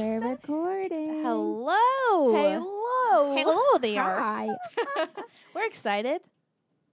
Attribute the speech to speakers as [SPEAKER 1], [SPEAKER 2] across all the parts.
[SPEAKER 1] Yay!
[SPEAKER 2] We're excited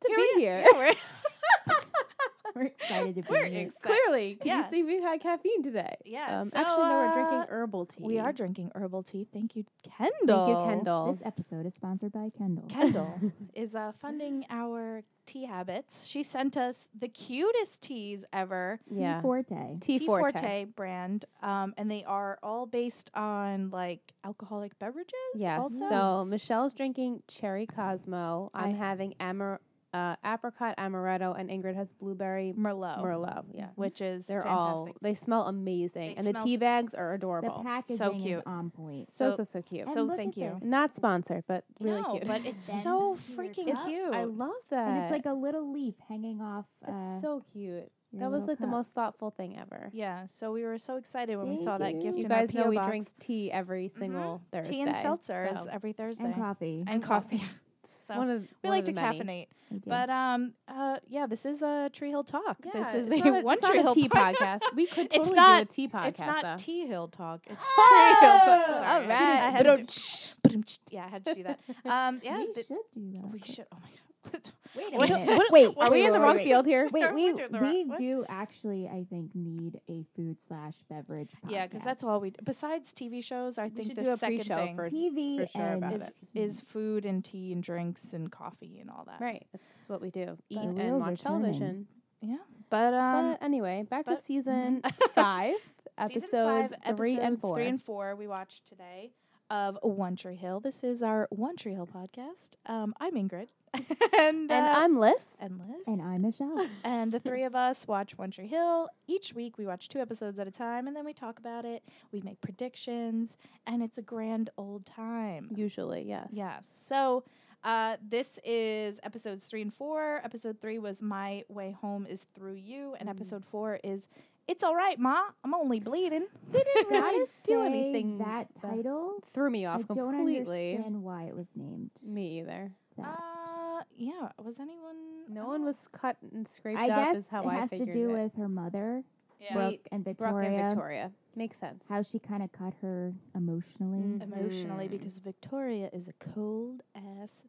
[SPEAKER 1] to
[SPEAKER 2] Here
[SPEAKER 1] be
[SPEAKER 2] we
[SPEAKER 1] here.
[SPEAKER 2] Yeah, we're,
[SPEAKER 1] We're excited to be
[SPEAKER 2] we're
[SPEAKER 1] here.
[SPEAKER 2] excited.
[SPEAKER 1] Clearly, can
[SPEAKER 2] Yeah.
[SPEAKER 1] you see we had caffeine today? Um,
[SPEAKER 2] Yeah, so,
[SPEAKER 1] actually, no, we're
[SPEAKER 2] uh,
[SPEAKER 1] drinking herbal tea.
[SPEAKER 2] We are drinking herbal tea. Thank you,
[SPEAKER 1] Thank
[SPEAKER 2] Kendall.
[SPEAKER 1] you, Kendall.
[SPEAKER 3] This episode is sponsored by Kendall.
[SPEAKER 2] Kendall is uh, funding our tea habits. She sent us the cutest teas ever.
[SPEAKER 3] Tea
[SPEAKER 1] Yeah.
[SPEAKER 3] Forte.
[SPEAKER 1] Tea
[SPEAKER 2] Tea
[SPEAKER 1] Forte.
[SPEAKER 2] Forte, brand, um, and they are all based on like alcoholic beverages.
[SPEAKER 1] Yeah.
[SPEAKER 2] also?
[SPEAKER 1] So Michelle's drinking cherry Cosmo. I'm
[SPEAKER 2] I-
[SPEAKER 1] having amar- uh, apricot amaretto, and Ingrid has blueberry
[SPEAKER 2] Merlot,
[SPEAKER 1] merlot. Yeah.
[SPEAKER 2] which is
[SPEAKER 1] They're all
[SPEAKER 2] fantastic.
[SPEAKER 1] they smell amazing,
[SPEAKER 2] They
[SPEAKER 1] and the
[SPEAKER 2] smell
[SPEAKER 1] tea
[SPEAKER 2] s-
[SPEAKER 1] bags are
[SPEAKER 3] The
[SPEAKER 1] adorable.
[SPEAKER 3] packaging is
[SPEAKER 2] cute.
[SPEAKER 3] on point.
[SPEAKER 1] so
[SPEAKER 2] So-
[SPEAKER 1] so so cute.
[SPEAKER 2] so
[SPEAKER 3] And look
[SPEAKER 2] thank
[SPEAKER 3] at
[SPEAKER 2] you.
[SPEAKER 3] this.
[SPEAKER 1] Not sponsored, but really
[SPEAKER 2] no,
[SPEAKER 1] cute.
[SPEAKER 2] but it's
[SPEAKER 3] Bends
[SPEAKER 2] so
[SPEAKER 3] your
[SPEAKER 2] freaking
[SPEAKER 3] cup.
[SPEAKER 2] cute.
[SPEAKER 1] I love that.
[SPEAKER 3] and it's like a little leaf hanging off. Uh,
[SPEAKER 1] it's so cute.
[SPEAKER 3] your
[SPEAKER 1] That was
[SPEAKER 3] little
[SPEAKER 1] like the
[SPEAKER 3] cup.
[SPEAKER 1] most thoughtful thing ever.
[SPEAKER 2] yeah, so we were so excited when we
[SPEAKER 3] Thank
[SPEAKER 2] saw that
[SPEAKER 3] you.
[SPEAKER 2] gift.
[SPEAKER 1] You
[SPEAKER 2] in
[SPEAKER 1] guys
[SPEAKER 2] our
[SPEAKER 1] know
[SPEAKER 2] PO
[SPEAKER 1] we
[SPEAKER 2] box. Mm-hmm.
[SPEAKER 1] drink tea every single Thursday.
[SPEAKER 2] tea and seltzers
[SPEAKER 1] so-
[SPEAKER 2] every Thursday
[SPEAKER 3] and coffee.
[SPEAKER 2] And coffee. so
[SPEAKER 1] one of
[SPEAKER 2] we
[SPEAKER 1] one
[SPEAKER 2] like
[SPEAKER 1] of
[SPEAKER 2] to
[SPEAKER 1] the many.
[SPEAKER 2] caffeinate,
[SPEAKER 3] We do.
[SPEAKER 2] but um, uh, yeah, this is a Tree Hill talk.
[SPEAKER 1] Yeah,
[SPEAKER 2] this is
[SPEAKER 1] it's not
[SPEAKER 2] a one
[SPEAKER 1] it's not
[SPEAKER 2] Tree Hill
[SPEAKER 1] tea
[SPEAKER 2] podcast.
[SPEAKER 1] podcast. We could
[SPEAKER 2] It's
[SPEAKER 1] totally
[SPEAKER 2] not-
[SPEAKER 1] do a tea podcast.
[SPEAKER 2] It's not
[SPEAKER 1] though.
[SPEAKER 2] Tea Hill Talk. It's
[SPEAKER 1] Oh,
[SPEAKER 2] Tree Hill Talk.
[SPEAKER 1] all
[SPEAKER 2] Sorry, I had
[SPEAKER 1] right.
[SPEAKER 2] to do- yeah, I had to do that. Um, yeah,
[SPEAKER 3] we
[SPEAKER 2] th-
[SPEAKER 3] should do that.
[SPEAKER 2] we should. Oh my god.
[SPEAKER 3] Wait a
[SPEAKER 2] What-
[SPEAKER 3] minute.
[SPEAKER 2] what-
[SPEAKER 3] wait,
[SPEAKER 1] Are we in the wrong
[SPEAKER 3] wait,
[SPEAKER 1] field here?
[SPEAKER 3] Wait,
[SPEAKER 2] Are we
[SPEAKER 3] we
[SPEAKER 2] doing the wrong-
[SPEAKER 3] we
[SPEAKER 2] what?
[SPEAKER 3] do actually, I think, need a food slash beverage. Podcast.
[SPEAKER 2] yeah, because that's all we. Besides TV shows, I
[SPEAKER 1] should
[SPEAKER 2] think
[SPEAKER 1] do
[SPEAKER 2] the
[SPEAKER 1] a
[SPEAKER 2] second
[SPEAKER 1] pre-show
[SPEAKER 2] thing
[SPEAKER 1] for-
[SPEAKER 3] TV
[SPEAKER 1] for sure
[SPEAKER 3] and
[SPEAKER 1] about it.
[SPEAKER 2] is, is food and tea and drinks and coffee and all that.
[SPEAKER 1] Right, that's what we do.
[SPEAKER 3] The
[SPEAKER 1] Eat and
[SPEAKER 3] wheels are
[SPEAKER 1] watch
[SPEAKER 3] turning.
[SPEAKER 1] television.
[SPEAKER 2] Yeah. But um,
[SPEAKER 1] but anyway, back to
[SPEAKER 2] but-
[SPEAKER 1] season five,
[SPEAKER 2] Season
[SPEAKER 1] episodes
[SPEAKER 2] five,
[SPEAKER 1] three and
[SPEAKER 2] episodes
[SPEAKER 1] four.
[SPEAKER 2] Three and four we watched today of One Tree Hill. This is our One Tree Hill podcast. Um, I'm Ingrid, and
[SPEAKER 1] and
[SPEAKER 2] uh,
[SPEAKER 1] I'm Liz.
[SPEAKER 2] and Liz,
[SPEAKER 3] And I'm Michelle.
[SPEAKER 2] and the three of us watch One Tree Hill each week. We watch two episodes at a time, and then we talk about it. We make predictions, and it's a grand old time.
[SPEAKER 1] Usually, yes.
[SPEAKER 2] Yes. So uh, this is episodes three and four. Episode three was My Way Home is Through You, and
[SPEAKER 1] Mm.
[SPEAKER 2] episode four is It's All Right, Ma. I'm only bleeding.
[SPEAKER 1] They didn't
[SPEAKER 3] Gotta
[SPEAKER 1] really do
[SPEAKER 3] say
[SPEAKER 1] anything.
[SPEAKER 3] That
[SPEAKER 1] that-
[SPEAKER 3] title.
[SPEAKER 1] Threw me off
[SPEAKER 3] I don't
[SPEAKER 1] completely.
[SPEAKER 3] understand why it was named.
[SPEAKER 1] Me either.
[SPEAKER 3] that.
[SPEAKER 2] Uh, yeah. Was anyone? I
[SPEAKER 1] No
[SPEAKER 2] don't
[SPEAKER 1] one
[SPEAKER 2] know.
[SPEAKER 1] was cut and scraped
[SPEAKER 3] I
[SPEAKER 1] up.
[SPEAKER 3] guess
[SPEAKER 1] Is how
[SPEAKER 3] it
[SPEAKER 1] I
[SPEAKER 3] has to
[SPEAKER 1] figured
[SPEAKER 3] do
[SPEAKER 1] it.
[SPEAKER 3] with her mother,
[SPEAKER 2] Yeah.
[SPEAKER 3] Brooke,
[SPEAKER 1] Wait,
[SPEAKER 3] and Victoria,
[SPEAKER 1] Brooke and Victoria. Makes sense.
[SPEAKER 3] How she kind of cut her emotionally.
[SPEAKER 1] Mm.
[SPEAKER 2] emotionally
[SPEAKER 1] Mhm.
[SPEAKER 2] because Victoria is a cold ass.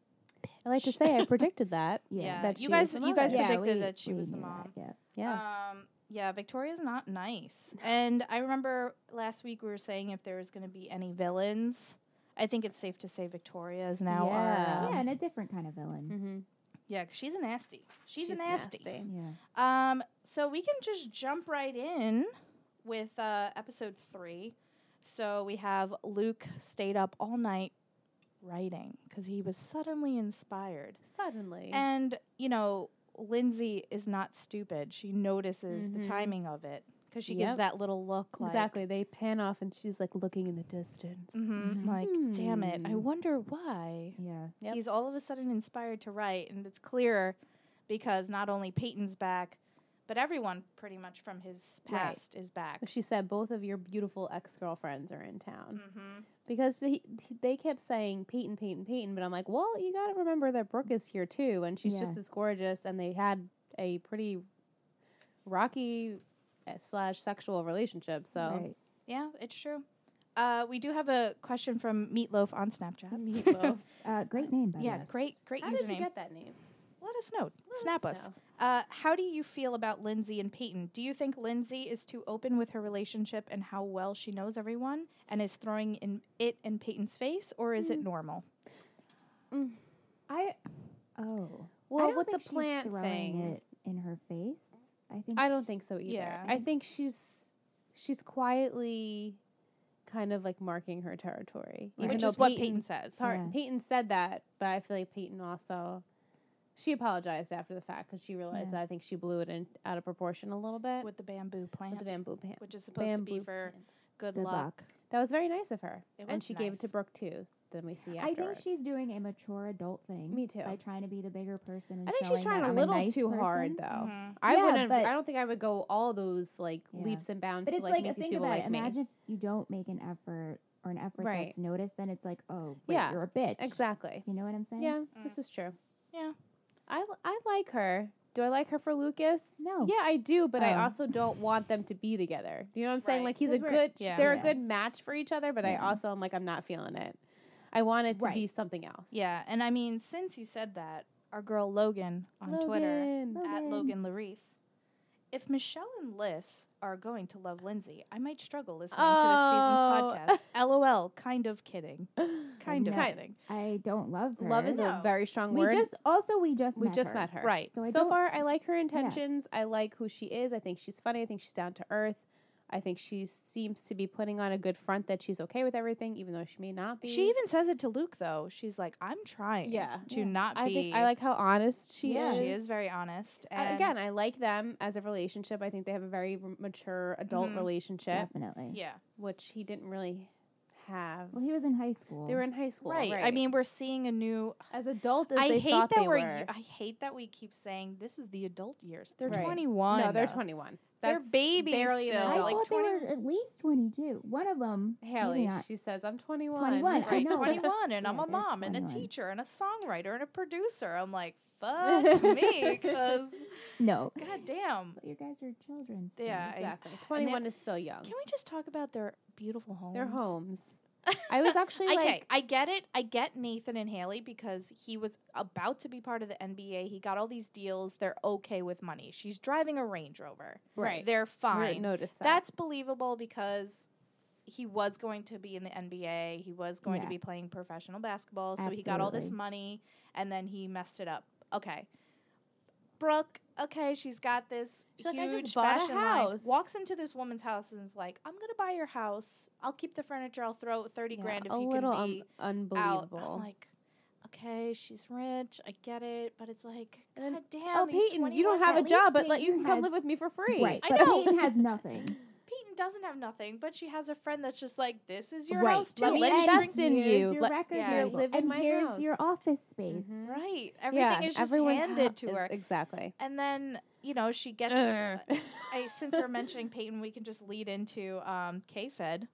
[SPEAKER 1] I like to
[SPEAKER 2] bitch.
[SPEAKER 1] say I predicted that.
[SPEAKER 3] Yeah.
[SPEAKER 1] that
[SPEAKER 2] you
[SPEAKER 1] she
[SPEAKER 2] guys,
[SPEAKER 1] was the
[SPEAKER 2] you guys
[SPEAKER 1] mother.
[SPEAKER 3] Yeah,
[SPEAKER 2] predicted
[SPEAKER 3] we-
[SPEAKER 2] that she
[SPEAKER 3] we
[SPEAKER 2] was the
[SPEAKER 3] knew that,
[SPEAKER 2] mom.
[SPEAKER 3] yeah.
[SPEAKER 1] Yes.
[SPEAKER 2] Um, yeah, Victoria's not nice. And I remember last week we were saying if there was going to be any villains, I think it's safe to say Victoria is now
[SPEAKER 1] Yeah.
[SPEAKER 2] our. Um,
[SPEAKER 3] yeah,
[SPEAKER 2] yeah,
[SPEAKER 3] and a different kind of villain.
[SPEAKER 1] mm-hmm.
[SPEAKER 2] yeah, 'cause she's a nasty. She's, a nasty.
[SPEAKER 3] Yeah.
[SPEAKER 2] Um, so we can just jump right in with uh, episode three. So we have Luke stayed up all night writing because he was suddenly inspired.
[SPEAKER 1] Suddenly.
[SPEAKER 2] And, you know, Lindsay is not stupid. She notices
[SPEAKER 1] Mhm.
[SPEAKER 2] the timing of it because she
[SPEAKER 1] Yep.
[SPEAKER 2] gives that little look like.
[SPEAKER 1] exactly. They pan off and she's like looking in the distance.
[SPEAKER 2] Mhm,
[SPEAKER 3] Mhm.
[SPEAKER 2] Like, damn it. I
[SPEAKER 1] Hmm.
[SPEAKER 2] wonder why.
[SPEAKER 3] Yeah.
[SPEAKER 1] Yep.
[SPEAKER 2] He's all of a sudden inspired to write, and it's clear because not only Peyton's back, but everyone pretty much from his
[SPEAKER 3] Right.
[SPEAKER 2] past is back.
[SPEAKER 1] She said both of your beautiful ex girlfriends are in town
[SPEAKER 2] Mm-hmm.
[SPEAKER 1] because they, they kept saying Peyton, Peyton, Peyton, but I'm like, well, you got to remember that Brooke is here too, and she's
[SPEAKER 3] Yeah.
[SPEAKER 1] just as gorgeous, and they had a pretty rocky uh, slash sexual relationship. So
[SPEAKER 3] Right.
[SPEAKER 2] Yeah, it's true. Uh, we do have a question from Meatloaf on Snapchat.
[SPEAKER 1] Meatloaf.
[SPEAKER 3] Uh, great name, by the
[SPEAKER 2] yeah,
[SPEAKER 3] way.
[SPEAKER 2] great, great
[SPEAKER 1] how
[SPEAKER 2] username.
[SPEAKER 1] did you get that name?
[SPEAKER 2] Let us know.
[SPEAKER 1] Let
[SPEAKER 2] Snap us.
[SPEAKER 1] know.
[SPEAKER 2] Uh, how do you feel about Lindsay and Peyton? Do you think Lindsay is too open with her relationship and how well she knows everyone and is throwing in it in Peyton's face, or is
[SPEAKER 1] Mm.
[SPEAKER 2] it normal?
[SPEAKER 1] I
[SPEAKER 3] Oh. I
[SPEAKER 1] well
[SPEAKER 3] don't
[SPEAKER 1] with the
[SPEAKER 3] think she's
[SPEAKER 1] plant
[SPEAKER 3] throwing
[SPEAKER 1] thing.
[SPEAKER 3] it in her face. I think.
[SPEAKER 1] I don't think so either.
[SPEAKER 2] Yeah.
[SPEAKER 1] I think she's she's quietly kind of like marking her territory,
[SPEAKER 3] Right.
[SPEAKER 1] even
[SPEAKER 2] Which
[SPEAKER 1] though
[SPEAKER 2] is what
[SPEAKER 1] Peyton
[SPEAKER 2] Peyton says.
[SPEAKER 1] Sorry,
[SPEAKER 3] Yeah.
[SPEAKER 1] Peyton said that, but I feel like Peyton also she apologized after the fact because she realized
[SPEAKER 3] Yeah.
[SPEAKER 1] that I think she blew it in, out of proportion a little bit with,
[SPEAKER 2] With the bamboo plant,
[SPEAKER 1] the bamboo pant.
[SPEAKER 2] which is supposed to
[SPEAKER 1] Bamboo
[SPEAKER 2] be for
[SPEAKER 1] pant.
[SPEAKER 2] good,
[SPEAKER 3] Good
[SPEAKER 2] luck.
[SPEAKER 3] luck.
[SPEAKER 1] That was very nice of her,
[SPEAKER 2] It
[SPEAKER 1] and
[SPEAKER 2] was
[SPEAKER 1] she gave it to
[SPEAKER 2] nice.
[SPEAKER 1] Brooke too. Then we see.
[SPEAKER 3] I think
[SPEAKER 1] afterwards.
[SPEAKER 3] she's doing a mature adult thing.
[SPEAKER 1] Me too.
[SPEAKER 3] By trying to be the bigger person. And
[SPEAKER 1] I think
[SPEAKER 3] showing
[SPEAKER 1] she's trying
[SPEAKER 3] that
[SPEAKER 1] a
[SPEAKER 3] I'm
[SPEAKER 1] little
[SPEAKER 3] nice
[SPEAKER 1] too hard
[SPEAKER 3] person.
[SPEAKER 1] though.
[SPEAKER 2] Mhm.
[SPEAKER 1] I
[SPEAKER 3] Yeah,
[SPEAKER 1] wouldn't.
[SPEAKER 3] but-
[SPEAKER 1] I don't think I would go all those like
[SPEAKER 3] Yeah.
[SPEAKER 1] leaps and bounds.
[SPEAKER 3] But
[SPEAKER 1] to,
[SPEAKER 3] it's
[SPEAKER 1] like,
[SPEAKER 3] like,
[SPEAKER 1] make
[SPEAKER 3] a
[SPEAKER 1] these
[SPEAKER 3] thing
[SPEAKER 1] people
[SPEAKER 3] about
[SPEAKER 1] like
[SPEAKER 3] it.
[SPEAKER 1] me.
[SPEAKER 3] Imagine if you don't make an effort or an effort
[SPEAKER 1] Right.
[SPEAKER 3] that's noticed, then it's like, oh, wait,
[SPEAKER 1] Yeah,
[SPEAKER 3] you're a bitch.
[SPEAKER 1] Exactly.
[SPEAKER 3] You know what I'm saying?
[SPEAKER 1] Yeah, this is true.
[SPEAKER 2] Mm. Yeah.
[SPEAKER 1] I l- I like her. Do I like her for Lucas?
[SPEAKER 3] No.
[SPEAKER 1] Yeah, I do, but I
[SPEAKER 3] Oh.
[SPEAKER 1] also don't want them to be together. You know what I'm saying?
[SPEAKER 2] Right.
[SPEAKER 1] Like he's a
[SPEAKER 3] 'Cause we're-
[SPEAKER 1] good,
[SPEAKER 2] Yeah.
[SPEAKER 1] they're
[SPEAKER 3] Yeah.
[SPEAKER 1] a good match for each other, but I
[SPEAKER 3] Yeah.
[SPEAKER 1] also am like I'm not feeling it. I want it to be
[SPEAKER 3] Right.
[SPEAKER 1] something else.
[SPEAKER 2] Yeah, and I mean, since you said that, our girl Logan on Twitter
[SPEAKER 1] Logan.
[SPEAKER 2] at Logan
[SPEAKER 3] Logan.
[SPEAKER 2] Larice. If Michelle and Liz are going to love Lindsay, I might struggle listening
[SPEAKER 1] Oh.
[SPEAKER 2] to this season's podcast. LOL, kind of kidding, kind of
[SPEAKER 3] No.
[SPEAKER 2] kidding.
[SPEAKER 3] I don't love her.
[SPEAKER 1] Love is
[SPEAKER 2] No.
[SPEAKER 1] a very strong
[SPEAKER 3] we
[SPEAKER 1] word.
[SPEAKER 3] just also we just
[SPEAKER 1] we
[SPEAKER 3] met
[SPEAKER 1] just
[SPEAKER 3] her.
[SPEAKER 1] met her.
[SPEAKER 2] Right.
[SPEAKER 3] So I
[SPEAKER 1] so
[SPEAKER 3] don't-
[SPEAKER 1] far, I like her intentions. I like who she is. I think she's funny. I think she's down to earth. I think she seems to be putting on a good front that she's okay with everything, even though she may not be.
[SPEAKER 2] She even says it to Luke though. She's like, "I'm trying,
[SPEAKER 1] Yeah.
[SPEAKER 2] to
[SPEAKER 3] Yeah.
[SPEAKER 2] not
[SPEAKER 1] I
[SPEAKER 2] be."
[SPEAKER 1] think I like how honest she
[SPEAKER 3] Yeah.
[SPEAKER 1] is.
[SPEAKER 2] She is very honest.
[SPEAKER 1] I-
[SPEAKER 2] And
[SPEAKER 1] again, I like them as a relationship. I think they have a very r- mature adult
[SPEAKER 2] Mhm.
[SPEAKER 1] relationship,
[SPEAKER 3] Definitely.
[SPEAKER 2] yeah,
[SPEAKER 1] which he didn't really have.
[SPEAKER 3] Well, he was in high school.
[SPEAKER 1] They were in high school,
[SPEAKER 2] right.
[SPEAKER 1] right?
[SPEAKER 2] I mean, we're seeing a new.
[SPEAKER 1] as adult as
[SPEAKER 2] I
[SPEAKER 1] they
[SPEAKER 2] hate
[SPEAKER 1] thought
[SPEAKER 2] that
[SPEAKER 1] they
[SPEAKER 2] we're.
[SPEAKER 1] were.
[SPEAKER 2] I hate that we keep saying this is the adult years. They're
[SPEAKER 1] Right.
[SPEAKER 2] 21.
[SPEAKER 1] no, they're twenty-one.
[SPEAKER 2] They're
[SPEAKER 1] That's
[SPEAKER 2] babies
[SPEAKER 1] barely an
[SPEAKER 2] still.
[SPEAKER 3] I
[SPEAKER 1] adult.
[SPEAKER 2] like
[SPEAKER 3] thought they
[SPEAKER 2] 20
[SPEAKER 3] were at least twenty two. One of them.
[SPEAKER 1] Haley, she says, "I'm 21."
[SPEAKER 3] 21, I
[SPEAKER 2] Right,
[SPEAKER 3] know.
[SPEAKER 2] 21, and I'm
[SPEAKER 3] Yeah,
[SPEAKER 2] a
[SPEAKER 3] they're
[SPEAKER 2] mom and a
[SPEAKER 3] 21.
[SPEAKER 2] teacher and a songwriter and a producer. I'm like, fuck me, because
[SPEAKER 3] No.
[SPEAKER 2] goddamn.
[SPEAKER 3] But you guys are children. Still.
[SPEAKER 2] Yeah, I-
[SPEAKER 1] Exactly. 21 is still young.
[SPEAKER 2] can we just talk about their beautiful homes?
[SPEAKER 1] They're homes. I was actually like,
[SPEAKER 2] okay, I get it. I get Nathan and Haley because he was about to be part of the NBA. He got all these deals. They're okay with money. She's driving a Range Rover.
[SPEAKER 1] Right.
[SPEAKER 2] They're
[SPEAKER 1] I didn't
[SPEAKER 2] fine.
[SPEAKER 1] notice that.
[SPEAKER 2] That's believable because he was going to be in the NBA. He was going to
[SPEAKER 3] Yeah.
[SPEAKER 2] be playing professional basketball. So he got all this
[SPEAKER 3] Absolutely.
[SPEAKER 2] money and then he messed it up. Okay. Brooke, okay, she's got this
[SPEAKER 1] She's like, "I just
[SPEAKER 2] huge
[SPEAKER 1] bought a
[SPEAKER 2] fashion line,"
[SPEAKER 1] house.
[SPEAKER 2] Walks into this woman's house and is like, "I'm gonna buy your house. I'll keep the furniture. I'll throw thirty
[SPEAKER 1] Yeah,
[SPEAKER 2] grand if
[SPEAKER 1] a
[SPEAKER 2] you
[SPEAKER 1] little
[SPEAKER 2] can
[SPEAKER 1] un-
[SPEAKER 2] be out."
[SPEAKER 1] unbelievable.
[SPEAKER 2] I'm like, "Oh, okay, she's rich. I get it, but it's like,
[SPEAKER 1] And
[SPEAKER 2] god damn.
[SPEAKER 1] oh,
[SPEAKER 2] he's
[SPEAKER 1] Peyton, you don't
[SPEAKER 2] 21.
[SPEAKER 1] have
[SPEAKER 3] At
[SPEAKER 1] a job,
[SPEAKER 3] least
[SPEAKER 1] but let you
[SPEAKER 3] Peyton
[SPEAKER 1] come
[SPEAKER 3] has-
[SPEAKER 1] live with me for free.
[SPEAKER 3] Right.
[SPEAKER 2] I
[SPEAKER 3] but
[SPEAKER 2] know.
[SPEAKER 3] Peyton has nothing.
[SPEAKER 2] Peyton doesn't have nothing, but she has a friend that's just like, this is your
[SPEAKER 3] Right.
[SPEAKER 2] house too.
[SPEAKER 1] Let me
[SPEAKER 2] Let's
[SPEAKER 1] invest
[SPEAKER 2] drink-
[SPEAKER 1] in you.
[SPEAKER 3] Here's your
[SPEAKER 1] Let-
[SPEAKER 3] record
[SPEAKER 2] Yeah.
[SPEAKER 3] label,
[SPEAKER 1] Live in
[SPEAKER 3] and
[SPEAKER 1] my
[SPEAKER 3] here's your
[SPEAKER 1] house.
[SPEAKER 3] office space.
[SPEAKER 1] Mhm.
[SPEAKER 2] Right. Everything
[SPEAKER 1] yeah,
[SPEAKER 2] is just
[SPEAKER 1] everyone
[SPEAKER 2] handed
[SPEAKER 1] ha-
[SPEAKER 2] to
[SPEAKER 1] is-
[SPEAKER 2] her.
[SPEAKER 1] Exactly.
[SPEAKER 2] and then, you know, she gets. uh,
[SPEAKER 1] Ugh.
[SPEAKER 2] I, since we're mentioning Peyton, we can just lead into um, K Fed.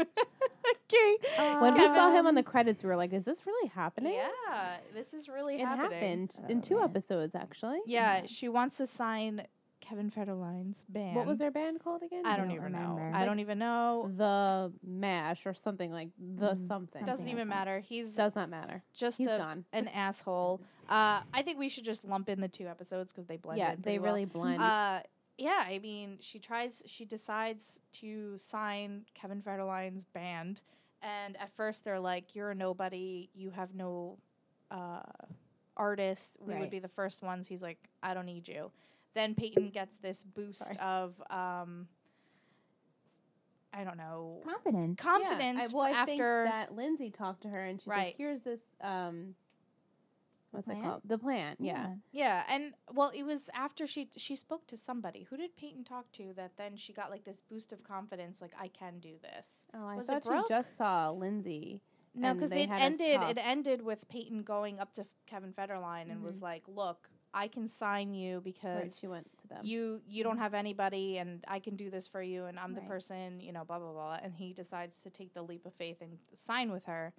[SPEAKER 2] okay.
[SPEAKER 1] when we saw him on
[SPEAKER 3] Um,
[SPEAKER 1] the credits, we were like, "Is this really happening?"
[SPEAKER 2] Yeah, this is really
[SPEAKER 1] it
[SPEAKER 2] happening.
[SPEAKER 1] happened
[SPEAKER 3] Oh,
[SPEAKER 1] in two
[SPEAKER 3] man.
[SPEAKER 1] episodes actually.
[SPEAKER 2] Yeah,
[SPEAKER 3] Yeah.
[SPEAKER 2] she wants to sign Kevin Federline's band.
[SPEAKER 1] What was their band called again?
[SPEAKER 2] I
[SPEAKER 3] I
[SPEAKER 2] don't,
[SPEAKER 3] don't
[SPEAKER 2] even know.
[SPEAKER 3] remember.
[SPEAKER 2] I
[SPEAKER 1] Like
[SPEAKER 2] don't even know.
[SPEAKER 1] The Mash or something like the
[SPEAKER 3] Mm,
[SPEAKER 1] something.
[SPEAKER 2] Doesn't
[SPEAKER 3] something
[SPEAKER 2] even
[SPEAKER 3] like that.
[SPEAKER 2] matter. He's
[SPEAKER 1] Does not matter.
[SPEAKER 2] just
[SPEAKER 1] He's
[SPEAKER 2] a-
[SPEAKER 1] gone.
[SPEAKER 2] an asshole. Uh, I think we should just lump in the two episodes because they blend.
[SPEAKER 1] Yeah,
[SPEAKER 2] in pretty
[SPEAKER 1] they
[SPEAKER 2] well.
[SPEAKER 1] really blend.
[SPEAKER 2] Uh, yeah, I mean, she tries. She decides to sign Kevin Federline's band, and at first they're like, "You're a nobody. You have no uh, artist. We would
[SPEAKER 3] Right.
[SPEAKER 2] be the first ones." He's like, "I don't need you." Then Peyton gets this boost
[SPEAKER 1] Sorry.
[SPEAKER 2] of, um, I don't know,
[SPEAKER 3] confident.
[SPEAKER 2] confidence
[SPEAKER 1] Yeah, I, well, I
[SPEAKER 2] after.
[SPEAKER 1] think that Lindsay talked to her and she
[SPEAKER 2] Right.
[SPEAKER 1] says, "Here's this um, what's it
[SPEAKER 3] plan?
[SPEAKER 1] called? The plan." Yeah.
[SPEAKER 2] Yeah, and well, it was after she she spoke to somebody. Who did Peyton talk to that then she got like this boost of confidence, like I can do this.
[SPEAKER 1] Oh, I
[SPEAKER 2] Was it
[SPEAKER 1] thought you
[SPEAKER 2] Brooke?
[SPEAKER 1] just saw Lindsay.
[SPEAKER 2] No,
[SPEAKER 1] And
[SPEAKER 2] because
[SPEAKER 1] they
[SPEAKER 2] it
[SPEAKER 1] had us
[SPEAKER 2] ended
[SPEAKER 1] talk.
[SPEAKER 2] it ended with Peyton going up to Kevin Federline and was like, "Look, I can sign you
[SPEAKER 1] Mm-hmm. Right,
[SPEAKER 2] because
[SPEAKER 1] she went to them. Mm-hmm.
[SPEAKER 2] you you don't have anybody, and I can do this for you, and I'm the
[SPEAKER 3] Right.
[SPEAKER 2] person, you know, blah blah blah." And he decides to take the leap of faith and sign with her.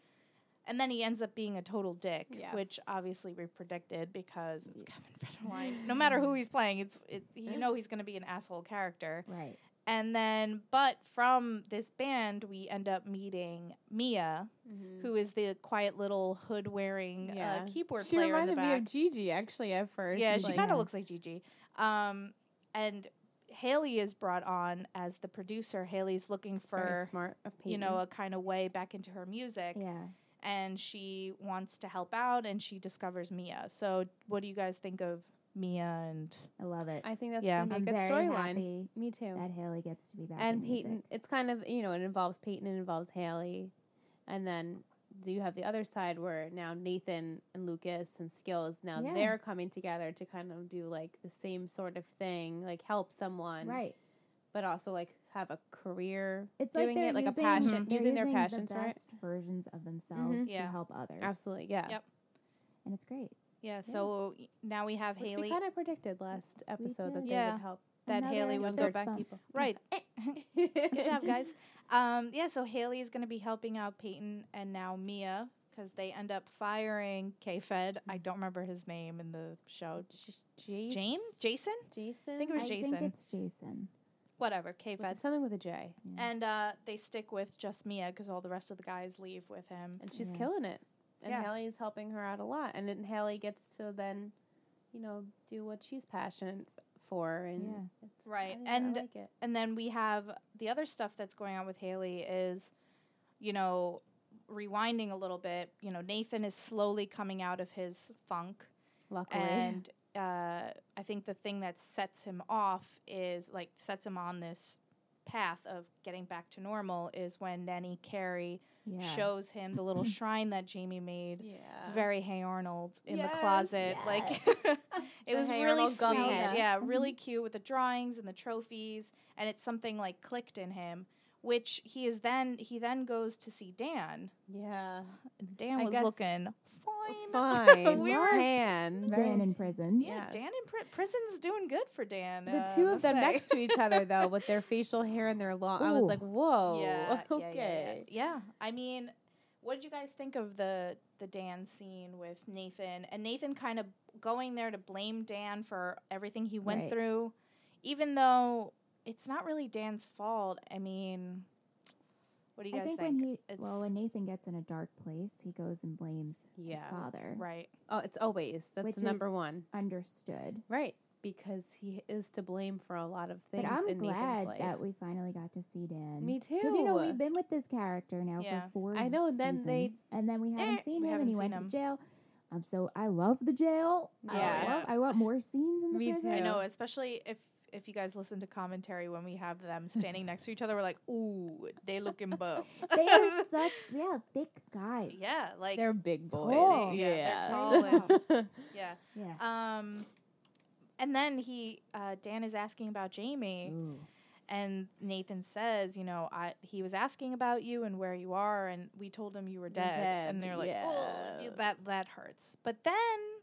[SPEAKER 2] And then he ends up being a total dick, which
[SPEAKER 1] Yes.
[SPEAKER 2] obviously we predicted because it's Kevin Federline. No matter who he's playing, it's it, you know he's going to be an asshole character.
[SPEAKER 3] Right.
[SPEAKER 2] And then, but from this band, we end up meeting Mia,
[SPEAKER 1] Mhm.
[SPEAKER 2] who is the quiet little hood wearing
[SPEAKER 1] Yeah.
[SPEAKER 2] uh, keyboard
[SPEAKER 1] She
[SPEAKER 2] player in the
[SPEAKER 1] reminded me
[SPEAKER 2] back.
[SPEAKER 1] of Gigi actually at first.
[SPEAKER 2] yeah,
[SPEAKER 1] She's
[SPEAKER 2] she
[SPEAKER 1] like,
[SPEAKER 2] kind
[SPEAKER 3] Yeah.
[SPEAKER 2] of looks like Gigi. Um, and Haley is brought on as the producer. Haley's looking
[SPEAKER 1] very
[SPEAKER 2] for
[SPEAKER 1] smart of Peyton.
[SPEAKER 2] you know a kind of way back into her music,
[SPEAKER 3] Yeah.
[SPEAKER 2] and she wants to help out, and she discovers Mia. So, what do you guys think of Mia and
[SPEAKER 3] I love it.
[SPEAKER 1] I think that's
[SPEAKER 2] Yeah.
[SPEAKER 1] gonna
[SPEAKER 3] I'm
[SPEAKER 1] be a good
[SPEAKER 3] very
[SPEAKER 1] storyline.
[SPEAKER 3] happy
[SPEAKER 1] Me too.
[SPEAKER 3] that Haley gets to be back. in
[SPEAKER 1] and
[SPEAKER 3] music.
[SPEAKER 1] Peyton, it's kind of you know it involves Peyton, it involves Haley, and then you have the other side where now Nathan and Lucas and Skills now
[SPEAKER 3] Yeah.
[SPEAKER 1] they're coming together to kind of do like the same sort of thing, like help someone,
[SPEAKER 3] Right.
[SPEAKER 1] But also like have a career
[SPEAKER 3] It's
[SPEAKER 1] doing
[SPEAKER 3] like they're
[SPEAKER 1] it, like
[SPEAKER 3] using,
[SPEAKER 1] a passion,
[SPEAKER 2] Mhm.
[SPEAKER 1] using,
[SPEAKER 3] they're
[SPEAKER 1] their
[SPEAKER 3] using
[SPEAKER 1] passions
[SPEAKER 3] the
[SPEAKER 1] for it. Mm-hmm.
[SPEAKER 3] best versions of themselves to
[SPEAKER 2] Yeah.
[SPEAKER 3] help others.
[SPEAKER 1] Absolutely, yeah.
[SPEAKER 2] Yep.
[SPEAKER 3] And it's great.
[SPEAKER 2] yeah?
[SPEAKER 3] Yeah.
[SPEAKER 2] So now we have
[SPEAKER 1] Which we
[SPEAKER 2] Haley.
[SPEAKER 1] kind of predicted last episode that
[SPEAKER 3] did.
[SPEAKER 1] they
[SPEAKER 2] Yeah.
[SPEAKER 1] would help
[SPEAKER 2] That Haley
[SPEAKER 1] would
[SPEAKER 2] would
[SPEAKER 1] go
[SPEAKER 2] go
[SPEAKER 3] fist
[SPEAKER 1] back
[SPEAKER 3] bump.
[SPEAKER 1] people.
[SPEAKER 2] Right, Good
[SPEAKER 1] Good
[SPEAKER 2] job, guys. Um, yeah, so Haley is going to be helping out Peyton and now Mia because they end up firing K Fed. I don't remember his name in the show.
[SPEAKER 1] Jason.
[SPEAKER 2] Jane? Jason?
[SPEAKER 1] Jason.
[SPEAKER 2] I think it was
[SPEAKER 3] I
[SPEAKER 2] Jason.
[SPEAKER 3] think it's Jason.
[SPEAKER 2] whatever, K Fed.
[SPEAKER 1] With- Something with a J.
[SPEAKER 2] And uh, they stick with just Mia because all the rest of the guys leave with him.
[SPEAKER 1] And she's
[SPEAKER 3] Yeah.
[SPEAKER 1] killing it. And
[SPEAKER 2] Yeah.
[SPEAKER 1] Haley is helping her out a lot. And then Haley gets to then, you know, do what she's passionate for. And
[SPEAKER 3] Yeah.
[SPEAKER 1] it's,
[SPEAKER 2] Right,
[SPEAKER 1] I think
[SPEAKER 2] and-
[SPEAKER 1] I like it.
[SPEAKER 2] And then we have the other stuff that's going on with Haley is, you know, rewinding a little bit. You know, Nathan is slowly coming out of his funk.
[SPEAKER 1] Luckily,
[SPEAKER 2] and uh, I think the thing that sets him off is like sets him on this path of getting back to normal is when Nanny Carey
[SPEAKER 3] Yeah.
[SPEAKER 2] shows him the little shrine that Jamie made.
[SPEAKER 1] yeah,
[SPEAKER 2] It's very Hey Arnold in the
[SPEAKER 1] Yes.
[SPEAKER 2] closet. Like it
[SPEAKER 1] The
[SPEAKER 2] was
[SPEAKER 1] Hey
[SPEAKER 2] really
[SPEAKER 1] Arnold Mm-hmm.
[SPEAKER 2] sweet.
[SPEAKER 1] gum
[SPEAKER 3] head.
[SPEAKER 2] Yeah, really cute with the drawings and the trophies, and it's something like clicked in him. Which he is then he then goes to see Dan.
[SPEAKER 1] yeah,
[SPEAKER 2] And Dan
[SPEAKER 1] I
[SPEAKER 2] was
[SPEAKER 1] guess-
[SPEAKER 2] looking fine.
[SPEAKER 1] fine.
[SPEAKER 2] We
[SPEAKER 1] we
[SPEAKER 2] were-
[SPEAKER 1] tan. very
[SPEAKER 3] Dan in prison.
[SPEAKER 2] Yeah, Dan
[SPEAKER 1] Yes.
[SPEAKER 2] in pri- prison's doing good for Dan.
[SPEAKER 1] The
[SPEAKER 2] uh,
[SPEAKER 1] two of
[SPEAKER 2] must
[SPEAKER 1] them
[SPEAKER 2] say.
[SPEAKER 1] next to each other, though, with their facial hair and their long, I was
[SPEAKER 3] Ooh.
[SPEAKER 1] like, "Whoa,
[SPEAKER 2] Yeah, yeah, yeah, yeah,
[SPEAKER 1] okay."
[SPEAKER 2] yeah. I mean, what did you guys think of the the Dan scene with Nathan and Nathan kind of going there to blame Dan for everything he went
[SPEAKER 3] Right.
[SPEAKER 2] through, even though it's not really Dan's fault. I mean, what do you
[SPEAKER 3] I
[SPEAKER 2] guys
[SPEAKER 3] think,
[SPEAKER 2] think?
[SPEAKER 3] when he
[SPEAKER 2] It's-
[SPEAKER 3] well when Nathan gets in a dark place, he goes and blames
[SPEAKER 1] Yeah,
[SPEAKER 3] his father.
[SPEAKER 2] right.
[SPEAKER 1] Oh, it's always that's
[SPEAKER 3] Which
[SPEAKER 1] the number
[SPEAKER 3] is-
[SPEAKER 1] one,
[SPEAKER 3] Understood.
[SPEAKER 1] right? Because he is to blame for a lot of things
[SPEAKER 3] But I'm
[SPEAKER 1] in Nathan's
[SPEAKER 3] glad
[SPEAKER 1] life.
[SPEAKER 3] that we finally got to see Dan.
[SPEAKER 1] Me too.
[SPEAKER 3] Because you know we've been with this character now
[SPEAKER 2] Yeah.
[SPEAKER 3] for four.
[SPEAKER 1] I know, and then they-
[SPEAKER 3] seasons, and then we haven't
[SPEAKER 2] Eh,
[SPEAKER 3] seen
[SPEAKER 2] we
[SPEAKER 3] him,
[SPEAKER 2] haven't
[SPEAKER 3] and he
[SPEAKER 2] seen
[SPEAKER 3] went
[SPEAKER 2] him.
[SPEAKER 3] to jail. I'm so I love the jail.
[SPEAKER 1] Yeah.
[SPEAKER 3] I, love, I want more scenes in the
[SPEAKER 1] Me
[SPEAKER 3] prison.
[SPEAKER 1] too.
[SPEAKER 2] I know, especially if if you guys listen to commentary when we have them standing next to each other, we're like, ooh, they looking buff.
[SPEAKER 3] They are such yeah thick guys.
[SPEAKER 2] yeah, like
[SPEAKER 1] they're big boys.
[SPEAKER 3] tall.
[SPEAKER 2] Yeah, they're
[SPEAKER 1] Yeah,
[SPEAKER 2] yeah.
[SPEAKER 3] Yeah.
[SPEAKER 2] Um, and then he, uh, Dan is asking about
[SPEAKER 1] Um,
[SPEAKER 2] Jamie,
[SPEAKER 3] Ooh.
[SPEAKER 2] and Nathan says, you know, I he was asking about you and where you are, and we told him you were dead,
[SPEAKER 1] dead,
[SPEAKER 2] and they're like,
[SPEAKER 1] yeah.
[SPEAKER 2] "Ugh, that that hurts. But then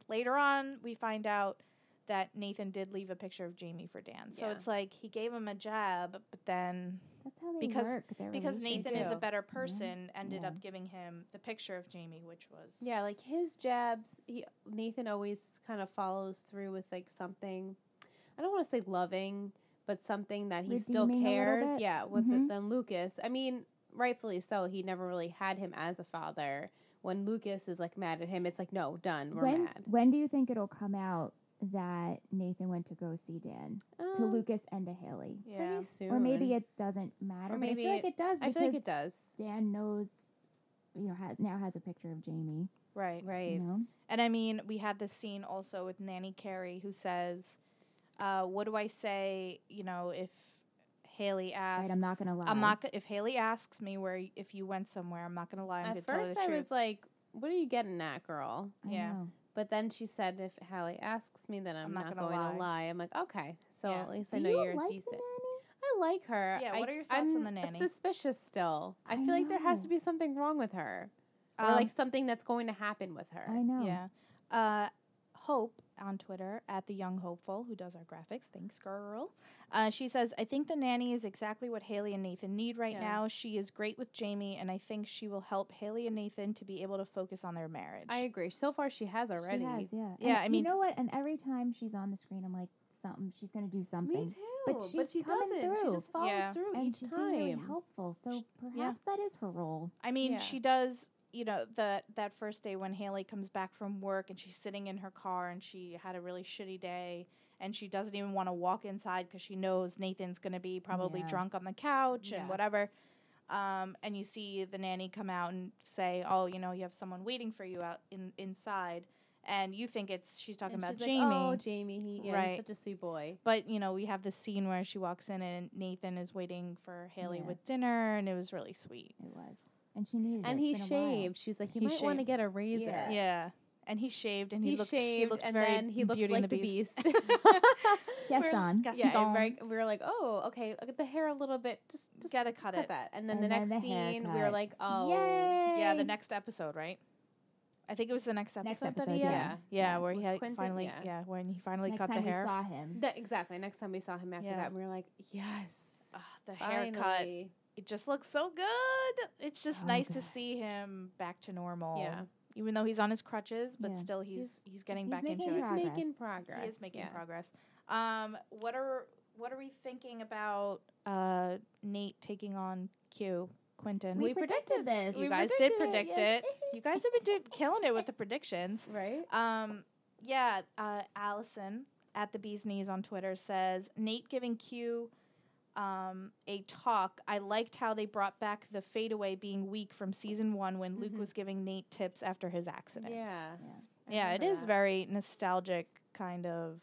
[SPEAKER 2] later on, we find out that Nathan did leave a picture of Jamie for Dan, so
[SPEAKER 1] Yeah.
[SPEAKER 2] it's like he gave him a jab, but then
[SPEAKER 3] That's how they
[SPEAKER 2] Because-
[SPEAKER 3] work. Their
[SPEAKER 2] because Nathan is a
[SPEAKER 1] do.
[SPEAKER 2] better person, ended
[SPEAKER 3] Yeah.
[SPEAKER 2] up giving him the picture of Jamie, which was
[SPEAKER 1] yeah, like his jabs. He Nathan always kind of follows through with like something. I don't want to say loving, but something that he still
[SPEAKER 3] Redeeming a little
[SPEAKER 1] cares.
[SPEAKER 3] bit.
[SPEAKER 1] Yeah, with
[SPEAKER 3] Mhm.
[SPEAKER 1] it than Lucas. I mean, rightfully so. He never really had him as a father. When Lucas is like mad at him, it's like no, done. We're
[SPEAKER 3] when
[SPEAKER 1] mad
[SPEAKER 3] when do you think it'll come out that Nathan went to go see Dan to
[SPEAKER 1] Um,
[SPEAKER 3] Lucas and to Haley?
[SPEAKER 2] yeah.
[SPEAKER 1] Pretty soon,
[SPEAKER 3] Or maybe it doesn't matter.
[SPEAKER 1] Or
[SPEAKER 3] but I
[SPEAKER 1] maybe-
[SPEAKER 3] feel like it does.
[SPEAKER 1] I feel like
[SPEAKER 3] because
[SPEAKER 1] it does.
[SPEAKER 3] Dan knows, you know, has, now has a picture of Jamie.
[SPEAKER 2] right.
[SPEAKER 1] Right.
[SPEAKER 3] You know,
[SPEAKER 2] And I mean, we had this scene also with Nanny Carey who says, uh, "What do I say? You know, if Haley asks,
[SPEAKER 3] right. I'm not gonna lie.
[SPEAKER 2] I'm not go- if Haley asks me where y- if you went somewhere, I'm not gonna lie. I'm gonna
[SPEAKER 1] At
[SPEAKER 2] tell her
[SPEAKER 1] first,
[SPEAKER 2] the
[SPEAKER 1] I
[SPEAKER 2] truth.
[SPEAKER 1] was like, "What are you getting at, girl?"
[SPEAKER 3] I
[SPEAKER 2] yeah.
[SPEAKER 3] know.
[SPEAKER 1] But then she said, if Hallie asks me, then I'm, not, going to lie. I'm like, okay. So
[SPEAKER 2] Yeah.
[SPEAKER 1] at least I
[SPEAKER 3] Do
[SPEAKER 1] know
[SPEAKER 3] you
[SPEAKER 1] are
[SPEAKER 3] like
[SPEAKER 1] decent.
[SPEAKER 3] the nanny?
[SPEAKER 1] I like her.
[SPEAKER 2] Yeah,
[SPEAKER 1] I-
[SPEAKER 2] what are your thoughts on
[SPEAKER 1] I'm
[SPEAKER 2] the nanny?
[SPEAKER 1] Suspicious still. I,
[SPEAKER 3] I
[SPEAKER 1] feel like there has
[SPEAKER 3] know.
[SPEAKER 1] to be something wrong with her, or
[SPEAKER 2] Um,
[SPEAKER 1] like something that's going to happen with her.
[SPEAKER 3] I know.
[SPEAKER 2] yeah. Uh, Hope on Twitter at the Young Hopeful who does our graphics. Thanks, girl. Uh, she says, "I think the nanny is exactly what Haley and Nathan need right
[SPEAKER 1] Yeah.
[SPEAKER 2] now. She is great with Jamie, and I think she will help Haley and Nathan to be able to focus on their marriage.
[SPEAKER 1] I agree. So far, she has
[SPEAKER 3] She
[SPEAKER 1] already.
[SPEAKER 3] has, yeah. And
[SPEAKER 2] Yeah, I mean-
[SPEAKER 3] you know what? And every time she's on the screen, I'm like, something. She's gonna do something.
[SPEAKER 1] Me too.
[SPEAKER 3] But she's
[SPEAKER 1] she
[SPEAKER 3] coming
[SPEAKER 1] doesn't.
[SPEAKER 3] through.
[SPEAKER 1] She just follows
[SPEAKER 2] Yeah.
[SPEAKER 1] through
[SPEAKER 3] And
[SPEAKER 1] each
[SPEAKER 3] she's
[SPEAKER 1] time.
[SPEAKER 3] being really helpful. So perhaps that is her role.
[SPEAKER 2] I mean,
[SPEAKER 1] Yeah.
[SPEAKER 2] she does. You know that that first day when Haley comes back from work and she's sitting in her car and she had a really shitty day and she doesn't even want to walk inside because she knows Nathan's going to be probably
[SPEAKER 3] Yeah.
[SPEAKER 2] drunk on the couch
[SPEAKER 1] Yeah.
[SPEAKER 2] and whatever. Um, and you see the nanny come out and say, "Oh, you know, you have someone waiting for you out in inside," and you think it's she's talking
[SPEAKER 1] And
[SPEAKER 2] about
[SPEAKER 1] she's
[SPEAKER 2] Jamie.
[SPEAKER 1] Like, oh, Jamie. He, yeah,
[SPEAKER 2] Right.
[SPEAKER 1] he's such a sweet boy.
[SPEAKER 2] but you know, we have this scene where she walks in and Nathan is waiting for Haley
[SPEAKER 3] Yeah.
[SPEAKER 2] with dinner, and it was really sweet.
[SPEAKER 3] It was, and she needed.
[SPEAKER 1] And
[SPEAKER 3] it.
[SPEAKER 1] he
[SPEAKER 3] It's been a while.
[SPEAKER 1] shaved. She's like, he,
[SPEAKER 2] He
[SPEAKER 1] might want to
[SPEAKER 2] shaved.
[SPEAKER 1] get a razor.
[SPEAKER 3] Yeah.
[SPEAKER 2] Yeah, and he shaved, and he,
[SPEAKER 1] he,
[SPEAKER 2] looked.
[SPEAKER 1] shaved
[SPEAKER 2] he looked
[SPEAKER 1] and
[SPEAKER 2] very
[SPEAKER 1] then he looked
[SPEAKER 2] Beauty
[SPEAKER 1] like
[SPEAKER 2] and the Beast.
[SPEAKER 3] Gaston.
[SPEAKER 2] Gaston.
[SPEAKER 1] Yeah, and very, we were like, oh, okay, look at the hair a little bit. Just, just
[SPEAKER 2] Gotta
[SPEAKER 1] just
[SPEAKER 2] cut it.
[SPEAKER 1] that. And then
[SPEAKER 3] And
[SPEAKER 1] the
[SPEAKER 3] then
[SPEAKER 1] next
[SPEAKER 3] the
[SPEAKER 1] scene, we were
[SPEAKER 3] haircut.
[SPEAKER 1] like, oh,
[SPEAKER 2] Yeah, the
[SPEAKER 3] Yay.
[SPEAKER 2] next episode, right? I think it was the next episode.
[SPEAKER 3] Next
[SPEAKER 2] that
[SPEAKER 3] episode,
[SPEAKER 2] he
[SPEAKER 1] yeah,
[SPEAKER 2] had?
[SPEAKER 3] yeah.
[SPEAKER 2] Yeah,
[SPEAKER 1] Yeah,
[SPEAKER 2] where
[SPEAKER 1] it
[SPEAKER 2] he
[SPEAKER 1] was
[SPEAKER 2] had
[SPEAKER 1] Quentin-
[SPEAKER 2] finally, yeah.
[SPEAKER 1] yeah.
[SPEAKER 2] when he finally
[SPEAKER 3] Next
[SPEAKER 2] cut the
[SPEAKER 3] time
[SPEAKER 2] hair.
[SPEAKER 3] we saw him,
[SPEAKER 1] That- exactly. Next time we saw him after
[SPEAKER 2] Yeah.
[SPEAKER 1] that, we were like, yes,
[SPEAKER 2] Ugh, the haircut,
[SPEAKER 1] finally.
[SPEAKER 2] it just looks so good. It's just
[SPEAKER 3] So
[SPEAKER 2] nice to
[SPEAKER 3] good.
[SPEAKER 2] see him back to normal.
[SPEAKER 1] Yeah.
[SPEAKER 2] even though he's on his crutches, but
[SPEAKER 3] Yeah.
[SPEAKER 2] still he's he's,
[SPEAKER 1] He's-
[SPEAKER 2] getting
[SPEAKER 3] he's
[SPEAKER 2] back
[SPEAKER 3] making
[SPEAKER 2] into
[SPEAKER 1] He's
[SPEAKER 2] it.
[SPEAKER 3] progress.
[SPEAKER 1] making progress.
[SPEAKER 2] He is making
[SPEAKER 1] yeah.
[SPEAKER 2] progress. Um, what are what are we thinking about uh, Nate taking on Q, Quentin?
[SPEAKER 1] We predicted
[SPEAKER 3] this.
[SPEAKER 2] you
[SPEAKER 1] we
[SPEAKER 2] guys did
[SPEAKER 1] predicted
[SPEAKER 2] predict it. You guys have been do- killing it with the predictions.
[SPEAKER 1] Right?
[SPEAKER 2] Um, yeah, uh, Allison at the Bee's Knees on Twitter says Nate giving Q um, a talk. I liked how they brought back the fadeaway being weak from season one when Luke
[SPEAKER 1] Mhm.
[SPEAKER 2] was giving Nate tips after his accident.
[SPEAKER 1] Yeah. I
[SPEAKER 2] Yeah, it
[SPEAKER 1] remember
[SPEAKER 2] is
[SPEAKER 1] that.
[SPEAKER 2] very nostalgic, kind of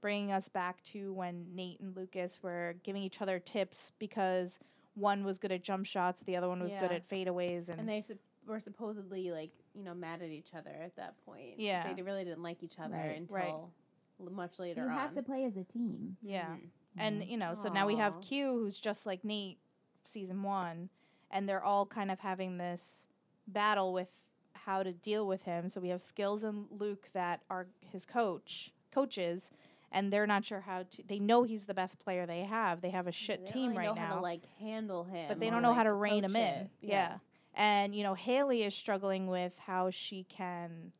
[SPEAKER 2] bringing us back to when Nate and Lucas were giving each other tips because one was good at jump shots, the other one was good
[SPEAKER 1] Yeah.
[SPEAKER 2] at fadeaways, and,
[SPEAKER 1] And they sup- were supposedly like you know mad at each other at that point.
[SPEAKER 2] Yeah.
[SPEAKER 1] they d- really didn't like each other
[SPEAKER 3] Right.
[SPEAKER 1] until
[SPEAKER 2] Right.
[SPEAKER 1] l- much later
[SPEAKER 3] You
[SPEAKER 1] on.
[SPEAKER 3] have to play as a team.
[SPEAKER 2] yeah,
[SPEAKER 1] Mhm.
[SPEAKER 3] you
[SPEAKER 2] and
[SPEAKER 3] know?
[SPEAKER 2] you know, so now we have
[SPEAKER 1] Aw.
[SPEAKER 2] Q, who's just like Nate, season one, and they're all kind of having this battle with how to deal with him. So we have Skills and Luke that are his coach, coaches. And they're not sure how to. They know he's the best player they have. They have a shit
[SPEAKER 1] They don't
[SPEAKER 2] team
[SPEAKER 1] really
[SPEAKER 2] right
[SPEAKER 1] know
[SPEAKER 2] now.
[SPEAKER 1] how to like handle him,
[SPEAKER 2] but they
[SPEAKER 1] or,
[SPEAKER 2] don't know
[SPEAKER 1] like,
[SPEAKER 2] how to rein
[SPEAKER 1] approach
[SPEAKER 2] him in.
[SPEAKER 1] it.
[SPEAKER 2] Yeah. And, you know, Haley is struggling with how she can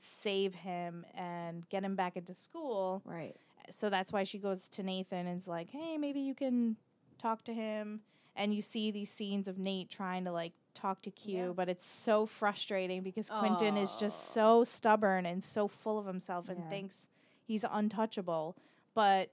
[SPEAKER 2] save him and get him back into school.
[SPEAKER 3] Right.
[SPEAKER 2] So that's why she goes to Nathan and is like, hey, maybe you can talk to him. And you see these scenes of Nate trying to like talk to Q,
[SPEAKER 1] Yeah.
[SPEAKER 2] but it's so frustrating because Quentin is just
[SPEAKER 1] Aw.
[SPEAKER 2] so stubborn and so full of himself and
[SPEAKER 3] Yeah.
[SPEAKER 2] thinks he's untouchable. But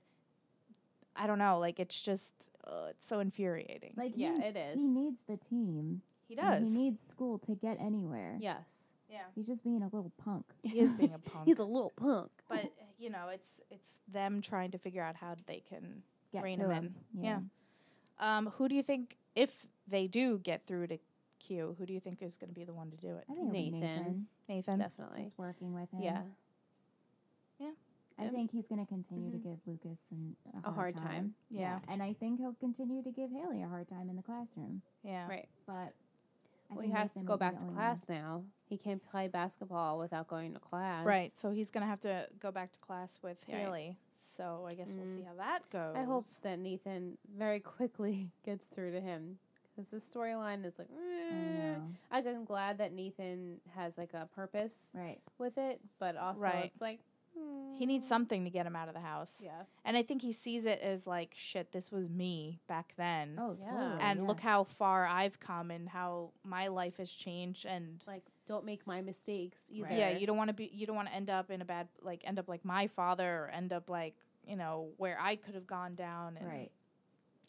[SPEAKER 2] I don't know, like it's just uh, it's so infuriating.
[SPEAKER 3] Like
[SPEAKER 1] Yeah,
[SPEAKER 3] he,
[SPEAKER 1] it is.
[SPEAKER 3] He needs the team.
[SPEAKER 2] he
[SPEAKER 3] and
[SPEAKER 2] does.
[SPEAKER 3] He needs school to get anywhere.
[SPEAKER 1] Yes,
[SPEAKER 2] yeah.
[SPEAKER 3] He's just being a little punk.
[SPEAKER 2] He is being a
[SPEAKER 3] Um,
[SPEAKER 2] punk.
[SPEAKER 1] he's a little punk.
[SPEAKER 2] but you know, it's it's them trying to figure out how they can.
[SPEAKER 3] Get
[SPEAKER 2] Rein
[SPEAKER 3] to
[SPEAKER 2] him
[SPEAKER 3] him.
[SPEAKER 2] in. Yeah. Um, who do you think if they do get through to Q? Who do you think is going to be the one to do it?
[SPEAKER 3] I think it'll be
[SPEAKER 1] Nathan.
[SPEAKER 3] Nathan.
[SPEAKER 2] Nathan.
[SPEAKER 1] definitely,
[SPEAKER 3] Just working with him.
[SPEAKER 1] yeah.
[SPEAKER 3] I
[SPEAKER 2] Yep.
[SPEAKER 3] think he's going to continue
[SPEAKER 2] Mhm.
[SPEAKER 3] to give Lucas an, a,
[SPEAKER 1] Mm-hmm. A hard time.
[SPEAKER 2] Yeah.
[SPEAKER 3] And I think he'll continue to give Haley a hard time in the classroom.
[SPEAKER 2] Yeah.
[SPEAKER 1] Right.
[SPEAKER 3] But I
[SPEAKER 1] Well, he
[SPEAKER 3] think
[SPEAKER 1] has to
[SPEAKER 3] Nathan
[SPEAKER 1] go
[SPEAKER 3] will be
[SPEAKER 1] back
[SPEAKER 3] the
[SPEAKER 1] to
[SPEAKER 3] only
[SPEAKER 1] class now. He can't play basketball without going to class.
[SPEAKER 2] Right. So he's going to have to go back to class with
[SPEAKER 1] Right.
[SPEAKER 2] Haley. So I guess we'll
[SPEAKER 1] Mm.
[SPEAKER 2] see how that goes.
[SPEAKER 1] I hope that Nathan very quickly gets through to him because this storyline is like.
[SPEAKER 3] one. I
[SPEAKER 1] "Eh."
[SPEAKER 3] know.
[SPEAKER 1] Like, I'm glad that Nathan has like a purpose
[SPEAKER 3] Right.
[SPEAKER 1] with it, but also
[SPEAKER 2] Right.
[SPEAKER 1] it's like
[SPEAKER 2] He needs
[SPEAKER 1] mm,
[SPEAKER 2] something to get him out of the house.
[SPEAKER 1] Yeah,
[SPEAKER 2] And I think he sees it as like, shit, this was me back then.
[SPEAKER 3] Oh,
[SPEAKER 1] Yeah.
[SPEAKER 3] totally.
[SPEAKER 2] and
[SPEAKER 3] yeah.
[SPEAKER 2] look how far I've come and how my life has changed and
[SPEAKER 1] like don't make my mistakes either.
[SPEAKER 3] Right.
[SPEAKER 2] yeah, you don't want to be you don't want to end up in a bad like end up like my father or end up like, you know, where I could have gone down and,
[SPEAKER 3] Right.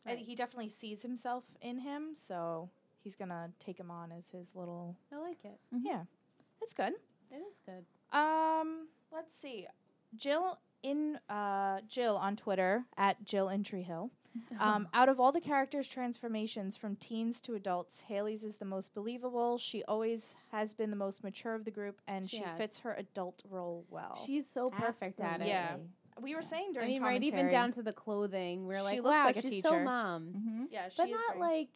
[SPEAKER 2] and
[SPEAKER 1] Right.
[SPEAKER 2] he definitely sees himself in him, so he's going to take him on as his little
[SPEAKER 1] I like it.
[SPEAKER 2] Yeah. It's good.
[SPEAKER 1] It is good.
[SPEAKER 2] Um, let's see. Jill in uh Jill on Twitter at Jill in Tree Hill Um, out of all the characters' transformations from teens to adults, Haley's is the most believable. She always has been the most mature of the group, and
[SPEAKER 1] She
[SPEAKER 2] she,
[SPEAKER 1] has.
[SPEAKER 2] fits her adult role well.
[SPEAKER 1] she's so perfect at it.
[SPEAKER 2] Yeah.
[SPEAKER 3] Absolutely.
[SPEAKER 2] we were saying
[SPEAKER 1] I
[SPEAKER 2] during
[SPEAKER 1] mean, right, even
[SPEAKER 2] commentary-
[SPEAKER 1] down to the clothing. We're
[SPEAKER 2] She
[SPEAKER 1] like,
[SPEAKER 2] looks
[SPEAKER 1] wow,
[SPEAKER 2] like a
[SPEAKER 1] she's so
[SPEAKER 2] teacher.
[SPEAKER 1] mom,
[SPEAKER 3] Mhm.
[SPEAKER 2] yeah, she
[SPEAKER 1] but
[SPEAKER 2] is
[SPEAKER 1] not
[SPEAKER 2] very-
[SPEAKER 1] like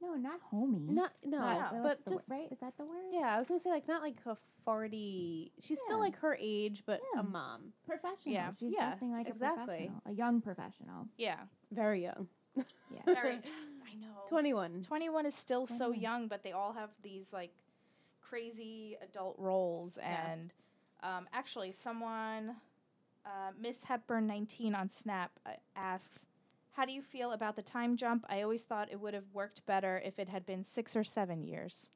[SPEAKER 3] No, not homey.
[SPEAKER 1] not no,
[SPEAKER 3] Not-
[SPEAKER 2] No.
[SPEAKER 1] but
[SPEAKER 3] that's the wo-
[SPEAKER 1] just
[SPEAKER 3] right? Is that the word?
[SPEAKER 1] yeah. I was gonna say like not like a forty. She's
[SPEAKER 3] Yeah.
[SPEAKER 1] still like her age, but
[SPEAKER 3] Yeah.
[SPEAKER 1] a mom,
[SPEAKER 3] Professional.
[SPEAKER 2] Yeah.
[SPEAKER 3] She's
[SPEAKER 1] Yeah,
[SPEAKER 3] dressing like
[SPEAKER 1] exactly.
[SPEAKER 3] a professional, a young professional.
[SPEAKER 2] yeah,
[SPEAKER 1] very young,
[SPEAKER 3] Yeah.
[SPEAKER 2] very. I know.
[SPEAKER 1] twenty-one.
[SPEAKER 2] Twenty-one is still so
[SPEAKER 3] 21.
[SPEAKER 2] young, but they all have these like crazy adult roles,
[SPEAKER 1] Yeah.
[SPEAKER 2] and um, actually, someone. Uh, Miss Hepburn 19 on Snap uh, asks, How do you feel about the time jump? I always thought it would have worked better if it had been six or seven years.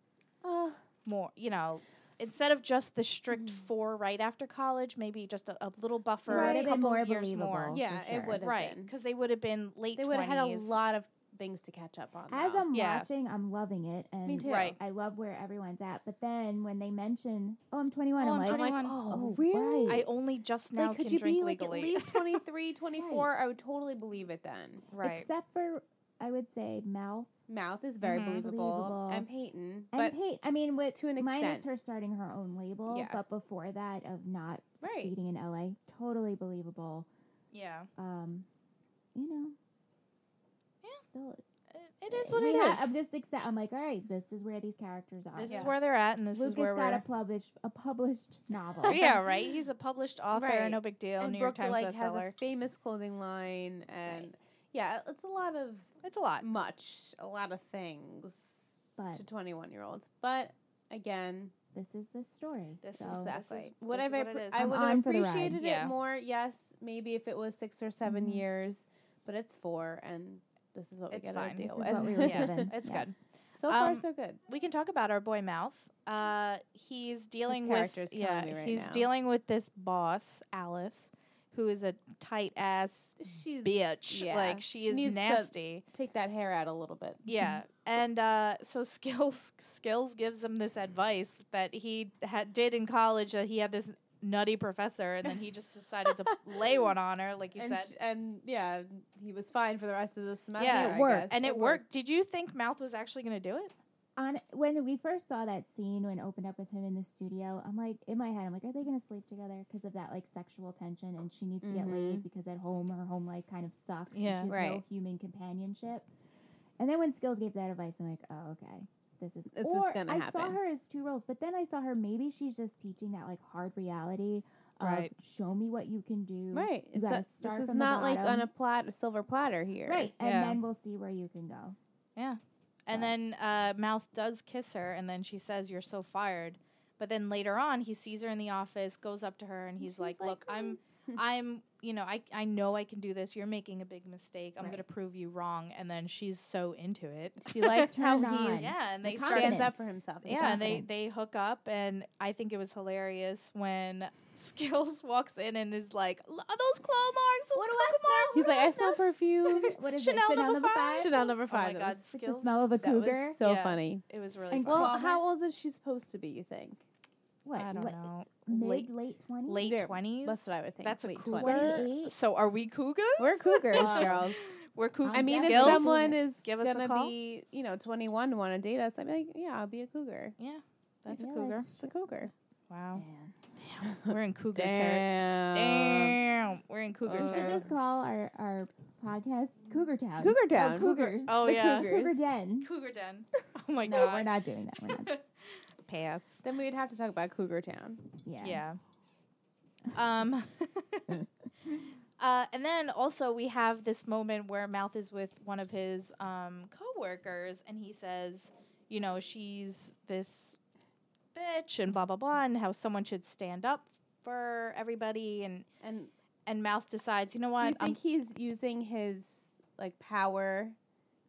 [SPEAKER 1] Uh,
[SPEAKER 2] more, you know, instead of just the strict four right after college, maybe just a, a little buffer,
[SPEAKER 1] Mm-hmm. Right.
[SPEAKER 2] a
[SPEAKER 1] Would've
[SPEAKER 3] been
[SPEAKER 2] couple
[SPEAKER 3] more
[SPEAKER 2] years
[SPEAKER 3] believable.
[SPEAKER 2] more.
[SPEAKER 3] for
[SPEAKER 1] yeah, it
[SPEAKER 3] sure.
[SPEAKER 1] would have
[SPEAKER 2] Right,
[SPEAKER 1] been.
[SPEAKER 2] because they would have been late.
[SPEAKER 1] They would have had a
[SPEAKER 2] 20s.
[SPEAKER 1] lot of things to catch up on.
[SPEAKER 3] As
[SPEAKER 1] though.
[SPEAKER 3] I'm
[SPEAKER 2] Yeah.
[SPEAKER 3] watching, I'm loving it, and
[SPEAKER 1] Me too.
[SPEAKER 2] Right.
[SPEAKER 3] I love where everyone's at. But then when they mention, "Oh, I'm 21,"
[SPEAKER 2] Oh,
[SPEAKER 3] I'm
[SPEAKER 2] I'm
[SPEAKER 3] like,
[SPEAKER 1] I'm like,
[SPEAKER 2] 21.
[SPEAKER 1] oh,
[SPEAKER 3] Oh,
[SPEAKER 1] really?
[SPEAKER 3] right.
[SPEAKER 2] I only just now
[SPEAKER 1] like, could
[SPEAKER 2] can
[SPEAKER 1] you
[SPEAKER 2] drink
[SPEAKER 1] be
[SPEAKER 2] legally.
[SPEAKER 1] like at least 23, 24? I would totally believe it then.
[SPEAKER 2] right.
[SPEAKER 3] except for I would say mouth
[SPEAKER 1] Mouth is very
[SPEAKER 2] Mhm.
[SPEAKER 3] Mm-hmm.
[SPEAKER 1] believable.
[SPEAKER 3] Believable.
[SPEAKER 1] And Peyton.
[SPEAKER 3] and
[SPEAKER 1] But
[SPEAKER 3] Pate. I mean, with
[SPEAKER 1] to an
[SPEAKER 3] minus
[SPEAKER 1] extent.
[SPEAKER 3] her starting her own label,
[SPEAKER 1] Yeah.
[SPEAKER 3] but before that of not
[SPEAKER 1] Right.
[SPEAKER 3] succeeding in LA, totally believable.
[SPEAKER 2] yeah,
[SPEAKER 3] Um, you know,
[SPEAKER 2] Yeah.
[SPEAKER 3] still
[SPEAKER 2] it is what
[SPEAKER 3] we
[SPEAKER 2] it
[SPEAKER 3] ha-
[SPEAKER 2] is.
[SPEAKER 3] I'm just accept. I'm like, all right, this is where these characters are.
[SPEAKER 2] this
[SPEAKER 1] Yeah.
[SPEAKER 2] is where they're at, and this
[SPEAKER 3] Lucas
[SPEAKER 2] is where
[SPEAKER 3] got a
[SPEAKER 2] we're.
[SPEAKER 3] published a published novel.
[SPEAKER 2] yeah, right. He's a published author.
[SPEAKER 1] Right.
[SPEAKER 2] No big deal.
[SPEAKER 1] and
[SPEAKER 2] New
[SPEAKER 1] Brooke
[SPEAKER 2] York Times
[SPEAKER 1] like has
[SPEAKER 2] bestseller.
[SPEAKER 1] a famous clothing line and yeah, it's a lot of
[SPEAKER 2] it's a lot.
[SPEAKER 1] much, a lot of things
[SPEAKER 3] but
[SPEAKER 1] to 21 year olds. But again,
[SPEAKER 3] this is the story.
[SPEAKER 2] This
[SPEAKER 3] so.
[SPEAKER 2] is that-
[SPEAKER 1] exactly.
[SPEAKER 2] this is
[SPEAKER 1] would I,
[SPEAKER 2] what
[SPEAKER 1] have
[SPEAKER 2] it is.
[SPEAKER 1] I
[SPEAKER 2] I'm
[SPEAKER 1] would
[SPEAKER 3] on
[SPEAKER 1] have
[SPEAKER 3] for the ride.
[SPEAKER 1] appreciated it
[SPEAKER 2] Yeah. Mm-hmm.
[SPEAKER 1] more? Yes, maybe if it was six or 7
[SPEAKER 3] Mhm.
[SPEAKER 1] years. but it's four, and this is what we
[SPEAKER 2] It's
[SPEAKER 1] got to
[SPEAKER 2] fine.
[SPEAKER 1] deal
[SPEAKER 3] This is what
[SPEAKER 1] with.
[SPEAKER 3] we were
[SPEAKER 2] Yeah.
[SPEAKER 3] given.
[SPEAKER 2] It's
[SPEAKER 3] Yeah.
[SPEAKER 2] good.
[SPEAKER 1] so far,
[SPEAKER 2] Um,
[SPEAKER 1] so good.
[SPEAKER 2] We can talk about our boy Mouth. Uh, he's dealing with
[SPEAKER 1] character is killing
[SPEAKER 2] yeah,
[SPEAKER 1] me right
[SPEAKER 2] he's
[SPEAKER 1] now.
[SPEAKER 2] dealing with this boss Alice, who is a tight ass
[SPEAKER 1] She's
[SPEAKER 2] bitch.
[SPEAKER 1] yeah,
[SPEAKER 2] Like she,
[SPEAKER 1] she
[SPEAKER 2] is
[SPEAKER 1] needs to-
[SPEAKER 2] nasty.
[SPEAKER 1] take that hair out a little bit.
[SPEAKER 3] Mm-hmm.
[SPEAKER 2] Yeah, and uh, so skills skills gives him this advice that he had did in college that he had this nutty professor, and then he just decided to lay one on her, like he
[SPEAKER 1] and,
[SPEAKER 2] said,
[SPEAKER 1] sh- and yeah, he was fine for the rest of the semester.
[SPEAKER 2] Yeah,
[SPEAKER 3] it
[SPEAKER 1] I
[SPEAKER 3] worked.
[SPEAKER 1] guess.
[SPEAKER 2] and it worked. Did you think Mouth was actually going to do it?
[SPEAKER 3] On when we first saw that scene when it opened up with him in the studio, I'm like in my head, I'm like, are they going to sleep together because of that like sexual tension? And she needs to get laid because at home her home life kind of sucks. and
[SPEAKER 2] Mm-hmm. Yeah.
[SPEAKER 3] she has no
[SPEAKER 1] Right.
[SPEAKER 3] human companionship. And then when Skills gave that advice, I'm like, oh okay, this is.
[SPEAKER 1] This is
[SPEAKER 3] or
[SPEAKER 1] gonna
[SPEAKER 3] I saw
[SPEAKER 1] happen.
[SPEAKER 3] her as two roles, but then I saw her maybe she's just teaching that like hard reality of
[SPEAKER 2] Right.
[SPEAKER 3] show me what you can do.
[SPEAKER 1] Right.
[SPEAKER 3] You
[SPEAKER 1] It's
[SPEAKER 3] gotta
[SPEAKER 1] not-
[SPEAKER 3] start
[SPEAKER 1] this
[SPEAKER 3] from
[SPEAKER 1] is
[SPEAKER 3] the
[SPEAKER 1] not like on
[SPEAKER 3] bottom.
[SPEAKER 1] a plat a silver platter here.
[SPEAKER 3] Right, and
[SPEAKER 2] Yeah.
[SPEAKER 3] then we'll see where you can go.
[SPEAKER 2] And
[SPEAKER 3] But-
[SPEAKER 2] then uh, Mouth does kiss her, and then she says, "You're so fired." But then later on, he sees her in the office, goes up to her, and he's
[SPEAKER 3] she's
[SPEAKER 2] like,
[SPEAKER 3] like, "Mm."
[SPEAKER 2] "Look, I'm, I'm, you know, I, I know I can do this. You're making a big mistake. I'm
[SPEAKER 3] Right.
[SPEAKER 2] gonna prove you wrong." And then she's so into it.
[SPEAKER 1] She likes
[SPEAKER 3] Turn
[SPEAKER 1] how
[SPEAKER 3] on.
[SPEAKER 1] he
[SPEAKER 2] Yeah, and
[SPEAKER 3] The
[SPEAKER 2] they start.
[SPEAKER 1] stands up for
[SPEAKER 3] Confidence.
[SPEAKER 1] himself.
[SPEAKER 2] Yeah, and they they hook up, and I think it was hilarious when Skills walks in and is like, "L- "Are those claw marks? Those
[SPEAKER 3] What do
[SPEAKER 2] claw
[SPEAKER 3] I smell?
[SPEAKER 1] He's like, I smell
[SPEAKER 3] What
[SPEAKER 1] perfume.
[SPEAKER 3] is it? What is
[SPEAKER 2] Chanel
[SPEAKER 3] it? Chanel
[SPEAKER 2] number
[SPEAKER 3] number
[SPEAKER 2] five?
[SPEAKER 3] five.
[SPEAKER 1] Chanel number
[SPEAKER 2] Oh my
[SPEAKER 1] five. that
[SPEAKER 2] God,
[SPEAKER 1] was,
[SPEAKER 3] It's the
[SPEAKER 2] Skills.
[SPEAKER 3] smell of a
[SPEAKER 1] that was
[SPEAKER 3] cougar.
[SPEAKER 1] so
[SPEAKER 2] Yeah.
[SPEAKER 1] funny.
[SPEAKER 2] It was really
[SPEAKER 3] And
[SPEAKER 2] fun.
[SPEAKER 1] Well,
[SPEAKER 3] Claw
[SPEAKER 1] how
[SPEAKER 3] marks?
[SPEAKER 1] old is she supposed to be? You think?
[SPEAKER 3] What?
[SPEAKER 2] I don't
[SPEAKER 3] what-
[SPEAKER 2] know. Late-
[SPEAKER 3] Mid late twenties.
[SPEAKER 2] Late
[SPEAKER 1] There,
[SPEAKER 2] twenties.
[SPEAKER 1] That's what I would think.
[SPEAKER 2] That's a
[SPEAKER 1] late
[SPEAKER 2] cougar.
[SPEAKER 1] 20s.
[SPEAKER 3] Twenty-eight?
[SPEAKER 2] So are we cougars?
[SPEAKER 1] We're cougars,
[SPEAKER 3] Um,
[SPEAKER 1] girls.
[SPEAKER 2] We're cougars.
[SPEAKER 1] I
[SPEAKER 3] I'm
[SPEAKER 1] mean,
[SPEAKER 3] down.
[SPEAKER 1] if
[SPEAKER 3] Skills?
[SPEAKER 1] someone is
[SPEAKER 2] Give us a
[SPEAKER 1] gonna
[SPEAKER 2] call.
[SPEAKER 1] be, you know, 21 to want to date us, I'd be like, yeah, I'll be a cougar.
[SPEAKER 2] yeah, that's a
[SPEAKER 3] Yeah,
[SPEAKER 2] cougar. Oh.
[SPEAKER 3] that's-
[SPEAKER 1] It's a cougar.
[SPEAKER 2] Wow,
[SPEAKER 3] Man.
[SPEAKER 2] we're in cougar territory.
[SPEAKER 1] Damn.
[SPEAKER 2] Damn, we're in cougar
[SPEAKER 1] Uh,
[SPEAKER 3] We should
[SPEAKER 2] territory.
[SPEAKER 3] just call our, our podcast Cougar Town.
[SPEAKER 1] Cougar
[SPEAKER 3] Or
[SPEAKER 1] Town.
[SPEAKER 3] cougars.
[SPEAKER 2] Oh,
[SPEAKER 1] The
[SPEAKER 2] yeah.
[SPEAKER 1] cougars.
[SPEAKER 3] Cougar Den.
[SPEAKER 2] Cougar den. Oh my
[SPEAKER 3] No,
[SPEAKER 2] god.
[SPEAKER 3] we're not doing that. We're not.
[SPEAKER 2] Pass.
[SPEAKER 1] Then we'd have to talk about Cougar Town.
[SPEAKER 3] Yeah.
[SPEAKER 2] Yeah. Um. uh, and then also we have this moment where Mouth is with one of his um coworkers, and he says, you know, she's this bitch and blah blah blah, and how someone should stand up for everybody, and
[SPEAKER 1] And
[SPEAKER 2] and Mouth decides, you know
[SPEAKER 1] do you
[SPEAKER 2] what, I'm
[SPEAKER 1] think he's using his like power?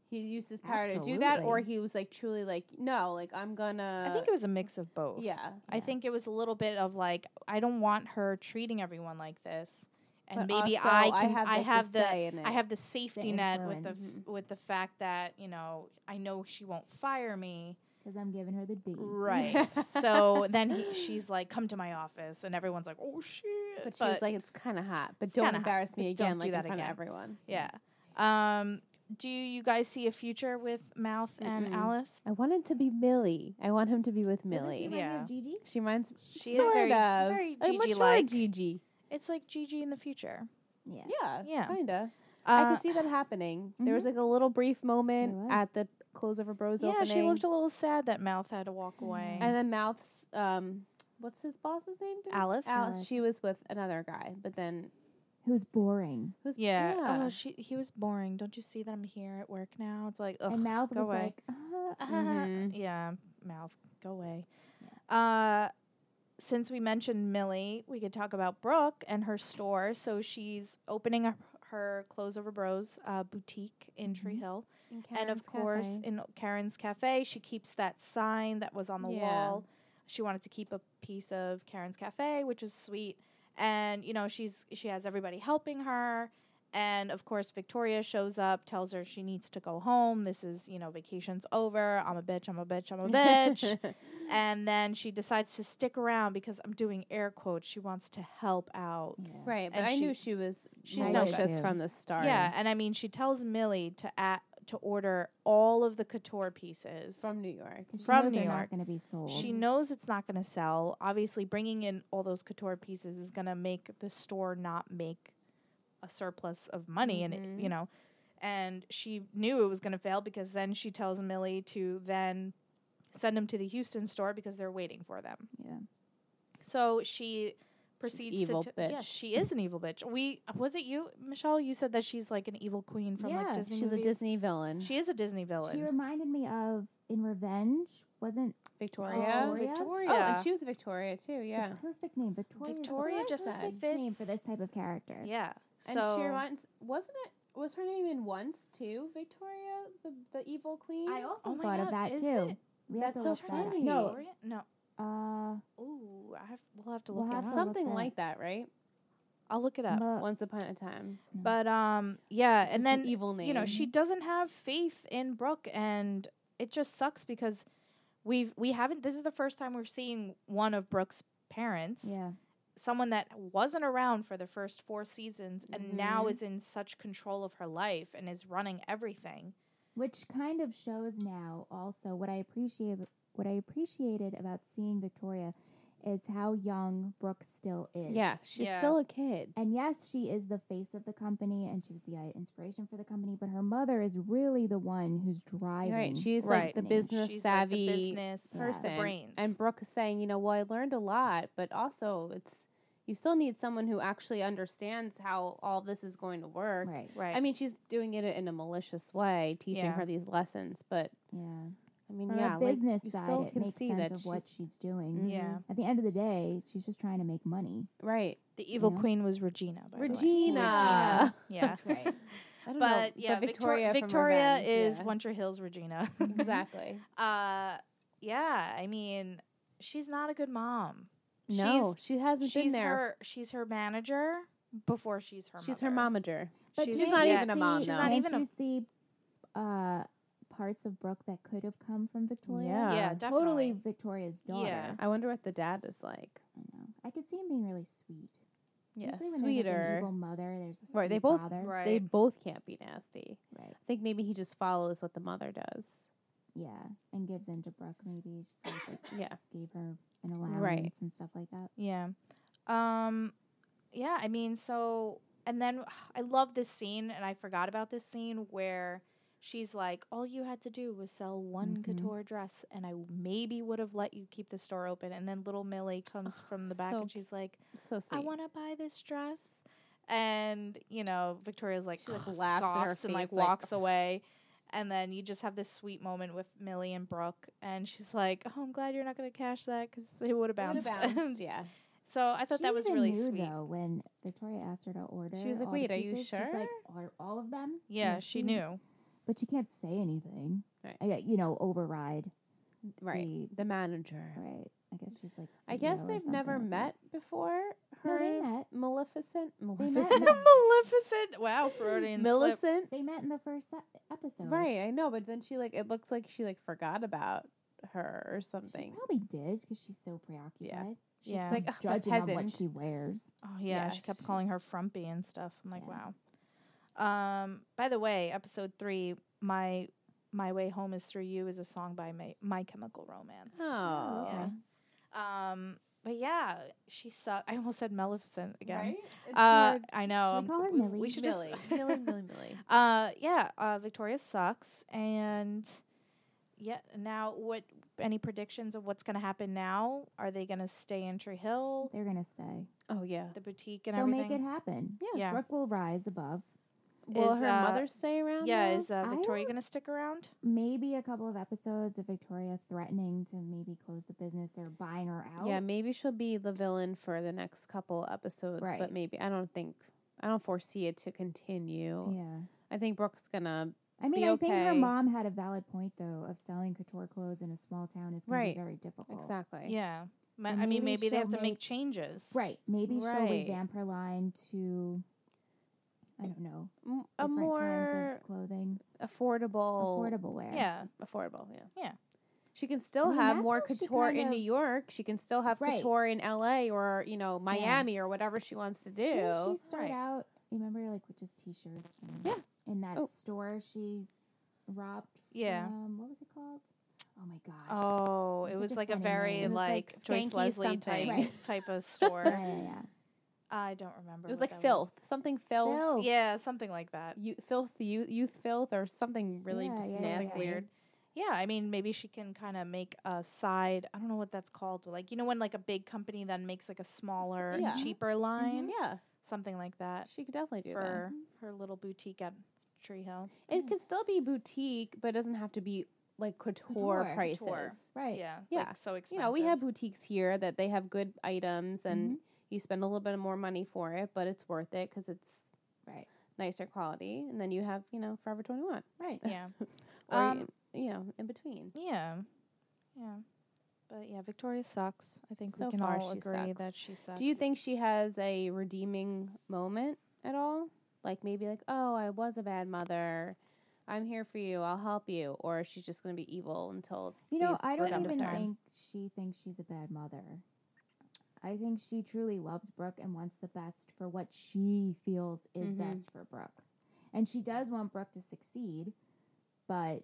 [SPEAKER 1] He used his power to do that, or
[SPEAKER 3] Absolutely.
[SPEAKER 1] he was like truly like, no, like I'm gonna.
[SPEAKER 2] I think it was a mix of both.
[SPEAKER 1] uh, yeah,
[SPEAKER 2] I
[SPEAKER 3] Yeah.
[SPEAKER 2] think it was a little bit of like I don't want her treating everyone like this, and
[SPEAKER 1] But
[SPEAKER 2] maybe
[SPEAKER 1] also,
[SPEAKER 2] I can, I have,
[SPEAKER 1] like,
[SPEAKER 2] the,
[SPEAKER 1] say in it.
[SPEAKER 2] I have the safety net with the f-
[SPEAKER 1] influence.
[SPEAKER 2] with the fact that you know I know she won't fire me,
[SPEAKER 3] Because I'm giving her the D.
[SPEAKER 2] right? so then he, she's like, "Come to my office," and everyone's like, "Oh shit!"
[SPEAKER 1] But she was like, it's kind of hot, but
[SPEAKER 2] It's
[SPEAKER 1] don't
[SPEAKER 2] kinda hot,
[SPEAKER 1] embarrass me
[SPEAKER 2] but don't
[SPEAKER 1] again,
[SPEAKER 2] do
[SPEAKER 1] like in
[SPEAKER 2] that
[SPEAKER 1] front
[SPEAKER 2] again."
[SPEAKER 1] of everyone.
[SPEAKER 2] "Yeah." Um, do you guys see a future with Mouth and
[SPEAKER 1] Mm-mm.
[SPEAKER 2] Alice?
[SPEAKER 1] I want him to be Millie. I want him to be with
[SPEAKER 3] Doesn't
[SPEAKER 1] Millie.
[SPEAKER 3] She yeah.
[SPEAKER 2] Yeah.
[SPEAKER 3] Of Gigi?
[SPEAKER 1] She reminds
[SPEAKER 2] She
[SPEAKER 1] sort
[SPEAKER 2] is very,
[SPEAKER 1] of
[SPEAKER 2] very
[SPEAKER 1] like, much
[SPEAKER 2] Gigi-like.
[SPEAKER 1] like Gigi.
[SPEAKER 2] It's like Gigi in the future.
[SPEAKER 3] Yeah.
[SPEAKER 1] Yeah,
[SPEAKER 2] Yeah.
[SPEAKER 1] kinda. I
[SPEAKER 2] Uh, mm-hmm.
[SPEAKER 1] could see that happening. There was like a little brief moment
[SPEAKER 3] was.
[SPEAKER 1] at the close of her bros
[SPEAKER 2] yeah,
[SPEAKER 1] opening.
[SPEAKER 2] she looked a little sad that Mouth had to walk away.
[SPEAKER 1] and then Mouth's um, what's his boss's name? dude?
[SPEAKER 2] Alice.
[SPEAKER 1] Alice.
[SPEAKER 3] Alice.
[SPEAKER 1] She was with another guy, but then
[SPEAKER 3] Who's boring?
[SPEAKER 1] who's
[SPEAKER 2] Yeah. Oh, she he was boring. Don't you see that I'm here at work now? It's like, ugh,
[SPEAKER 3] and mouth
[SPEAKER 2] go
[SPEAKER 3] was
[SPEAKER 2] away.
[SPEAKER 3] like, uh,
[SPEAKER 2] Ah,
[SPEAKER 1] Mhm.
[SPEAKER 2] yeah, mouth, go away. Uh, since we mentioned Millie, we could talk about Brooke and her store. So she's opening up her Clothes Over Bros uh, boutique in Tree
[SPEAKER 3] Mhm.
[SPEAKER 2] Hill,
[SPEAKER 1] in
[SPEAKER 2] and of
[SPEAKER 1] Karen's
[SPEAKER 2] course
[SPEAKER 1] cafe.
[SPEAKER 2] in Karen's Cafe, she keeps that sign that was on the
[SPEAKER 1] Yeah.
[SPEAKER 2] wall. She wanted to keep a piece of Karen's Cafe, which is sweet. And you know, she's she has everybody helping her. And of course, Victoria shows up, tells her she needs to go home. This is, you know, vacation's over. I'm a bitch, I'm a bitch, I'm a bitch. and then she decides to stick around because I'm doing air quotes. She wants to help out.
[SPEAKER 3] yeah.
[SPEAKER 1] right, but
[SPEAKER 2] and
[SPEAKER 1] I
[SPEAKER 2] she-
[SPEAKER 1] knew she was
[SPEAKER 2] she's
[SPEAKER 1] she's
[SPEAKER 2] not
[SPEAKER 1] malicious
[SPEAKER 3] good.
[SPEAKER 1] from the start.
[SPEAKER 2] Yeah, and I mean, she tells Millie to at, to order all of the couture pieces.
[SPEAKER 1] from New York.
[SPEAKER 3] 'Cause she
[SPEAKER 2] From
[SPEAKER 3] knows
[SPEAKER 2] New
[SPEAKER 3] they're
[SPEAKER 2] York.
[SPEAKER 3] not going to be sold.
[SPEAKER 2] She knows it's not going to sell. Obviously, bringing in all those couture pieces is going to make the store not make a surplus of money, and
[SPEAKER 1] Mhm.
[SPEAKER 2] it, you know, and she knew it was going to fail because then she tells Millie to then send them to the Houston store because they're waiting for them.
[SPEAKER 3] Yeah.
[SPEAKER 2] So she proceeds
[SPEAKER 1] evil
[SPEAKER 2] to t- yeah
[SPEAKER 1] bitch.
[SPEAKER 2] she is an evil bitch we was it you michelle you said that she's like an evil queen from like
[SPEAKER 3] Yeah,
[SPEAKER 2] disney
[SPEAKER 1] She's a
[SPEAKER 2] movies?
[SPEAKER 1] Disney villain.
[SPEAKER 2] she is a disney villain
[SPEAKER 3] She reminded me of in Revenge. Wasn't
[SPEAKER 1] Victoria.
[SPEAKER 3] Victoria?
[SPEAKER 2] victoria
[SPEAKER 1] Oh, and she was Victoria too. Yeah.
[SPEAKER 3] the perfect name Victoria? is the
[SPEAKER 2] Victoria
[SPEAKER 3] perfect
[SPEAKER 2] just
[SPEAKER 3] name for
[SPEAKER 2] fits-
[SPEAKER 3] this type of character.
[SPEAKER 2] yeah so
[SPEAKER 1] And she reminds, wasn't it? was her name in Once too? Victoria, the, the evil queen.
[SPEAKER 3] I also
[SPEAKER 2] Oh my
[SPEAKER 3] thought of
[SPEAKER 2] God,
[SPEAKER 3] that
[SPEAKER 2] is
[SPEAKER 3] too.
[SPEAKER 2] it?
[SPEAKER 3] We have
[SPEAKER 1] That's
[SPEAKER 3] to
[SPEAKER 1] so
[SPEAKER 3] look
[SPEAKER 2] Is her
[SPEAKER 3] that
[SPEAKER 2] name
[SPEAKER 3] up.
[SPEAKER 1] funny.
[SPEAKER 3] No,
[SPEAKER 2] Victoria? No.
[SPEAKER 3] uh,
[SPEAKER 2] Ooh, I have, we'll have to
[SPEAKER 3] We'll
[SPEAKER 2] look
[SPEAKER 3] have
[SPEAKER 2] it
[SPEAKER 3] to
[SPEAKER 2] up.
[SPEAKER 3] look
[SPEAKER 1] Something
[SPEAKER 3] that.
[SPEAKER 1] like that, right?
[SPEAKER 2] I'll look it up.
[SPEAKER 3] Ma-
[SPEAKER 1] Once upon a time.
[SPEAKER 2] but um, yeah,
[SPEAKER 1] It's
[SPEAKER 2] and
[SPEAKER 1] just an
[SPEAKER 2] then
[SPEAKER 1] evil name.
[SPEAKER 2] you know she doesn't have faith in Brooke, and it just sucks because we've we haven't. This is the first time we're seeing one of Brooke's parents,
[SPEAKER 3] yeah,
[SPEAKER 2] someone that wasn't around for the first four seasons, and now
[SPEAKER 3] Mm-hmm.
[SPEAKER 2] is in such control of her life and is running everything.
[SPEAKER 3] which kind of shows now. Also, what I appreciate, what I appreciated about seeing Victoria, is how young Brooke still is.
[SPEAKER 1] Yeah, she's
[SPEAKER 2] Yeah.
[SPEAKER 1] still a kid.
[SPEAKER 3] And yes, she is the face of the company, and she was the uh, inspiration for the company. But her mother is really the one who's driving.
[SPEAKER 1] Right. She's
[SPEAKER 2] Right.
[SPEAKER 3] She's like
[SPEAKER 1] like the
[SPEAKER 3] the
[SPEAKER 1] business
[SPEAKER 2] She's like
[SPEAKER 1] savvy
[SPEAKER 2] the business the
[SPEAKER 3] person.
[SPEAKER 2] brains.
[SPEAKER 1] And Brooke is saying, you know, well, I learned a lot, but also it's you still need someone who actually understands how all this is going to work.
[SPEAKER 3] right.
[SPEAKER 2] right,
[SPEAKER 1] I mean, she's doing it in a malicious way, teaching
[SPEAKER 2] Yeah.
[SPEAKER 1] her these lessons. But
[SPEAKER 3] Yeah.
[SPEAKER 1] I mean,
[SPEAKER 3] From
[SPEAKER 1] yeah,
[SPEAKER 3] a
[SPEAKER 1] like,
[SPEAKER 3] business
[SPEAKER 1] you
[SPEAKER 3] side,
[SPEAKER 1] still
[SPEAKER 3] it
[SPEAKER 1] can
[SPEAKER 3] makes
[SPEAKER 1] see
[SPEAKER 3] sense
[SPEAKER 1] that
[SPEAKER 3] of what
[SPEAKER 1] she's-
[SPEAKER 3] she's doing.
[SPEAKER 1] Mhm.
[SPEAKER 2] yeah.
[SPEAKER 3] At the end of the day, she's just trying to make money.
[SPEAKER 1] right,
[SPEAKER 2] The evil
[SPEAKER 1] Mm-hmm.
[SPEAKER 3] Yeah.
[SPEAKER 2] queen was Regina. By the way.
[SPEAKER 1] Regina.
[SPEAKER 2] Yeah.
[SPEAKER 3] That's right.
[SPEAKER 1] I don't know,
[SPEAKER 2] But yeah, Victoria,
[SPEAKER 1] from
[SPEAKER 2] Victoria
[SPEAKER 1] Revenge,
[SPEAKER 2] is
[SPEAKER 1] yeah.
[SPEAKER 2] One Tree Hill's Regina.
[SPEAKER 1] exactly.
[SPEAKER 2] uh, yeah, I mean, she's not a good mom.
[SPEAKER 1] No, she hasn't
[SPEAKER 2] she's,
[SPEAKER 1] been
[SPEAKER 2] she's
[SPEAKER 1] there.
[SPEAKER 2] her she's her manager before she's her.
[SPEAKER 1] she's her
[SPEAKER 2] mother.
[SPEAKER 1] momager.
[SPEAKER 3] But
[SPEAKER 2] She's
[SPEAKER 3] can't
[SPEAKER 1] not
[SPEAKER 3] you
[SPEAKER 1] even a
[SPEAKER 3] see-
[SPEAKER 1] mom,
[SPEAKER 2] though.
[SPEAKER 3] Can't
[SPEAKER 2] She's not even a-
[SPEAKER 3] you see uh, parts of Brooke that could have come from Victoria?
[SPEAKER 1] Yeah.
[SPEAKER 2] Yeah,
[SPEAKER 3] Totally
[SPEAKER 2] definitely.
[SPEAKER 3] Victoria's daughter.
[SPEAKER 2] Yeah.
[SPEAKER 1] I wonder what the dad is like.
[SPEAKER 3] I know. I could see him being really sweet.
[SPEAKER 1] Yeah,
[SPEAKER 3] Usually when there's like an
[SPEAKER 1] sweeter.
[SPEAKER 3] evil mother, there's a sweet
[SPEAKER 1] Right, they both-
[SPEAKER 3] father.
[SPEAKER 2] Right.
[SPEAKER 1] They both can't be nasty.
[SPEAKER 3] Right.
[SPEAKER 1] I think maybe he just follows what the mother does.
[SPEAKER 3] Yeah. And gives in to Brooke maybe. She sort of, like
[SPEAKER 1] Yeah.
[SPEAKER 3] gave her an allowance
[SPEAKER 1] Right.
[SPEAKER 3] and stuff like that.
[SPEAKER 2] Yeah. Um yeah, I mean so and then I love this scene and I forgot about this scene where she's like all you had to do was sell one
[SPEAKER 1] Mm-hmm.
[SPEAKER 3] Mhm.
[SPEAKER 2] couture dress and I w- maybe would have let you keep the store open and then little Millie comes from the back
[SPEAKER 1] Oh, so
[SPEAKER 2] and she's like
[SPEAKER 1] So sweet.
[SPEAKER 2] I want to buy this dress and you know Victoria's like,
[SPEAKER 1] She, like,
[SPEAKER 2] scoffs
[SPEAKER 1] laughs in her
[SPEAKER 2] and like
[SPEAKER 1] face, like,
[SPEAKER 2] walks away and then you just have this sweet moment with Millie and Brooke and she's like oh I'm glad you're not going to cash that cuz it would have
[SPEAKER 1] Would've
[SPEAKER 2] bounced,
[SPEAKER 1] bounced, yeah.
[SPEAKER 2] So I thought
[SPEAKER 3] She
[SPEAKER 2] that was
[SPEAKER 3] even
[SPEAKER 2] really
[SPEAKER 3] knew,
[SPEAKER 2] sweet.
[SPEAKER 3] Though when Victoria asked her to order,
[SPEAKER 1] was like,
[SPEAKER 3] all the
[SPEAKER 1] "Wait, are you
[SPEAKER 3] pieces," She's like,
[SPEAKER 1] sure?
[SPEAKER 3] "Are all of them?" You
[SPEAKER 2] Yeah,
[SPEAKER 3] know,
[SPEAKER 2] she knew.
[SPEAKER 3] but she can't say anything.
[SPEAKER 1] Right.
[SPEAKER 3] I, got- you know, override.
[SPEAKER 1] Right.
[SPEAKER 3] the-
[SPEAKER 1] The manager.
[SPEAKER 3] Right. I guess she's like.
[SPEAKER 1] I guess
[SPEAKER 3] CEO or
[SPEAKER 1] they've
[SPEAKER 3] something
[SPEAKER 1] never
[SPEAKER 3] like that.
[SPEAKER 1] met before.
[SPEAKER 3] No,
[SPEAKER 1] Her
[SPEAKER 3] they
[SPEAKER 1] and
[SPEAKER 3] met.
[SPEAKER 1] Maleficent.
[SPEAKER 3] met.
[SPEAKER 1] Maleficent.
[SPEAKER 2] Maleficent. Wow, Freudian slip.
[SPEAKER 1] Millicent.
[SPEAKER 3] They met in the first se- episode.
[SPEAKER 1] Right, I know, but then she like it looks like she like forgot about her or
[SPEAKER 3] She
[SPEAKER 1] something.
[SPEAKER 3] probably did because she's so preoccupied. She's
[SPEAKER 2] Yeah.
[SPEAKER 1] Like,
[SPEAKER 3] just
[SPEAKER 1] "Ugh, the
[SPEAKER 3] judging on what
[SPEAKER 1] peasant."
[SPEAKER 3] she wears.
[SPEAKER 2] Oh yeah,
[SPEAKER 1] Yeah,
[SPEAKER 2] she kept calling her
[SPEAKER 1] she's-
[SPEAKER 2] frumpy and stuff. I'm like,
[SPEAKER 3] Yeah.
[SPEAKER 2] wow. Um, by the way, episode three, my my way home is through you is a song by my, my Chemical Romance.
[SPEAKER 1] Oh,
[SPEAKER 2] Yeah. Um, but yeah, she sucked. I almost said Maleficent again.
[SPEAKER 1] Right? It's
[SPEAKER 2] Uh,
[SPEAKER 1] weird.
[SPEAKER 2] I know.
[SPEAKER 3] Should we
[SPEAKER 2] um,
[SPEAKER 3] call her
[SPEAKER 2] we-
[SPEAKER 3] Millie?
[SPEAKER 2] We should
[SPEAKER 1] Millie.
[SPEAKER 2] just
[SPEAKER 1] Millie, Millie, Millie.
[SPEAKER 2] Uh, yeah, uh, Victoria sucks, and yeah. Now, what? Any predictions of what's going to happen now? Are they going to stay in Tree Hill,
[SPEAKER 3] They're gonna stay.
[SPEAKER 1] Oh yeah.
[SPEAKER 2] the boutique, and
[SPEAKER 3] They'll
[SPEAKER 2] everything?
[SPEAKER 3] make it happen.
[SPEAKER 1] Yeah.
[SPEAKER 2] yeah,
[SPEAKER 3] Brooke will rise above.
[SPEAKER 1] Will
[SPEAKER 2] Is,
[SPEAKER 1] her
[SPEAKER 2] uh,
[SPEAKER 1] mother stay around?
[SPEAKER 2] yeah.
[SPEAKER 1] now?
[SPEAKER 2] Is uh,
[SPEAKER 3] I
[SPEAKER 2] Victoria
[SPEAKER 3] don't-
[SPEAKER 2] going to stick around?
[SPEAKER 3] Maybe a couple of episodes of Victoria threatening to maybe close the business or buying her out.
[SPEAKER 1] Yeah, maybe she'll be the villain for the next couple episodes,
[SPEAKER 3] Right.
[SPEAKER 1] but maybe I don't think I don't foresee it to continue.
[SPEAKER 3] Yeah.
[SPEAKER 1] I think Brooke's gonna
[SPEAKER 3] I mean,
[SPEAKER 1] be
[SPEAKER 3] I think her
[SPEAKER 1] okay.
[SPEAKER 3] mom had a valid point though of selling couture clothes in a small town is going
[SPEAKER 1] Right.
[SPEAKER 3] to be very difficult.
[SPEAKER 1] exactly.
[SPEAKER 2] Yeah. Ma-
[SPEAKER 3] So
[SPEAKER 2] I mean,
[SPEAKER 3] maybe
[SPEAKER 2] maybe they
[SPEAKER 3] she'll
[SPEAKER 2] have to make
[SPEAKER 3] make-
[SPEAKER 2] changes.
[SPEAKER 3] Right. Maybe
[SPEAKER 1] Right.
[SPEAKER 3] she'll revamp her line to I don't know,
[SPEAKER 1] M- a
[SPEAKER 3] different
[SPEAKER 1] more
[SPEAKER 3] kinds of clothing,
[SPEAKER 1] affordable,
[SPEAKER 3] affordable wear.
[SPEAKER 2] Yeah.
[SPEAKER 1] affordable. Yeah.
[SPEAKER 2] Yeah.
[SPEAKER 1] She can still
[SPEAKER 3] mean,
[SPEAKER 1] have
[SPEAKER 3] that's
[SPEAKER 1] more
[SPEAKER 3] how she
[SPEAKER 1] couture
[SPEAKER 3] kind
[SPEAKER 1] in New
[SPEAKER 3] of-
[SPEAKER 1] York. She can still have
[SPEAKER 3] Right.
[SPEAKER 1] couture in LA or, you know, Miami or whatever she wants to do.
[SPEAKER 3] Didn't she start
[SPEAKER 2] Right.
[SPEAKER 3] out? You remember like with just t-shirts and
[SPEAKER 1] Yeah.
[SPEAKER 3] in that
[SPEAKER 1] Oh.
[SPEAKER 3] store she robbed
[SPEAKER 2] Yeah.
[SPEAKER 3] from what was it called? Oh my gosh.
[SPEAKER 2] Oh,
[SPEAKER 3] It's
[SPEAKER 2] it
[SPEAKER 3] such
[SPEAKER 2] was
[SPEAKER 3] a
[SPEAKER 2] like a
[SPEAKER 3] funny
[SPEAKER 2] very
[SPEAKER 3] name. It
[SPEAKER 1] was,
[SPEAKER 2] like,
[SPEAKER 1] like,
[SPEAKER 2] Joyce
[SPEAKER 1] skanky
[SPEAKER 2] Leslie type
[SPEAKER 1] something.
[SPEAKER 3] Right.
[SPEAKER 2] type of
[SPEAKER 3] Yeah,
[SPEAKER 2] store.
[SPEAKER 3] yeah, yeah.
[SPEAKER 2] I don't remember.
[SPEAKER 1] It was
[SPEAKER 2] what
[SPEAKER 1] like
[SPEAKER 2] that
[SPEAKER 1] filth, something filth,
[SPEAKER 3] Filth.
[SPEAKER 2] Yeah, something like that.
[SPEAKER 1] you, filth, youth, youth filth, or something really
[SPEAKER 3] Yeah,
[SPEAKER 1] just
[SPEAKER 3] yeah, yeah,
[SPEAKER 1] nasty.
[SPEAKER 2] something weird. Yeah, I mean, maybe she can kind of make a side. I don't know what that's called. but, Like you know, when like a big company then makes like a smaller,
[SPEAKER 1] yeah. Mm-hmm.
[SPEAKER 2] cheaper
[SPEAKER 3] Mm-hmm.
[SPEAKER 2] line,
[SPEAKER 1] Yeah,
[SPEAKER 2] something like that
[SPEAKER 1] she could definitely do
[SPEAKER 2] for her little boutique at Tree Hill.
[SPEAKER 1] that. It
[SPEAKER 3] Yeah.
[SPEAKER 1] could still be boutique, but it doesn't have to be like couture,
[SPEAKER 3] Couture.
[SPEAKER 1] prices.
[SPEAKER 2] Couture.
[SPEAKER 3] Right.
[SPEAKER 2] Yeah, like,
[SPEAKER 1] Yeah.
[SPEAKER 2] so expensive.
[SPEAKER 1] You know, we have boutiques here that they have good
[SPEAKER 3] Mm-hmm.
[SPEAKER 1] items and you spend a little bit more money for it, but it's worth it because it's
[SPEAKER 3] Right.
[SPEAKER 1] nicer quality, and then you have you know Forever Twenty One,
[SPEAKER 3] Right.
[SPEAKER 2] Yeah.
[SPEAKER 1] or
[SPEAKER 2] Um,
[SPEAKER 1] you know in between.
[SPEAKER 2] yeah. Yeah. But yeah, Victoria sucks. I think
[SPEAKER 1] So
[SPEAKER 2] we can
[SPEAKER 1] far,
[SPEAKER 2] all
[SPEAKER 1] she
[SPEAKER 2] agree
[SPEAKER 1] sucks.
[SPEAKER 2] that she sucks.
[SPEAKER 1] Do you think she has a redeeming moment at all? Like maybe like, oh, I was a bad mother. I'm here for you. I'll help you. Or she's just going to be evil until
[SPEAKER 3] You know,
[SPEAKER 1] these
[SPEAKER 3] I don't
[SPEAKER 1] split up
[SPEAKER 3] even
[SPEAKER 1] with her.
[SPEAKER 3] think she thinks she's a bad mother. I think she truly loves Brooke and wants the best for what she feels is
[SPEAKER 1] Mhm.
[SPEAKER 3] best for Brooke. And she does want Brooke to succeed, but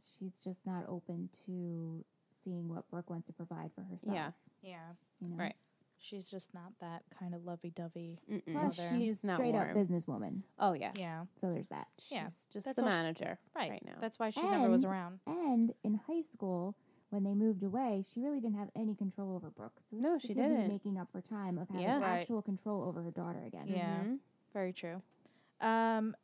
[SPEAKER 3] she's just not open to seeing what Brooke wants to provide for herself.
[SPEAKER 1] Yeah.
[SPEAKER 2] Yeah.
[SPEAKER 3] You know?
[SPEAKER 1] Right.
[SPEAKER 2] She's just not that kind of lovey dovey.
[SPEAKER 1] Mm-mm.
[SPEAKER 3] Plus,
[SPEAKER 2] Mother.
[SPEAKER 3] she's
[SPEAKER 1] She's not
[SPEAKER 3] straight up
[SPEAKER 1] warm.
[SPEAKER 3] businesswoman.
[SPEAKER 1] Oh yeah,
[SPEAKER 2] Yeah.
[SPEAKER 3] So there's that.
[SPEAKER 1] she's
[SPEAKER 2] Yeah.
[SPEAKER 1] just
[SPEAKER 2] That's
[SPEAKER 1] the
[SPEAKER 2] all she-
[SPEAKER 1] manager
[SPEAKER 2] Right.
[SPEAKER 1] right now.
[SPEAKER 2] That's why she never was
[SPEAKER 3] And-
[SPEAKER 2] around.
[SPEAKER 3] And in high school, when they moved away, she really didn't have any control over Brooke. So this
[SPEAKER 1] No,
[SPEAKER 3] is-
[SPEAKER 1] she
[SPEAKER 3] could be
[SPEAKER 1] didn't.
[SPEAKER 3] making up for time of having
[SPEAKER 1] Yeah.
[SPEAKER 2] Right.
[SPEAKER 3] actual control over her daughter again.
[SPEAKER 2] Yeah.
[SPEAKER 1] Mhm.
[SPEAKER 2] Very true. Um,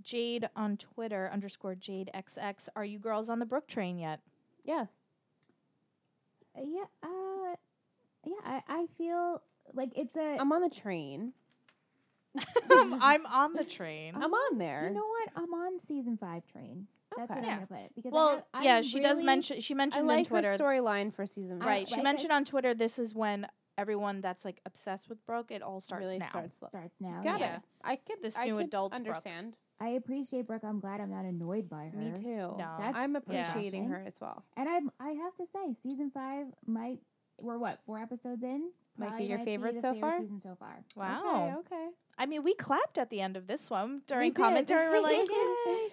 [SPEAKER 2] Jade on Twitter underscore Jade XX. Are you girls on the Brook train yet?
[SPEAKER 1] yeah.
[SPEAKER 3] Uh, Yeah, uh, yeah. I, I feel like it's
[SPEAKER 2] Eh,
[SPEAKER 3] a.
[SPEAKER 1] I'm on the train.
[SPEAKER 2] Um, I'm on the train.
[SPEAKER 1] I'm on there.
[SPEAKER 3] you know what? I'm on season five train. That's
[SPEAKER 1] Okay.
[SPEAKER 3] what
[SPEAKER 2] Yeah.
[SPEAKER 3] I'm gonna put it because. I
[SPEAKER 2] well,
[SPEAKER 3] have- I'm
[SPEAKER 2] yeah, she does
[SPEAKER 3] really-
[SPEAKER 2] mention. She
[SPEAKER 1] I
[SPEAKER 2] mentioned on
[SPEAKER 1] like her
[SPEAKER 2] Twitter,
[SPEAKER 1] storyline for season.
[SPEAKER 3] I
[SPEAKER 1] five.
[SPEAKER 2] right? she
[SPEAKER 3] like
[SPEAKER 2] mentioned
[SPEAKER 3] this.
[SPEAKER 2] on Twitter, this is when everyone that's like obsessed with Brooke, it all starts
[SPEAKER 1] really
[SPEAKER 2] now.
[SPEAKER 1] starts. Lo-
[SPEAKER 3] starts now.
[SPEAKER 1] Got
[SPEAKER 3] yeah.
[SPEAKER 2] Yeah.
[SPEAKER 1] it. I could.
[SPEAKER 2] This
[SPEAKER 1] I
[SPEAKER 2] new
[SPEAKER 1] could
[SPEAKER 2] adult Brooke.
[SPEAKER 1] understand.
[SPEAKER 3] I appreciate Brooke. I'm glad I'm not annoyed by her.
[SPEAKER 1] Me too.
[SPEAKER 2] No.
[SPEAKER 3] That's
[SPEAKER 1] I'm
[SPEAKER 2] yeah.
[SPEAKER 1] appreciating
[SPEAKER 3] refreshing.
[SPEAKER 1] her as well.
[SPEAKER 3] And I'm. I have to say, season five might. We're what four episodes in?
[SPEAKER 1] Might be
[SPEAKER 3] Probably
[SPEAKER 1] your
[SPEAKER 3] might
[SPEAKER 1] favorite
[SPEAKER 3] the
[SPEAKER 1] so
[SPEAKER 3] favorite
[SPEAKER 1] far?
[SPEAKER 3] Season so far.
[SPEAKER 2] Wow.
[SPEAKER 1] Okay. okay.
[SPEAKER 2] I mean, we clapped at the end of this one during
[SPEAKER 1] did.
[SPEAKER 2] commentary. We're
[SPEAKER 1] We
[SPEAKER 2] like, Mm.
[SPEAKER 1] did.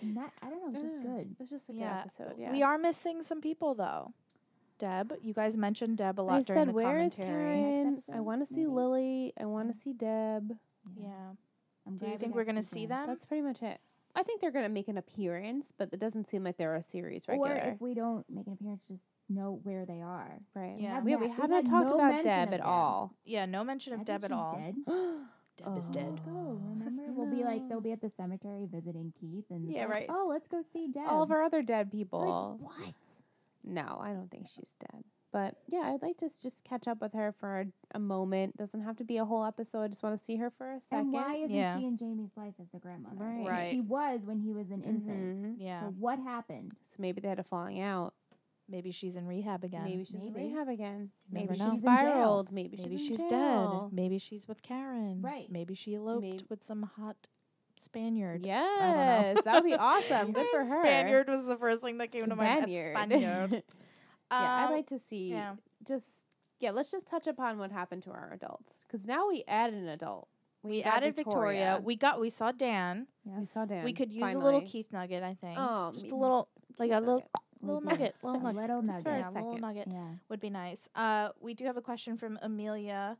[SPEAKER 1] Yay.
[SPEAKER 3] Not, I don't know. It's just
[SPEAKER 1] Yeah.
[SPEAKER 3] good.
[SPEAKER 1] It was just a
[SPEAKER 2] Yeah.
[SPEAKER 1] good episode. Yeah.
[SPEAKER 2] we are missing some people though. Deb, you guys mentioned Deb a lot
[SPEAKER 1] I
[SPEAKER 2] during
[SPEAKER 1] said,
[SPEAKER 2] the
[SPEAKER 1] where is
[SPEAKER 2] commentary.
[SPEAKER 1] Karen?
[SPEAKER 3] Next
[SPEAKER 1] I
[SPEAKER 3] episode,
[SPEAKER 1] want to see
[SPEAKER 3] maybe.
[SPEAKER 1] Lily. I want to see Deb.
[SPEAKER 2] Yeah.
[SPEAKER 3] I'm
[SPEAKER 2] Do
[SPEAKER 3] glad
[SPEAKER 2] you
[SPEAKER 3] we
[SPEAKER 2] think
[SPEAKER 3] got
[SPEAKER 2] we're gonna
[SPEAKER 3] season.
[SPEAKER 2] see them?
[SPEAKER 1] That's pretty much it. I think they're going to make an appearance, but it doesn't seem like they're a series regular.
[SPEAKER 3] Or if we don't make an appearance, just know where they are.
[SPEAKER 1] right.
[SPEAKER 2] Yeah.
[SPEAKER 1] We,
[SPEAKER 3] Have
[SPEAKER 1] we
[SPEAKER 3] not- we've
[SPEAKER 1] haven't
[SPEAKER 3] had
[SPEAKER 1] talked
[SPEAKER 3] no
[SPEAKER 1] about
[SPEAKER 3] mention
[SPEAKER 1] Deb
[SPEAKER 3] of
[SPEAKER 1] at
[SPEAKER 3] Deb.
[SPEAKER 1] all.
[SPEAKER 2] Yeah, no mention
[SPEAKER 3] I
[SPEAKER 2] of
[SPEAKER 3] think
[SPEAKER 2] Deb at
[SPEAKER 3] she's
[SPEAKER 2] all.
[SPEAKER 3] dead.
[SPEAKER 2] Deb is dead.
[SPEAKER 3] Oh, remember? We'll be like they'll be at the cemetery visiting Keith, and it's
[SPEAKER 1] Yeah,
[SPEAKER 3] like,
[SPEAKER 1] right.
[SPEAKER 3] Oh, let's go see Deb.
[SPEAKER 1] all of our other dead
[SPEAKER 3] Like,
[SPEAKER 1] people.
[SPEAKER 3] what?
[SPEAKER 1] No, I don't think she's dead. But yeah, I'd like to s- just catch up with her for a, a moment. Doesn't have to be a whole episode. just want to see her for a second.
[SPEAKER 3] And why isn't
[SPEAKER 2] Yeah.
[SPEAKER 3] she in Jamie's life as the grandmother?
[SPEAKER 1] Right.
[SPEAKER 3] 'Cause
[SPEAKER 2] Right. Mm-hmm.
[SPEAKER 3] She was when he was an infant.
[SPEAKER 1] Mhm.
[SPEAKER 2] Yeah.
[SPEAKER 3] So what happened?
[SPEAKER 1] So maybe they had a falling out.
[SPEAKER 2] Maybe she's in rehab again.
[SPEAKER 1] Maybe she's in
[SPEAKER 3] Maybe.
[SPEAKER 1] rehab again.
[SPEAKER 2] You never
[SPEAKER 1] Maybe
[SPEAKER 2] know.
[SPEAKER 1] she's
[SPEAKER 3] She's in jail.
[SPEAKER 1] spiraled. Maybe,
[SPEAKER 2] Maybe
[SPEAKER 1] she's, in
[SPEAKER 2] she's,
[SPEAKER 1] jail.
[SPEAKER 2] dead. Maybe she's with Karen.
[SPEAKER 3] Right.
[SPEAKER 2] Maybe she eloped
[SPEAKER 1] Mayb-
[SPEAKER 2] with some hot Spaniard.
[SPEAKER 1] Yes, that would be awesome. Good for her.
[SPEAKER 2] Spaniard was the first thing that came to mind.
[SPEAKER 1] Spaniard.
[SPEAKER 2] Spaniard.
[SPEAKER 1] yeah, I'd
[SPEAKER 2] Um,
[SPEAKER 1] like to see.
[SPEAKER 2] yeah.
[SPEAKER 1] Just yeah, let's just touch upon what happened to our adults because now we added an adult. We,
[SPEAKER 2] We
[SPEAKER 1] got
[SPEAKER 2] added Victoria. We got we saw Dan.
[SPEAKER 1] We, saw Dan.
[SPEAKER 2] we could use a little
[SPEAKER 1] finally.
[SPEAKER 2] Keith nugget, I think.
[SPEAKER 1] Oh,
[SPEAKER 2] just
[SPEAKER 1] me-
[SPEAKER 2] a little like a
[SPEAKER 1] Keith
[SPEAKER 2] little
[SPEAKER 1] nugget.
[SPEAKER 3] We
[SPEAKER 2] little
[SPEAKER 3] did.
[SPEAKER 2] nugget, little
[SPEAKER 3] A
[SPEAKER 2] nugget.
[SPEAKER 3] little
[SPEAKER 1] Just for a
[SPEAKER 3] nugget.
[SPEAKER 2] yeah, little
[SPEAKER 1] second.
[SPEAKER 2] nugget
[SPEAKER 3] Yeah.
[SPEAKER 2] would be nice. Uh, we do have a question from Amelia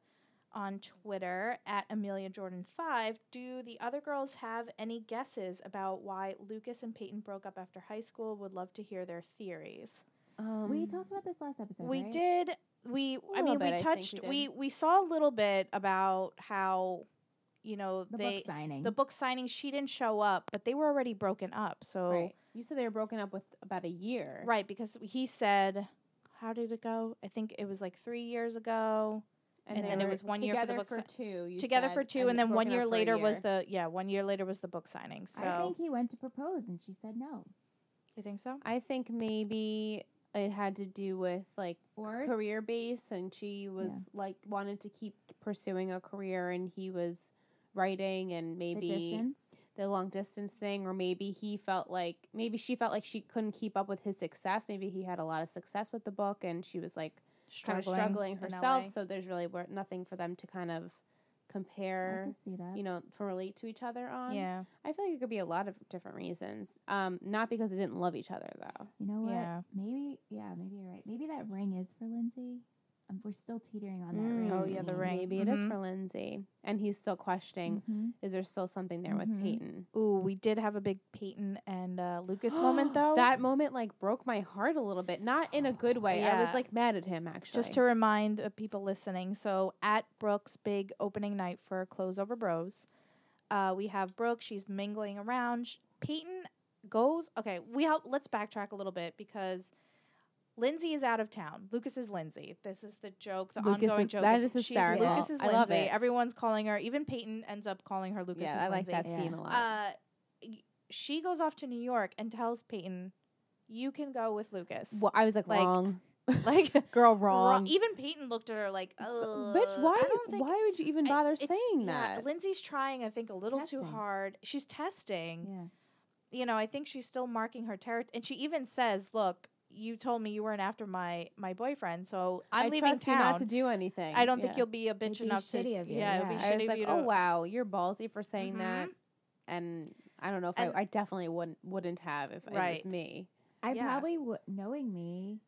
[SPEAKER 2] on Twitter at Amelia Jordan Five. Do the other girls have any guesses about why Lucas and Peyton broke up after high school? Would love to hear their theories.
[SPEAKER 1] Um,
[SPEAKER 3] we talked about this last episode.
[SPEAKER 2] we
[SPEAKER 3] right?
[SPEAKER 2] did. We. I
[SPEAKER 1] little
[SPEAKER 2] mean,
[SPEAKER 1] bit, I
[SPEAKER 2] we
[SPEAKER 1] think we
[SPEAKER 2] touched.
[SPEAKER 1] did.
[SPEAKER 2] we we saw a little bit about how, you know,
[SPEAKER 3] the
[SPEAKER 2] they
[SPEAKER 3] book signing.
[SPEAKER 2] the book signing. She didn't show up, but they were already broken up. So
[SPEAKER 1] Right. You said they were broken up with about a year.
[SPEAKER 2] Right, because he said, "How did it go?" I think it was like three years ago.
[SPEAKER 1] And,
[SPEAKER 2] and
[SPEAKER 1] they
[SPEAKER 2] then it
[SPEAKER 1] were
[SPEAKER 2] was one year for the
[SPEAKER 1] together
[SPEAKER 2] book
[SPEAKER 1] for
[SPEAKER 2] sign-
[SPEAKER 1] two. you
[SPEAKER 2] Together
[SPEAKER 1] said,
[SPEAKER 2] for two, and, then one
[SPEAKER 1] broken
[SPEAKER 2] year
[SPEAKER 1] up for a
[SPEAKER 2] later was
[SPEAKER 1] year.
[SPEAKER 2] the yeah, one year later was the book signing. So
[SPEAKER 3] I think he went to propose, and she said no.
[SPEAKER 2] you think so?
[SPEAKER 1] I think maybe it had to do with like
[SPEAKER 3] Or
[SPEAKER 1] career base and she was like wanted to keep pursuing a career and he was writing and maybe
[SPEAKER 3] the distance.
[SPEAKER 1] the long distance thing or maybe he felt like maybe she felt like she couldn't keep up with his success maybe he had a lot of success with the book and she was like kind of struggling
[SPEAKER 2] in
[SPEAKER 1] herself
[SPEAKER 2] LA.
[SPEAKER 1] so there's really were- nothing for them to kind of
[SPEAKER 3] I
[SPEAKER 1] compare
[SPEAKER 3] could see that.
[SPEAKER 1] you know to relate to each other on
[SPEAKER 2] yeah,
[SPEAKER 1] i feel like it could be a lot of different reasons um not because they didn't love each other though
[SPEAKER 3] You know what?
[SPEAKER 2] Yeah.
[SPEAKER 3] Maybe, yeah, maybe you're right. Maybe that ring is for Lindsay. Um, we're still teetering on that ring.
[SPEAKER 1] Mm,
[SPEAKER 2] Oh, yeah, the
[SPEAKER 3] scene.
[SPEAKER 2] ring.
[SPEAKER 1] maybe it is
[SPEAKER 2] Mhm.
[SPEAKER 1] for lindsay and he's still questioning
[SPEAKER 3] Mhm.
[SPEAKER 1] is there still something there
[SPEAKER 3] Mhm.
[SPEAKER 2] Mm-hmm.
[SPEAKER 1] with Peyton?
[SPEAKER 2] Ooh, we did have a big Peyton and uh, Lucas moment though.
[SPEAKER 1] That moment like broke my heart a little bit. Not in a good way. I
[SPEAKER 2] Yeah.
[SPEAKER 1] was like mad at him actually.
[SPEAKER 2] just to remind the people listening. So at Brooke's big opening night for Close Over Bros, uh, we have Brooke. She's mingling around. Sh- Peyton goes. Okay, we help. Let's backtrack a little bit because Lindsay is out of town. Lucas is Lindsay. This is the joke, the
[SPEAKER 1] Lucas
[SPEAKER 2] ongoing
[SPEAKER 1] is-
[SPEAKER 2] joke.
[SPEAKER 1] that
[SPEAKER 2] is
[SPEAKER 1] is hysterical.
[SPEAKER 2] she's Lucas's
[SPEAKER 1] I
[SPEAKER 2] Lindsay.
[SPEAKER 1] love it.
[SPEAKER 2] Everyone's calling her. Even Peyton ends up calling her Lucas's
[SPEAKER 1] yeah, I like
[SPEAKER 2] Lindsay.
[SPEAKER 1] that
[SPEAKER 3] Yeah.
[SPEAKER 1] scene a lot.
[SPEAKER 2] Uh, y- she goes off to New York and tells Peyton, "You can go with Lucas."
[SPEAKER 1] well, I was like,
[SPEAKER 2] like-
[SPEAKER 1] wrong,
[SPEAKER 2] Like
[SPEAKER 1] girl,
[SPEAKER 2] wrong.
[SPEAKER 1] wrong.
[SPEAKER 2] Even Peyton looked at her like, "Ugh,
[SPEAKER 1] Bitch, why?
[SPEAKER 2] I don't think
[SPEAKER 1] why would you even
[SPEAKER 2] I-
[SPEAKER 1] bother
[SPEAKER 2] it's-
[SPEAKER 1] saying
[SPEAKER 2] yeah,
[SPEAKER 1] that?
[SPEAKER 2] Lindsay's trying, I think, a
[SPEAKER 3] She's
[SPEAKER 2] little too
[SPEAKER 3] testing.
[SPEAKER 2] hard. She's testing.
[SPEAKER 3] Yeah.
[SPEAKER 2] You know, I think she's still marking her territory. And she even says, "Look, you told me you weren't after my my boyfriend, so I'm
[SPEAKER 1] I
[SPEAKER 2] leaving
[SPEAKER 1] trust
[SPEAKER 2] town.
[SPEAKER 1] you not to do anything.
[SPEAKER 2] I don't think
[SPEAKER 1] Yeah.
[SPEAKER 2] you'll be a
[SPEAKER 3] It'd
[SPEAKER 2] bitch
[SPEAKER 3] be
[SPEAKER 2] enough
[SPEAKER 3] shitty
[SPEAKER 2] to.
[SPEAKER 3] of you,
[SPEAKER 2] Yeah, it'd be
[SPEAKER 3] yeah.
[SPEAKER 1] I
[SPEAKER 2] shitty
[SPEAKER 1] was
[SPEAKER 2] of
[SPEAKER 1] like,
[SPEAKER 2] you.
[SPEAKER 1] oh
[SPEAKER 2] to-
[SPEAKER 1] wow, you're ballsy for saying
[SPEAKER 2] Mhm.
[SPEAKER 1] that. And I don't know if I,
[SPEAKER 2] And-
[SPEAKER 1] I definitely wouldn't wouldn't have if it
[SPEAKER 2] Right.
[SPEAKER 1] was me.
[SPEAKER 3] I
[SPEAKER 2] Yeah.
[SPEAKER 3] probably would, knowing me,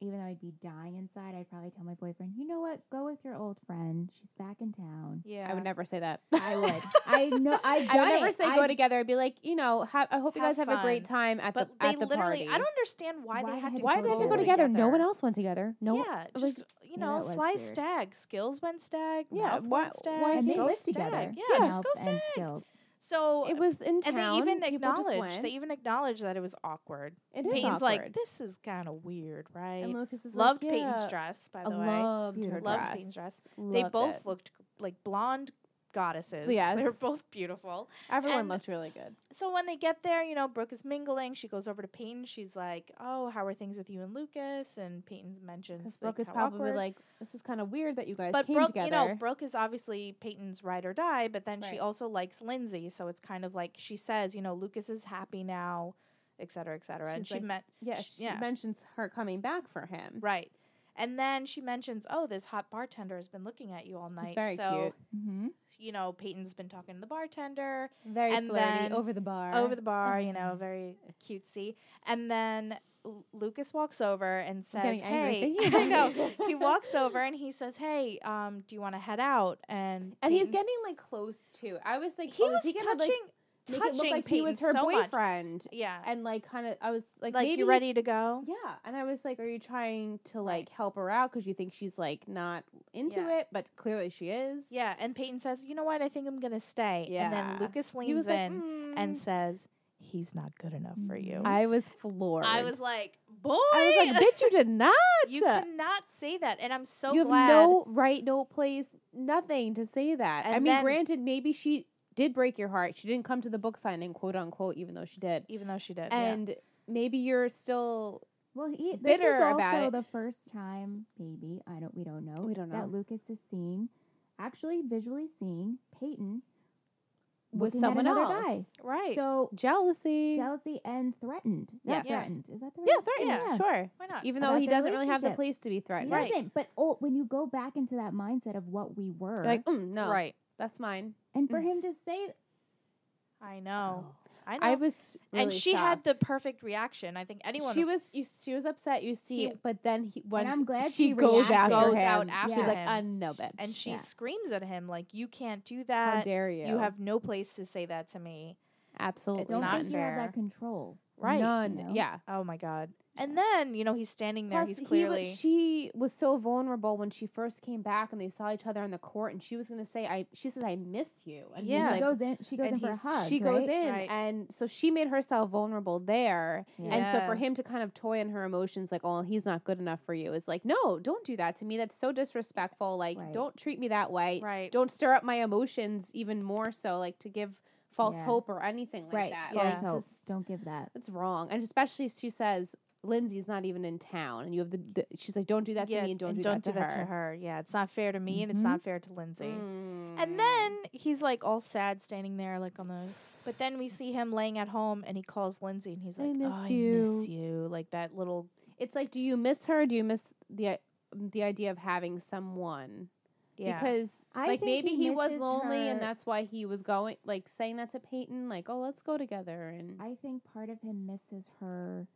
[SPEAKER 3] even though I'd be dying inside, I'd probably tell my boyfriend, you know what? Go with your old friend. She's back in town.
[SPEAKER 2] Yeah,
[SPEAKER 1] I would never say that.
[SPEAKER 3] I would. I know. I've
[SPEAKER 1] I would
[SPEAKER 3] done
[SPEAKER 1] never
[SPEAKER 3] it.
[SPEAKER 1] say
[SPEAKER 3] I've-
[SPEAKER 1] go together. I'd be like, you know, ha- I hope you
[SPEAKER 2] Have
[SPEAKER 1] guys have a great
[SPEAKER 2] fun.
[SPEAKER 1] time at
[SPEAKER 2] But
[SPEAKER 1] the
[SPEAKER 2] they
[SPEAKER 1] at the
[SPEAKER 2] literally,
[SPEAKER 1] party.
[SPEAKER 2] I don't understand why,
[SPEAKER 3] Why
[SPEAKER 2] they
[SPEAKER 3] they
[SPEAKER 2] had
[SPEAKER 3] had
[SPEAKER 2] to.
[SPEAKER 3] to
[SPEAKER 1] Why
[SPEAKER 2] go
[SPEAKER 1] did they have to go together? No one else went together. No one.
[SPEAKER 2] yeah,
[SPEAKER 1] like-
[SPEAKER 2] just you
[SPEAKER 3] Yeah,
[SPEAKER 2] know,
[SPEAKER 3] that was
[SPEAKER 2] fly
[SPEAKER 3] weird.
[SPEAKER 2] stag. Skills went stag.
[SPEAKER 1] Yeah,
[SPEAKER 2] Mouth
[SPEAKER 1] why-
[SPEAKER 2] went stag.
[SPEAKER 1] why
[SPEAKER 3] and they
[SPEAKER 1] go
[SPEAKER 3] live
[SPEAKER 2] stag.
[SPEAKER 3] together.
[SPEAKER 2] Yeah, just
[SPEAKER 3] Mouth
[SPEAKER 2] go
[SPEAKER 3] and
[SPEAKER 2] stag.
[SPEAKER 3] skills.
[SPEAKER 2] So
[SPEAKER 1] It was in
[SPEAKER 2] and
[SPEAKER 1] town.
[SPEAKER 2] they even
[SPEAKER 1] people just
[SPEAKER 2] acknowledge
[SPEAKER 1] went.
[SPEAKER 2] they even acknowledge that it was awkward.
[SPEAKER 1] It is
[SPEAKER 2] Payton's
[SPEAKER 1] awkward.
[SPEAKER 2] like, this is kind of weird, right?
[SPEAKER 1] and Lucas is
[SPEAKER 2] Loved
[SPEAKER 1] like,
[SPEAKER 2] Peyton's
[SPEAKER 1] yeah,
[SPEAKER 2] dress, by
[SPEAKER 1] I
[SPEAKER 2] the way.
[SPEAKER 1] loved her
[SPEAKER 3] Beautiful.
[SPEAKER 2] Loved
[SPEAKER 1] dress.
[SPEAKER 2] Peyton's dress. they
[SPEAKER 1] Loved
[SPEAKER 2] both
[SPEAKER 1] it.
[SPEAKER 2] looked like blonde goddesses. they were
[SPEAKER 1] Yes.
[SPEAKER 2] both beautiful.
[SPEAKER 1] Everyone
[SPEAKER 2] and-
[SPEAKER 1] looked really good.
[SPEAKER 2] So when they get there, you know, Brooke is mingling. She goes over to Peyton. She's like, "Oh, how are things with you and Lucas?" And Peyton mentions
[SPEAKER 1] Because
[SPEAKER 2] like,
[SPEAKER 1] Brooke is
[SPEAKER 2] how
[SPEAKER 1] probably
[SPEAKER 2] awkward.
[SPEAKER 1] like, this is kind of weird that you guys
[SPEAKER 2] but
[SPEAKER 1] came
[SPEAKER 2] Brooke,
[SPEAKER 1] together.
[SPEAKER 2] you know, Brooke is obviously Peyton's ride or die, but then she
[SPEAKER 1] Right.
[SPEAKER 2] also likes Lindsay, so it's kind of like she says, you know, Lucas is happy now, et cetera, et cetera. and
[SPEAKER 1] She's
[SPEAKER 2] she
[SPEAKER 1] like,
[SPEAKER 2] meant
[SPEAKER 1] yeah,
[SPEAKER 2] sh-
[SPEAKER 1] she
[SPEAKER 2] yeah.
[SPEAKER 1] mentions her coming back for him.
[SPEAKER 2] right, and then she mentions, oh, this hot bartender has been looking at you all night.
[SPEAKER 1] He's very
[SPEAKER 2] so
[SPEAKER 3] Mm-hmm.
[SPEAKER 2] you know, Peyton's been talking to the bartender
[SPEAKER 1] cute, very
[SPEAKER 2] and
[SPEAKER 1] flirty,
[SPEAKER 2] then
[SPEAKER 1] over the bar, Mm-hmm.
[SPEAKER 2] over the bar, you know, very cutesy, and then. L- Lucas walks over and
[SPEAKER 1] I'm
[SPEAKER 2] says,
[SPEAKER 1] getting angry
[SPEAKER 2] "Hey,
[SPEAKER 1] thinking
[SPEAKER 2] I
[SPEAKER 1] about
[SPEAKER 2] know."
[SPEAKER 1] it.
[SPEAKER 2] He walks over and he says, "Hey, um, do you want to head out?" And
[SPEAKER 1] and he's
[SPEAKER 2] Peyton-
[SPEAKER 1] getting like close to. I was like,
[SPEAKER 2] he
[SPEAKER 1] oh,
[SPEAKER 2] was
[SPEAKER 1] is he
[SPEAKER 2] touching,
[SPEAKER 1] gonna like make it look
[SPEAKER 2] touching
[SPEAKER 1] like he was
[SPEAKER 2] Peyton
[SPEAKER 1] her
[SPEAKER 2] so much.
[SPEAKER 1] boyfriend,
[SPEAKER 2] Yeah,
[SPEAKER 1] and like kind of. I was like,
[SPEAKER 2] like,
[SPEAKER 1] maybe
[SPEAKER 2] you
[SPEAKER 1] he's-
[SPEAKER 2] ready to go?
[SPEAKER 1] Yeah, and I was like, are you trying to like help her out because you think she's like not into
[SPEAKER 2] Yeah.
[SPEAKER 1] it, but clearly she is.
[SPEAKER 2] Yeah, and Peyton says, "You know what? I think I'm gonna stay." and
[SPEAKER 1] Yeah.
[SPEAKER 2] then Lucas leans
[SPEAKER 1] he was like,
[SPEAKER 2] in and
[SPEAKER 1] "Mm."
[SPEAKER 2] says, "He's not good enough for you."
[SPEAKER 1] I was floored.
[SPEAKER 2] I was like, "Boy,
[SPEAKER 1] I was like, bitch, you did not.
[SPEAKER 2] you cannot say that," and I'm so
[SPEAKER 1] you have
[SPEAKER 2] glad.
[SPEAKER 1] no right, no place, nothing to say that. I
[SPEAKER 2] And
[SPEAKER 1] mean,
[SPEAKER 2] then-
[SPEAKER 1] granted, maybe she did break your heart. She didn't come to the book signing, quote unquote, even though she did.
[SPEAKER 2] even though she did, yeah.
[SPEAKER 1] And maybe you're still
[SPEAKER 3] Well, he, this
[SPEAKER 1] bitter
[SPEAKER 3] is also
[SPEAKER 1] about it.
[SPEAKER 3] the first time, maybe I don't, we don't know.
[SPEAKER 1] We don't know.
[SPEAKER 3] that Lucas is seeing, actually visually seeing Peyton
[SPEAKER 1] with
[SPEAKER 3] looking at
[SPEAKER 1] someone
[SPEAKER 3] another
[SPEAKER 1] else.
[SPEAKER 3] guy.
[SPEAKER 2] right?
[SPEAKER 3] So
[SPEAKER 1] Jealousy.
[SPEAKER 3] jealousy and threatened.
[SPEAKER 1] Yes.
[SPEAKER 3] Not
[SPEAKER 2] Yes.
[SPEAKER 3] threatened. Is that the right?
[SPEAKER 1] yeah, threatening.
[SPEAKER 2] Yeah. Uh,
[SPEAKER 1] Sure.
[SPEAKER 2] Why not?
[SPEAKER 1] Even though
[SPEAKER 3] About
[SPEAKER 1] he
[SPEAKER 3] their
[SPEAKER 1] doesn't really have the
[SPEAKER 3] relationship.
[SPEAKER 1] place to be
[SPEAKER 3] He
[SPEAKER 1] threatened.
[SPEAKER 2] Right.
[SPEAKER 3] doesn't. But oh, when you go back into that mindset of what we were,
[SPEAKER 1] You're like, mm, no,
[SPEAKER 2] Right.
[SPEAKER 1] that's mine.
[SPEAKER 3] and for him to say, "Oh,
[SPEAKER 2] I know. I know.
[SPEAKER 1] I was,
[SPEAKER 2] and
[SPEAKER 1] really
[SPEAKER 2] she had the
[SPEAKER 1] shocked.
[SPEAKER 2] perfect reaction. I think anyone
[SPEAKER 1] She was, you, she was upset. You see,
[SPEAKER 2] He-
[SPEAKER 1] but then he, when
[SPEAKER 3] I'm glad
[SPEAKER 1] she
[SPEAKER 3] she
[SPEAKER 1] goes
[SPEAKER 3] reacted.
[SPEAKER 1] after
[SPEAKER 2] goes
[SPEAKER 1] him,
[SPEAKER 2] out after
[SPEAKER 1] she's like,
[SPEAKER 2] him.
[SPEAKER 1] uh, no, bitch,
[SPEAKER 2] and she
[SPEAKER 3] Yeah.
[SPEAKER 2] screams at him like, "You can't do
[SPEAKER 1] how
[SPEAKER 2] that."
[SPEAKER 1] dare you?
[SPEAKER 2] You have no place to say that to me.
[SPEAKER 1] absolutely
[SPEAKER 2] It's
[SPEAKER 3] don't
[SPEAKER 2] not
[SPEAKER 3] think you have
[SPEAKER 2] fair.
[SPEAKER 3] that control.
[SPEAKER 2] Right.
[SPEAKER 1] None.
[SPEAKER 3] know?
[SPEAKER 1] Yeah.
[SPEAKER 2] Oh my god. And
[SPEAKER 3] So-
[SPEAKER 2] then, you know, he's standing there.
[SPEAKER 1] Plus,
[SPEAKER 2] he's
[SPEAKER 1] he wa-
[SPEAKER 2] clearly
[SPEAKER 1] she was so vulnerable when she first came back and they saw each other on the court, and she was going to say, "I." She says, "I miss you," and he's
[SPEAKER 2] Yeah.
[SPEAKER 3] He
[SPEAKER 1] like,
[SPEAKER 3] goes in. She goes
[SPEAKER 2] and
[SPEAKER 3] in for a
[SPEAKER 2] he's-
[SPEAKER 3] hug.
[SPEAKER 1] she goes
[SPEAKER 3] right?
[SPEAKER 1] in,
[SPEAKER 2] Right.
[SPEAKER 1] and so she made herself vulnerable there.
[SPEAKER 3] Yeah.
[SPEAKER 1] And so
[SPEAKER 2] Yeah.
[SPEAKER 1] for him to kind of toy in her emotions, like, "Oh, he's not good enough for you," is like, "No, don't do that to me. That's so disrespectful. Like,
[SPEAKER 3] Right.
[SPEAKER 1] don't treat me that way.
[SPEAKER 2] right.
[SPEAKER 1] Don't stir up my emotions even more so. Like to give false
[SPEAKER 3] Yeah.
[SPEAKER 1] hope or anything like
[SPEAKER 3] right.
[SPEAKER 1] that.
[SPEAKER 3] False
[SPEAKER 1] Like,
[SPEAKER 3] hope.
[SPEAKER 1] just-
[SPEAKER 3] Don't give that.
[SPEAKER 1] that's wrong. And especially she says Lindsay's not even in town, and you have the, the she's like, don't do that to me, and don't do that to her. Mm-hmm.
[SPEAKER 2] Yeah, it's not fair to me and it's
[SPEAKER 3] Mhm.
[SPEAKER 2] not fair to Lindsay.
[SPEAKER 1] Mm.
[SPEAKER 2] And then he's like all sad standing there like on the But then we see him laying at home and he calls Lindsay and he's
[SPEAKER 1] I
[SPEAKER 2] like,
[SPEAKER 1] miss
[SPEAKER 2] "Oh, I
[SPEAKER 1] you."
[SPEAKER 2] miss you. Like that little
[SPEAKER 1] it's like, do you miss her? Do you miss the the idea of having someone?
[SPEAKER 2] yeah.
[SPEAKER 1] Because
[SPEAKER 3] I
[SPEAKER 1] like
[SPEAKER 3] think
[SPEAKER 1] maybe
[SPEAKER 3] he
[SPEAKER 1] he, was
[SPEAKER 3] misses
[SPEAKER 1] lonely, and
[SPEAKER 3] her-
[SPEAKER 1] that's why he was going like saying that to Peyton, like, oh, let's go together. And
[SPEAKER 3] I think part of him misses her,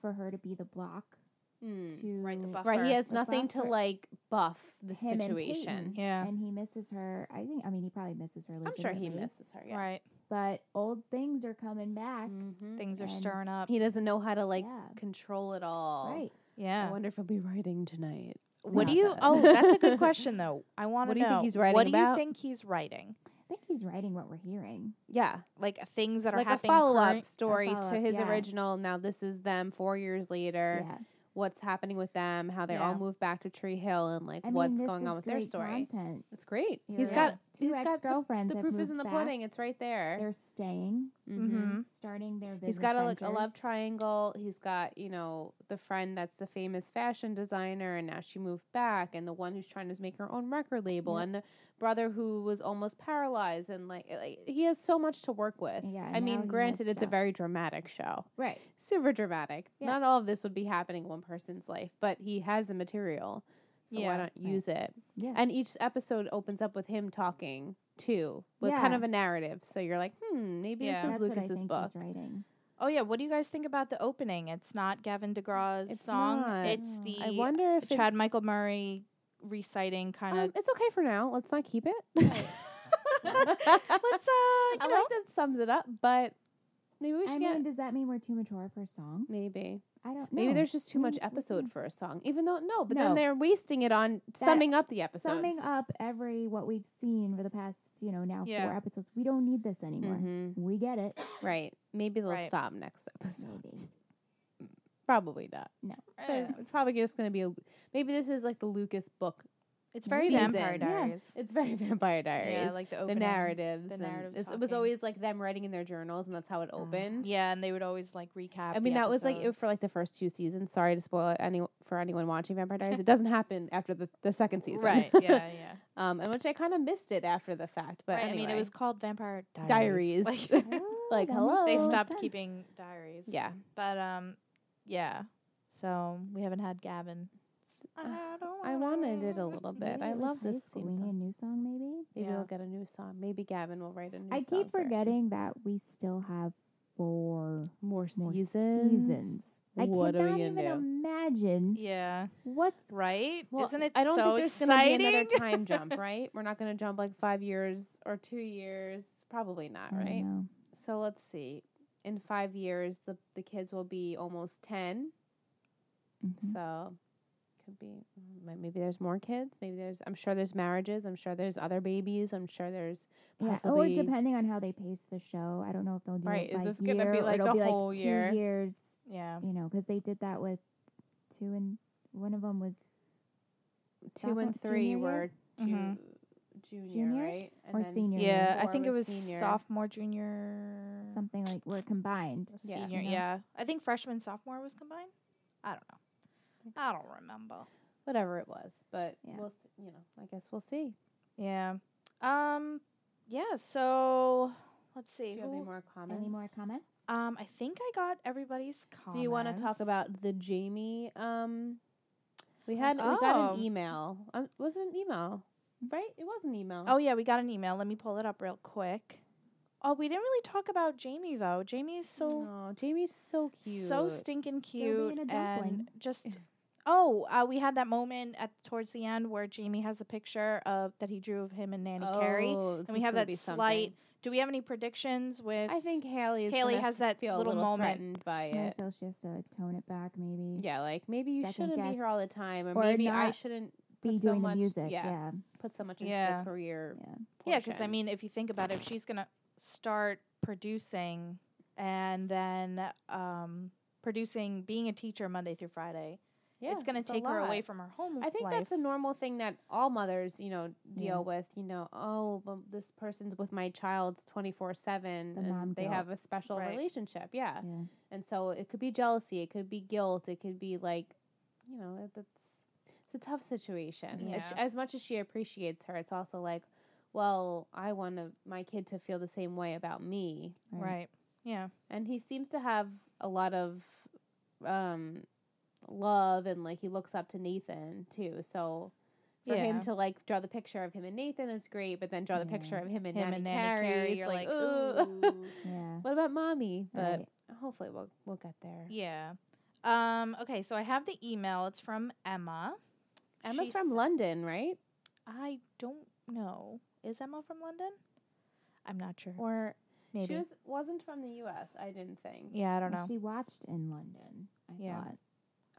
[SPEAKER 3] for her to be the block
[SPEAKER 1] Mm.
[SPEAKER 3] to
[SPEAKER 2] Right, the buff-
[SPEAKER 1] right, he
[SPEAKER 2] buffer.
[SPEAKER 1] has
[SPEAKER 3] The
[SPEAKER 1] nothing to
[SPEAKER 3] buffer.
[SPEAKER 1] like buff the
[SPEAKER 3] him and
[SPEAKER 1] situation.
[SPEAKER 3] Peyton,
[SPEAKER 2] yeah.
[SPEAKER 3] and he misses her. I think. I mean, he probably misses her.
[SPEAKER 1] I'm sure he
[SPEAKER 3] legitimately,
[SPEAKER 1] misses her. Yeah.
[SPEAKER 2] Right.
[SPEAKER 3] But old things are coming back.
[SPEAKER 1] Mhm.
[SPEAKER 2] Things are
[SPEAKER 3] And
[SPEAKER 2] stirring up.
[SPEAKER 1] He doesn't know how to like
[SPEAKER 3] Yeah.
[SPEAKER 1] control it all.
[SPEAKER 3] Right.
[SPEAKER 1] I
[SPEAKER 2] Yeah.
[SPEAKER 1] wonder if he'll be writing tonight.
[SPEAKER 2] What do
[SPEAKER 1] about
[SPEAKER 2] you
[SPEAKER 1] that.
[SPEAKER 2] Oh, that's a good question though. I want
[SPEAKER 1] What
[SPEAKER 2] to
[SPEAKER 1] do you think
[SPEAKER 2] know.
[SPEAKER 1] he's writing
[SPEAKER 2] what do you
[SPEAKER 1] about?
[SPEAKER 2] think he's writing?
[SPEAKER 3] I think he's writing what we're hearing.
[SPEAKER 1] yeah,
[SPEAKER 2] Like things that are
[SPEAKER 1] like a
[SPEAKER 2] happening
[SPEAKER 1] follow up
[SPEAKER 2] current-
[SPEAKER 1] story to
[SPEAKER 3] follow-up,
[SPEAKER 1] his
[SPEAKER 3] yeah.
[SPEAKER 1] original. Now this is them four years later.
[SPEAKER 3] Yeah.
[SPEAKER 1] what's happening with them, how they all
[SPEAKER 2] Yeah.
[SPEAKER 1] moved back to Tree Hill, and like
[SPEAKER 3] I mean,
[SPEAKER 1] what's
[SPEAKER 3] this
[SPEAKER 1] going
[SPEAKER 3] is
[SPEAKER 1] on with their
[SPEAKER 3] great
[SPEAKER 1] story.
[SPEAKER 3] Content.
[SPEAKER 1] It's great.
[SPEAKER 3] Here
[SPEAKER 1] He's
[SPEAKER 3] we
[SPEAKER 1] got
[SPEAKER 3] are. two
[SPEAKER 1] he's got the-
[SPEAKER 3] ex-girlfriends.
[SPEAKER 1] the
[SPEAKER 3] have
[SPEAKER 1] proof is
[SPEAKER 3] moved
[SPEAKER 1] in the
[SPEAKER 3] back.
[SPEAKER 1] pudding. It's right there.
[SPEAKER 3] They're staying,
[SPEAKER 1] hmm
[SPEAKER 2] Mhm.
[SPEAKER 3] starting their business.
[SPEAKER 1] He's got a, like a
[SPEAKER 3] ventures.
[SPEAKER 1] love triangle. He's got you know the friend that's the famous fashion designer, and now she moved back, and the one who's trying to make her own record label,
[SPEAKER 3] Yep.
[SPEAKER 1] and the brother who was almost paralyzed, and like, eh, like he has so much to work with.
[SPEAKER 3] Yeah,
[SPEAKER 1] I
[SPEAKER 3] now he
[SPEAKER 1] mean,
[SPEAKER 3] has
[SPEAKER 1] granted, it's a
[SPEAKER 3] stuff.
[SPEAKER 1] very dramatic show,
[SPEAKER 3] right.
[SPEAKER 1] super dramatic.
[SPEAKER 3] Yeah.
[SPEAKER 1] Not all of this would be happening in one person's life, but he has the material, so why
[SPEAKER 2] Yeah.
[SPEAKER 1] not
[SPEAKER 3] Right.
[SPEAKER 1] use it?
[SPEAKER 3] Yeah.
[SPEAKER 1] And each episode opens up with him talking too, with kind
[SPEAKER 3] Yeah.
[SPEAKER 1] of a narrative. So you're like, hmm, maybe
[SPEAKER 2] Yeah.
[SPEAKER 1] this
[SPEAKER 3] That's
[SPEAKER 1] is
[SPEAKER 3] what I
[SPEAKER 1] Lucas's
[SPEAKER 3] think
[SPEAKER 1] book.
[SPEAKER 3] he's writing.
[SPEAKER 2] Oh yeah, what do you guys think about the opening? It's not Gavin DeGraw's
[SPEAKER 1] It's
[SPEAKER 2] song.
[SPEAKER 1] not.
[SPEAKER 2] It's
[SPEAKER 3] No.
[SPEAKER 2] the
[SPEAKER 1] I wonder if
[SPEAKER 2] Chad
[SPEAKER 1] it's,
[SPEAKER 2] Michael Murray reciting kind of.
[SPEAKER 1] Um, it's okay for now. Let's not keep it.
[SPEAKER 2] Let's uh, you
[SPEAKER 1] I
[SPEAKER 2] know.
[SPEAKER 1] like that sums it up, but maybe we should
[SPEAKER 3] I
[SPEAKER 1] get
[SPEAKER 3] mean, does that mean we're too mature for a song?
[SPEAKER 1] maybe
[SPEAKER 3] I don't know.
[SPEAKER 1] maybe there's just too
[SPEAKER 3] Maybe
[SPEAKER 1] much
[SPEAKER 3] we
[SPEAKER 1] episode
[SPEAKER 3] can-
[SPEAKER 1] for a song. Even though no, but then
[SPEAKER 3] No.
[SPEAKER 1] they're wasting it on
[SPEAKER 3] That-
[SPEAKER 1] summing up the episodes.
[SPEAKER 3] Summing up every what we've seen for the past, you know, now
[SPEAKER 2] Yeah.
[SPEAKER 3] four episodes, we don't need this anymore.
[SPEAKER 1] hmm
[SPEAKER 3] We get it.
[SPEAKER 1] Right. Maybe they'll
[SPEAKER 2] Right.
[SPEAKER 1] stop next episode.
[SPEAKER 3] Maybe.
[SPEAKER 1] Probably not. But
[SPEAKER 2] Eh,
[SPEAKER 1] it's probably just going to be a, maybe this is like the Lucas book.
[SPEAKER 2] It's very
[SPEAKER 1] season.
[SPEAKER 2] Vampire
[SPEAKER 1] Yeah.
[SPEAKER 2] Diaries.
[SPEAKER 1] It's very Vampire Diaries.
[SPEAKER 2] Yeah, I like the
[SPEAKER 1] the
[SPEAKER 2] opening.
[SPEAKER 1] narratives.
[SPEAKER 2] The
[SPEAKER 1] and
[SPEAKER 2] narrative
[SPEAKER 1] it's- it was
[SPEAKER 2] talking.
[SPEAKER 1] always like them writing in their journals, and that's how it
[SPEAKER 3] Ah.
[SPEAKER 1] opened.
[SPEAKER 2] Yeah, and they would always like recap.
[SPEAKER 1] I mean,
[SPEAKER 2] the
[SPEAKER 1] that was like it
[SPEAKER 2] episodes.
[SPEAKER 1] for like the first two seasons. Sorry to spoil it any for anyone watching Vampire Diaries. it doesn't happen after the, the second season,
[SPEAKER 2] right. Yeah, yeah.
[SPEAKER 1] um, and which I kind of missed it after the fact. But
[SPEAKER 2] right. I mean,
[SPEAKER 1] anyway.
[SPEAKER 2] it was called Vampire Diaries.
[SPEAKER 1] Diaries.
[SPEAKER 2] Like,
[SPEAKER 3] Oh,
[SPEAKER 1] Like,
[SPEAKER 3] that makes
[SPEAKER 1] hello.
[SPEAKER 2] they
[SPEAKER 1] Oh,
[SPEAKER 3] more
[SPEAKER 2] stopped
[SPEAKER 3] sense.
[SPEAKER 2] keeping diaries.
[SPEAKER 1] yeah.
[SPEAKER 2] But um, yeah. So we haven't had Gavin.
[SPEAKER 1] I
[SPEAKER 2] don't.
[SPEAKER 1] I wanted it a little bit.
[SPEAKER 3] Maybe
[SPEAKER 1] I
[SPEAKER 3] it was
[SPEAKER 1] love
[SPEAKER 3] high
[SPEAKER 1] this
[SPEAKER 3] school.
[SPEAKER 1] theme
[SPEAKER 3] We need
[SPEAKER 1] song.
[SPEAKER 3] a new song, maybe.
[SPEAKER 1] Maybe
[SPEAKER 2] Yeah.
[SPEAKER 1] we'll get a new song. Maybe Gavin will write a new.
[SPEAKER 3] I
[SPEAKER 1] song
[SPEAKER 3] keep
[SPEAKER 1] for it.
[SPEAKER 3] forgetting that we still have four
[SPEAKER 1] more
[SPEAKER 3] more
[SPEAKER 1] seasons.
[SPEAKER 3] seasons. I
[SPEAKER 1] What are we
[SPEAKER 3] cannot
[SPEAKER 1] gonna
[SPEAKER 3] even
[SPEAKER 1] do?
[SPEAKER 3] imagine
[SPEAKER 2] Yeah.
[SPEAKER 3] what's
[SPEAKER 2] Right.
[SPEAKER 1] Well,
[SPEAKER 2] Isn't it?
[SPEAKER 1] I don't
[SPEAKER 2] so
[SPEAKER 1] think there's
[SPEAKER 2] exciting?
[SPEAKER 1] going to be another time jump, right? We're not going to jump like five years or two years. Probably not,
[SPEAKER 3] I don't
[SPEAKER 2] Mm-hmm.
[SPEAKER 1] right?
[SPEAKER 3] know.
[SPEAKER 1] So let's see. In five years, the the kids will be almost 10
[SPEAKER 2] Mm-hmm.
[SPEAKER 3] Mhm.
[SPEAKER 1] So could be mm, maybe there's more kids. Maybe there's. I'm sure there's marriages. I'm sure there's other babies. I'm sure there's.
[SPEAKER 3] Yeah, or
[SPEAKER 1] possibly-
[SPEAKER 3] depending on how they pace the show, I don't know if they'll do
[SPEAKER 1] Right,
[SPEAKER 3] it
[SPEAKER 1] is
[SPEAKER 3] by
[SPEAKER 1] this
[SPEAKER 3] year
[SPEAKER 1] gonna be,
[SPEAKER 3] or
[SPEAKER 1] like,
[SPEAKER 3] it'll
[SPEAKER 1] the
[SPEAKER 3] be
[SPEAKER 1] whole
[SPEAKER 3] two
[SPEAKER 1] year?
[SPEAKER 3] years,
[SPEAKER 2] Yeah.
[SPEAKER 3] you know, because they did that with two and one of them was
[SPEAKER 1] two and
[SPEAKER 3] sophomore-
[SPEAKER 1] three
[SPEAKER 3] junior
[SPEAKER 1] were
[SPEAKER 3] year?
[SPEAKER 1] ju-
[SPEAKER 2] Mhm.
[SPEAKER 1] junior,
[SPEAKER 3] Junior
[SPEAKER 1] right? And
[SPEAKER 3] or
[SPEAKER 1] then-
[SPEAKER 3] senior, year,
[SPEAKER 2] Yeah. I
[SPEAKER 1] Four
[SPEAKER 2] think it
[SPEAKER 1] was
[SPEAKER 2] was
[SPEAKER 1] senior.
[SPEAKER 2] sophomore, junior,
[SPEAKER 3] something like were combined.
[SPEAKER 2] or
[SPEAKER 1] Yeah.
[SPEAKER 2] senior.
[SPEAKER 3] You
[SPEAKER 2] Yeah.
[SPEAKER 3] know?
[SPEAKER 2] I think freshman, sophomore was combined. I don't know. I don't remember.
[SPEAKER 1] Whatever it was, but
[SPEAKER 3] Yeah.
[SPEAKER 1] we'll. s- You know, I guess we'll see.
[SPEAKER 2] Yeah. Um. Yeah. So let's
[SPEAKER 1] Do
[SPEAKER 2] see.
[SPEAKER 1] you have any
[SPEAKER 2] who-
[SPEAKER 1] more comments?
[SPEAKER 3] Any more comments?
[SPEAKER 2] Um. I think I got everybody's comments.
[SPEAKER 1] Do you want to talk about the Jamie? Um, we had we got
[SPEAKER 2] Oh.
[SPEAKER 1] an email. Um, was it an email? Right? It was an email.
[SPEAKER 2] Oh yeah, we got an email. Let me pull it up real quick. Oh, we didn't really talk about Jamie though. Jamie is so
[SPEAKER 1] Aw, Jamie's so cute.
[SPEAKER 2] so stinking
[SPEAKER 3] Still
[SPEAKER 2] cute
[SPEAKER 3] being a
[SPEAKER 2] and
[SPEAKER 3] dumpling.
[SPEAKER 2] just. Oh, uh, we had that moment at towards the end where Jamie has a picture of that he drew of him and Nanny Carey.
[SPEAKER 1] Oh, this
[SPEAKER 2] we
[SPEAKER 1] is
[SPEAKER 2] have
[SPEAKER 1] gonna
[SPEAKER 2] that
[SPEAKER 1] be
[SPEAKER 2] slight-
[SPEAKER 1] something.
[SPEAKER 2] Do we have any predictions with?
[SPEAKER 1] I think Haley. Is
[SPEAKER 2] Haley
[SPEAKER 1] gonna
[SPEAKER 2] has that
[SPEAKER 1] feel
[SPEAKER 2] little
[SPEAKER 1] a little
[SPEAKER 2] moment.
[SPEAKER 1] threatened by
[SPEAKER 3] She might
[SPEAKER 1] it.
[SPEAKER 3] feel she has to uh, tone it back, maybe.
[SPEAKER 1] uh, Yeah, like maybe you
[SPEAKER 3] Second
[SPEAKER 1] shouldn't be here
[SPEAKER 3] guess.
[SPEAKER 1] all the time, or,
[SPEAKER 3] Or
[SPEAKER 1] maybe I
[SPEAKER 3] not
[SPEAKER 1] shouldn't
[SPEAKER 3] Be
[SPEAKER 1] put so
[SPEAKER 3] doing
[SPEAKER 1] much-
[SPEAKER 3] the music.
[SPEAKER 1] yeah.
[SPEAKER 3] Yeah.
[SPEAKER 1] put so much into
[SPEAKER 2] Yeah.
[SPEAKER 1] the career.
[SPEAKER 3] Yeah.
[SPEAKER 2] Yeah, because I
[SPEAKER 1] portion.
[SPEAKER 2] mean, if you think about it, if she's gonna start producing and then um, producing, being a teacher Monday through Friday,
[SPEAKER 1] yeah,
[SPEAKER 2] it's gonna
[SPEAKER 1] a
[SPEAKER 2] take her away
[SPEAKER 1] lot.
[SPEAKER 2] from her home.
[SPEAKER 1] I think
[SPEAKER 2] life.
[SPEAKER 1] that's a normal thing that all mothers, you know, deal
[SPEAKER 3] Yeah.
[SPEAKER 1] with. You know, oh, well, this person's with my child twenty four seven,
[SPEAKER 3] The
[SPEAKER 1] and
[SPEAKER 3] mom
[SPEAKER 1] they
[SPEAKER 3] guilt.
[SPEAKER 1] have a special
[SPEAKER 2] Right.
[SPEAKER 1] relationship. Yeah,
[SPEAKER 3] yeah.
[SPEAKER 1] and so it could be jealousy, it could be guilt, it could be like, you know, it- that's it's a tough situation. As,
[SPEAKER 2] Yeah.
[SPEAKER 1] as much as she appreciates her, it's also like, well, I want to, my kid to feel the same way about me,
[SPEAKER 2] right. Yeah.
[SPEAKER 1] and he seems to have a lot of um love and like he looks up to Nathan too. So for him
[SPEAKER 2] Yeah.
[SPEAKER 1] to like draw the picture of him and Nathan is great, but then draw the
[SPEAKER 3] Yeah.
[SPEAKER 1] picture of him and
[SPEAKER 2] Him
[SPEAKER 1] Nanny
[SPEAKER 2] and Nanny
[SPEAKER 1] Carey,
[SPEAKER 2] Carey,
[SPEAKER 1] it's
[SPEAKER 2] you're
[SPEAKER 1] like,
[SPEAKER 2] like,
[SPEAKER 1] ooh.
[SPEAKER 2] ooh.
[SPEAKER 3] Yeah.
[SPEAKER 1] what about mommy? But
[SPEAKER 3] Right.
[SPEAKER 1] hopefully we'll we'll get there.
[SPEAKER 2] Yeah. Um, okay, so I have the email. It's from Emma.
[SPEAKER 1] Emma's
[SPEAKER 2] She
[SPEAKER 1] from
[SPEAKER 2] said-
[SPEAKER 1] London, right?
[SPEAKER 2] I don't know. Is Emma from London? I'm not sure.
[SPEAKER 1] Or
[SPEAKER 2] Maybe.
[SPEAKER 1] she was wasn't from the U.S. I didn't think.
[SPEAKER 2] yeah, I don't
[SPEAKER 3] Well,
[SPEAKER 2] know.
[SPEAKER 3] She watched in London. I
[SPEAKER 2] Yeah.
[SPEAKER 3] thought.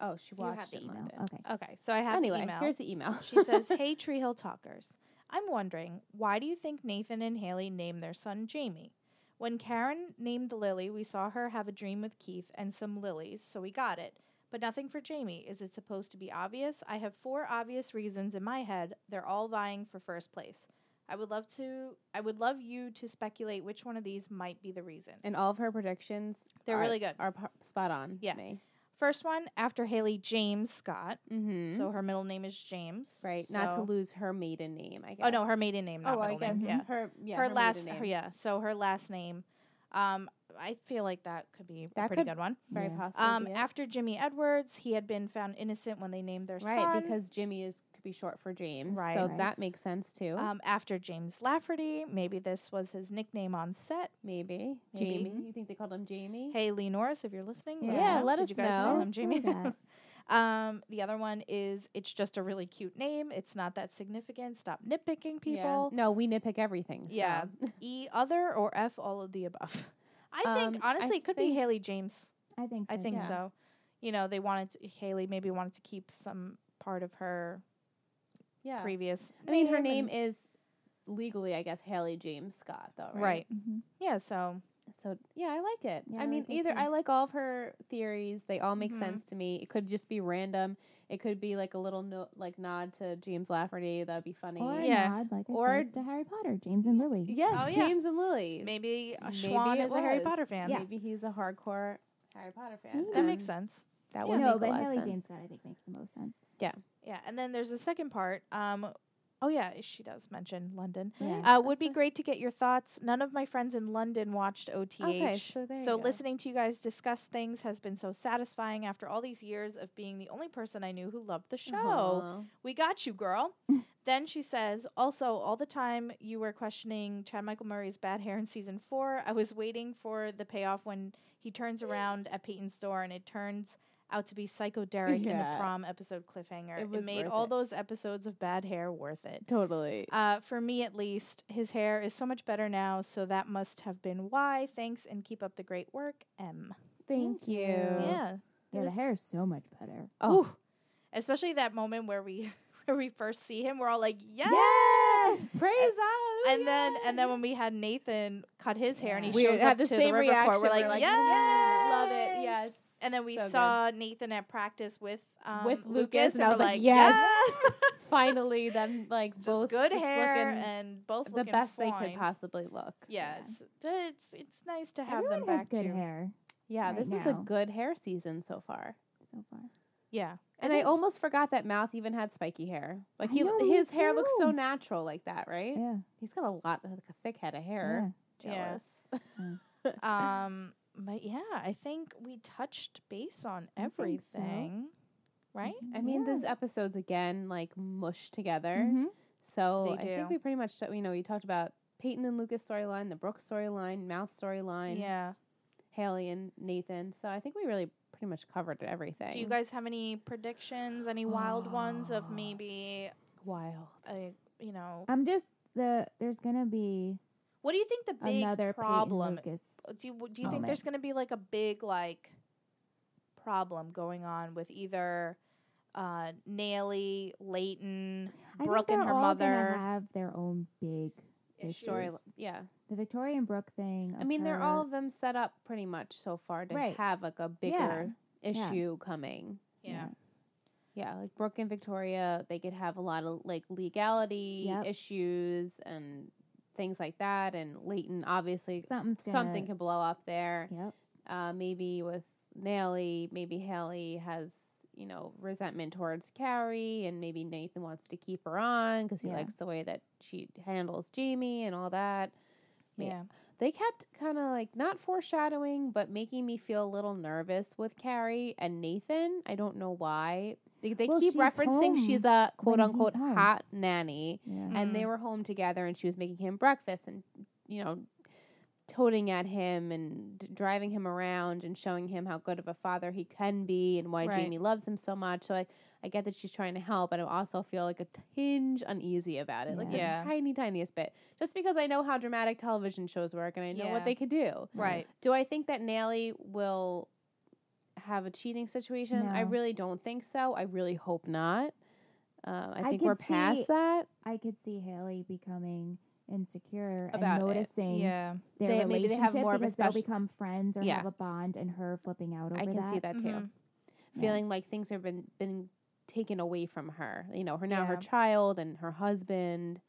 [SPEAKER 1] Oh, she
[SPEAKER 3] You have
[SPEAKER 1] watched
[SPEAKER 3] the
[SPEAKER 1] in
[SPEAKER 3] email.
[SPEAKER 1] London.
[SPEAKER 3] Okay.
[SPEAKER 2] Okay, so I have the
[SPEAKER 1] Anyway,
[SPEAKER 2] email.
[SPEAKER 1] here's the email.
[SPEAKER 2] She says, Hey, Tree Hill Talkers. I'm wondering, why do you think Nathan and Haley named their son Jamie? When Karen named Lily, we saw her have a dream with Keith and some lilies, so we got it. but nothing for Jamie. Is it supposed to be obvious? I have four obvious reasons in my head. They're all vying for first place. I would love to I would love you to speculate which one of these might be the reason.
[SPEAKER 1] And all of her predictions
[SPEAKER 2] They're
[SPEAKER 1] are,
[SPEAKER 2] really good.
[SPEAKER 1] are par- spot on. to
[SPEAKER 2] Yeah.
[SPEAKER 1] Me.
[SPEAKER 2] First one after Haley James Scott.
[SPEAKER 1] Mm-hmm.
[SPEAKER 2] So her middle name is James.
[SPEAKER 1] right. Not to
[SPEAKER 2] so-
[SPEAKER 1] lose her maiden name. I guess.
[SPEAKER 2] Oh no, her maiden name, not
[SPEAKER 1] Oh, I
[SPEAKER 2] middle
[SPEAKER 1] guess
[SPEAKER 2] name. Yeah.
[SPEAKER 1] her. Yeah.
[SPEAKER 2] her, last
[SPEAKER 1] maiden name.
[SPEAKER 2] her- yeah so her last name um i feel like that could be a
[SPEAKER 1] That
[SPEAKER 2] pretty
[SPEAKER 1] could
[SPEAKER 2] good one
[SPEAKER 1] Very
[SPEAKER 3] Yeah.
[SPEAKER 1] possible.
[SPEAKER 2] um after jimmy edwards he had been found innocent when they named their
[SPEAKER 1] right
[SPEAKER 2] son
[SPEAKER 1] because Jimmy is could be short for James.
[SPEAKER 2] Right.
[SPEAKER 1] So
[SPEAKER 3] Right.
[SPEAKER 1] that makes sense too.
[SPEAKER 2] um after james lafferty maybe this was his nickname on set
[SPEAKER 1] maybe.
[SPEAKER 2] maybe.
[SPEAKER 1] Jamie. You think they called him Jamie?
[SPEAKER 2] hey lee norris if you're listening let us
[SPEAKER 3] Yeah,
[SPEAKER 2] know.
[SPEAKER 1] let
[SPEAKER 2] Did
[SPEAKER 1] us
[SPEAKER 2] you guys
[SPEAKER 1] know.
[SPEAKER 2] call
[SPEAKER 3] Let
[SPEAKER 2] him
[SPEAKER 3] us know
[SPEAKER 2] jimmy
[SPEAKER 3] that.
[SPEAKER 2] um the other one is it's just a really cute name it's not that significant stop nitpicking
[SPEAKER 1] Yeah. Mm.
[SPEAKER 2] people
[SPEAKER 1] No, we nitpick everything. so.
[SPEAKER 2] Yeah. e other or f all of the above i
[SPEAKER 1] Um,
[SPEAKER 2] think
[SPEAKER 1] I
[SPEAKER 2] honestly it could be
[SPEAKER 1] think-
[SPEAKER 2] haley james
[SPEAKER 3] I think so.
[SPEAKER 2] I think
[SPEAKER 3] too.
[SPEAKER 2] so. You know, they wanted to, Haley maybe wanted to keep some part of her
[SPEAKER 1] Yeah.
[SPEAKER 2] previous.
[SPEAKER 1] I mean, Oh. her
[SPEAKER 2] and-
[SPEAKER 1] name is legally, I guess, Haley James Scott, though,
[SPEAKER 2] right.
[SPEAKER 1] right?
[SPEAKER 3] Mhm.
[SPEAKER 2] Yeah. So
[SPEAKER 1] So yeah, I like it.
[SPEAKER 3] Yeah,
[SPEAKER 1] I
[SPEAKER 3] I
[SPEAKER 1] mean,
[SPEAKER 3] like it
[SPEAKER 1] either
[SPEAKER 3] too.
[SPEAKER 1] I like all of her theories; they all make
[SPEAKER 2] Mhm.
[SPEAKER 1] sense to me. It could just be random. It could be like a little no, like nod to James Lafferty. That'd be funny.
[SPEAKER 3] Or
[SPEAKER 1] yeah.
[SPEAKER 2] Yeah.
[SPEAKER 3] yeah. nod, like I
[SPEAKER 1] Or-
[SPEAKER 3] said, to Harry Potter, James and Lily.
[SPEAKER 1] Yes,
[SPEAKER 2] Oh, yeah.
[SPEAKER 1] James and Lily.
[SPEAKER 2] maybe, uh
[SPEAKER 1] Maybe
[SPEAKER 2] Schwan
[SPEAKER 1] it
[SPEAKER 2] is a Harry
[SPEAKER 1] was.
[SPEAKER 2] Potter fan.
[SPEAKER 3] Yeah.
[SPEAKER 1] Maybe he's a hardcore Harry Potter fan.
[SPEAKER 3] Maybe.
[SPEAKER 2] That
[SPEAKER 1] and
[SPEAKER 2] makes sense.
[SPEAKER 1] That
[SPEAKER 2] Yeah.
[SPEAKER 1] would
[SPEAKER 3] no,
[SPEAKER 1] make a
[SPEAKER 3] but
[SPEAKER 1] lot of
[SPEAKER 3] Haley
[SPEAKER 1] sense.
[SPEAKER 3] James Scott, I think, makes the most sense.
[SPEAKER 2] Yeah. And then there's a second part. Um, oh yeah, she does mention London.
[SPEAKER 3] Yeah.
[SPEAKER 2] Uh, would
[SPEAKER 1] That's
[SPEAKER 2] be
[SPEAKER 1] what-
[SPEAKER 2] great to get your thoughts. None of my friends in London watched OTH.
[SPEAKER 1] so there you go.
[SPEAKER 2] listening to you guys discuss things has been so satisfying after all these years of being the only person I knew who loved the show.
[SPEAKER 1] Aw.
[SPEAKER 2] We got you, girl. then she says, also, all the time you were questioning Chad Michael Murray's bad hair in season four, I was waiting for the payoff when he turns around at Peyton's door and it turns out to be Psycho Derek in the
[SPEAKER 1] Yeah.
[SPEAKER 2] prom episode cliffhanger.
[SPEAKER 1] It
[SPEAKER 2] It,
[SPEAKER 1] was
[SPEAKER 2] made
[SPEAKER 1] worth
[SPEAKER 2] all
[SPEAKER 1] it.
[SPEAKER 2] those episodes of bad hair worth it.
[SPEAKER 1] totally.
[SPEAKER 2] Uh, for me, at least, his hair is so much better now, so that must have been why. Thanks and keep up the great work, M.
[SPEAKER 1] Thank
[SPEAKER 3] thank
[SPEAKER 1] you.
[SPEAKER 3] you.
[SPEAKER 2] Yeah.
[SPEAKER 3] Yeah, the
[SPEAKER 2] was-
[SPEAKER 3] hair is so much better.
[SPEAKER 1] Oh,
[SPEAKER 2] Ooh. Especially that moment where we where we first see him, we're all like, yes!
[SPEAKER 3] Yes!
[SPEAKER 1] praise God.
[SPEAKER 2] and then and then when we had Nathan cut his hair and he
[SPEAKER 3] Yeah.
[SPEAKER 1] we
[SPEAKER 2] shows up
[SPEAKER 1] had the
[SPEAKER 2] to
[SPEAKER 1] same
[SPEAKER 2] the river
[SPEAKER 1] reaction.
[SPEAKER 2] court, we're like, yeah,
[SPEAKER 1] love it. Yes.
[SPEAKER 2] And then we
[SPEAKER 1] So good.
[SPEAKER 2] saw Nathan at practice with um,
[SPEAKER 1] With Lucas, and I
[SPEAKER 2] we're
[SPEAKER 1] was like, yes.
[SPEAKER 2] "Yes!"
[SPEAKER 1] finally them like
[SPEAKER 2] Just
[SPEAKER 1] both
[SPEAKER 2] good
[SPEAKER 1] just
[SPEAKER 2] hair
[SPEAKER 1] looking
[SPEAKER 2] and both
[SPEAKER 1] the
[SPEAKER 2] looking
[SPEAKER 1] best they
[SPEAKER 2] fine.
[SPEAKER 1] could possibly look.
[SPEAKER 2] Yeah,
[SPEAKER 3] Yeah.
[SPEAKER 2] it's it's it's nice to have
[SPEAKER 3] Everyone
[SPEAKER 2] them back
[SPEAKER 3] has good
[SPEAKER 2] too.
[SPEAKER 3] hair
[SPEAKER 1] Yeah,
[SPEAKER 3] Right
[SPEAKER 1] this is a
[SPEAKER 3] now.
[SPEAKER 1] good hair season so far.
[SPEAKER 3] so far.
[SPEAKER 2] Yeah,
[SPEAKER 1] And
[SPEAKER 2] It
[SPEAKER 1] I
[SPEAKER 2] is.
[SPEAKER 1] almost forgot that Mouth even had spiky hair. Like
[SPEAKER 3] I
[SPEAKER 1] he,
[SPEAKER 3] know, me
[SPEAKER 1] his hair looks so
[SPEAKER 3] too.
[SPEAKER 1] natural like that, right?
[SPEAKER 3] Yeah.
[SPEAKER 1] He's got a lot, like a thick head of hair.
[SPEAKER 2] Yeah.
[SPEAKER 1] Jealous.
[SPEAKER 2] um, but yeah, I think we touched base on
[SPEAKER 3] I think so.
[SPEAKER 2] everything, right?
[SPEAKER 1] I mean, these episodes again like mush together.
[SPEAKER 3] Mhm.
[SPEAKER 2] Mm-hmm.
[SPEAKER 1] So
[SPEAKER 2] They
[SPEAKER 1] I think
[SPEAKER 2] do.
[SPEAKER 1] we pretty much, t- you know, we talked about Peyton and Lucas storyline, the Brooke storyline, Mouth storyline,
[SPEAKER 2] Yeah.
[SPEAKER 1] Haley and Nathan. So I think we really pretty much covered everything.
[SPEAKER 2] Do you guys have any predictions? Any wild ones of
[SPEAKER 3] Ah.
[SPEAKER 2] maybe
[SPEAKER 1] wild?
[SPEAKER 2] a you know
[SPEAKER 3] I'm just the there's gonna be
[SPEAKER 2] what do you think the big
[SPEAKER 3] another
[SPEAKER 2] problem
[SPEAKER 3] Peyton Lucas.
[SPEAKER 2] do you do you think
[SPEAKER 3] moment.
[SPEAKER 2] there's going to be like a big like problem going on with either uh Naily, Leighton, Brooke
[SPEAKER 3] I think
[SPEAKER 2] and
[SPEAKER 3] they're
[SPEAKER 2] her
[SPEAKER 3] all
[SPEAKER 2] mother
[SPEAKER 3] gonna have their own big issues.
[SPEAKER 1] Story, yeah.
[SPEAKER 3] The Victoria and Brooke thing.
[SPEAKER 1] I
[SPEAKER 3] of
[SPEAKER 1] mean, they're
[SPEAKER 3] her-
[SPEAKER 1] all of them set up pretty much so far to
[SPEAKER 3] Right.
[SPEAKER 1] have like a bigger issue coming.
[SPEAKER 2] Yeah.
[SPEAKER 1] Yeah, like Brooke and Victoria, they could have a lot of like legality
[SPEAKER 3] Yep.
[SPEAKER 1] issues and things like that. And Leighton, obviously,
[SPEAKER 3] Something's gonna,
[SPEAKER 1] something can blow up there.
[SPEAKER 3] Yep.
[SPEAKER 1] Uh, maybe with Nelly, maybe Haley has you know resentment towards Carrie, and maybe Nathan wants to keep her on because he
[SPEAKER 3] Yeah.
[SPEAKER 1] likes the way that she handles Jamie and all that. Yeah.
[SPEAKER 2] Yeah.
[SPEAKER 1] they kept kind of like not foreshadowing, but making me feel a little nervous with Carrie and Nathan. I don't know why. They, they
[SPEAKER 3] Well,
[SPEAKER 1] keep
[SPEAKER 3] she's
[SPEAKER 1] referencing she's
[SPEAKER 3] home
[SPEAKER 1] a quote unquote
[SPEAKER 3] he's home.
[SPEAKER 1] hot nanny,
[SPEAKER 3] Yeah.
[SPEAKER 1] and they
[SPEAKER 2] Mhm.
[SPEAKER 1] were home together, and she was making him breakfast and, you know, toting at him and d- driving him around and showing him how good of a father he can be and why
[SPEAKER 2] Right.
[SPEAKER 1] Jamie loves him so much. So, like, I get that she's trying to help, but I also feel like a tinge uneasy about it, like the
[SPEAKER 2] Yeah.
[SPEAKER 1] tiny, tiniest bit. Just because I know how dramatic television shows work and I know
[SPEAKER 2] Yeah.
[SPEAKER 1] what they could do.
[SPEAKER 2] Right.
[SPEAKER 1] Do I think that Nelly will have a cheating situation? I
[SPEAKER 3] No.
[SPEAKER 1] really don't think so. I really hope not. Um, I
[SPEAKER 3] I
[SPEAKER 1] think we're
[SPEAKER 3] could
[SPEAKER 1] past
[SPEAKER 3] see-
[SPEAKER 1] that.
[SPEAKER 3] I could see Haley becoming insecure
[SPEAKER 1] About it.
[SPEAKER 3] and noticing
[SPEAKER 2] Yeah.
[SPEAKER 3] their
[SPEAKER 1] They- maybe
[SPEAKER 3] relationship
[SPEAKER 1] they have more of a
[SPEAKER 3] because
[SPEAKER 1] special-
[SPEAKER 3] they'll become friends or
[SPEAKER 1] Yeah.
[SPEAKER 3] have a bond, and her flipping out over
[SPEAKER 1] I can
[SPEAKER 3] that.
[SPEAKER 1] see that too.
[SPEAKER 2] Mhm.
[SPEAKER 3] Yeah.
[SPEAKER 1] feeling like things have been been taken away from her. You know, her now her
[SPEAKER 2] Yeah.
[SPEAKER 1] child and her husband.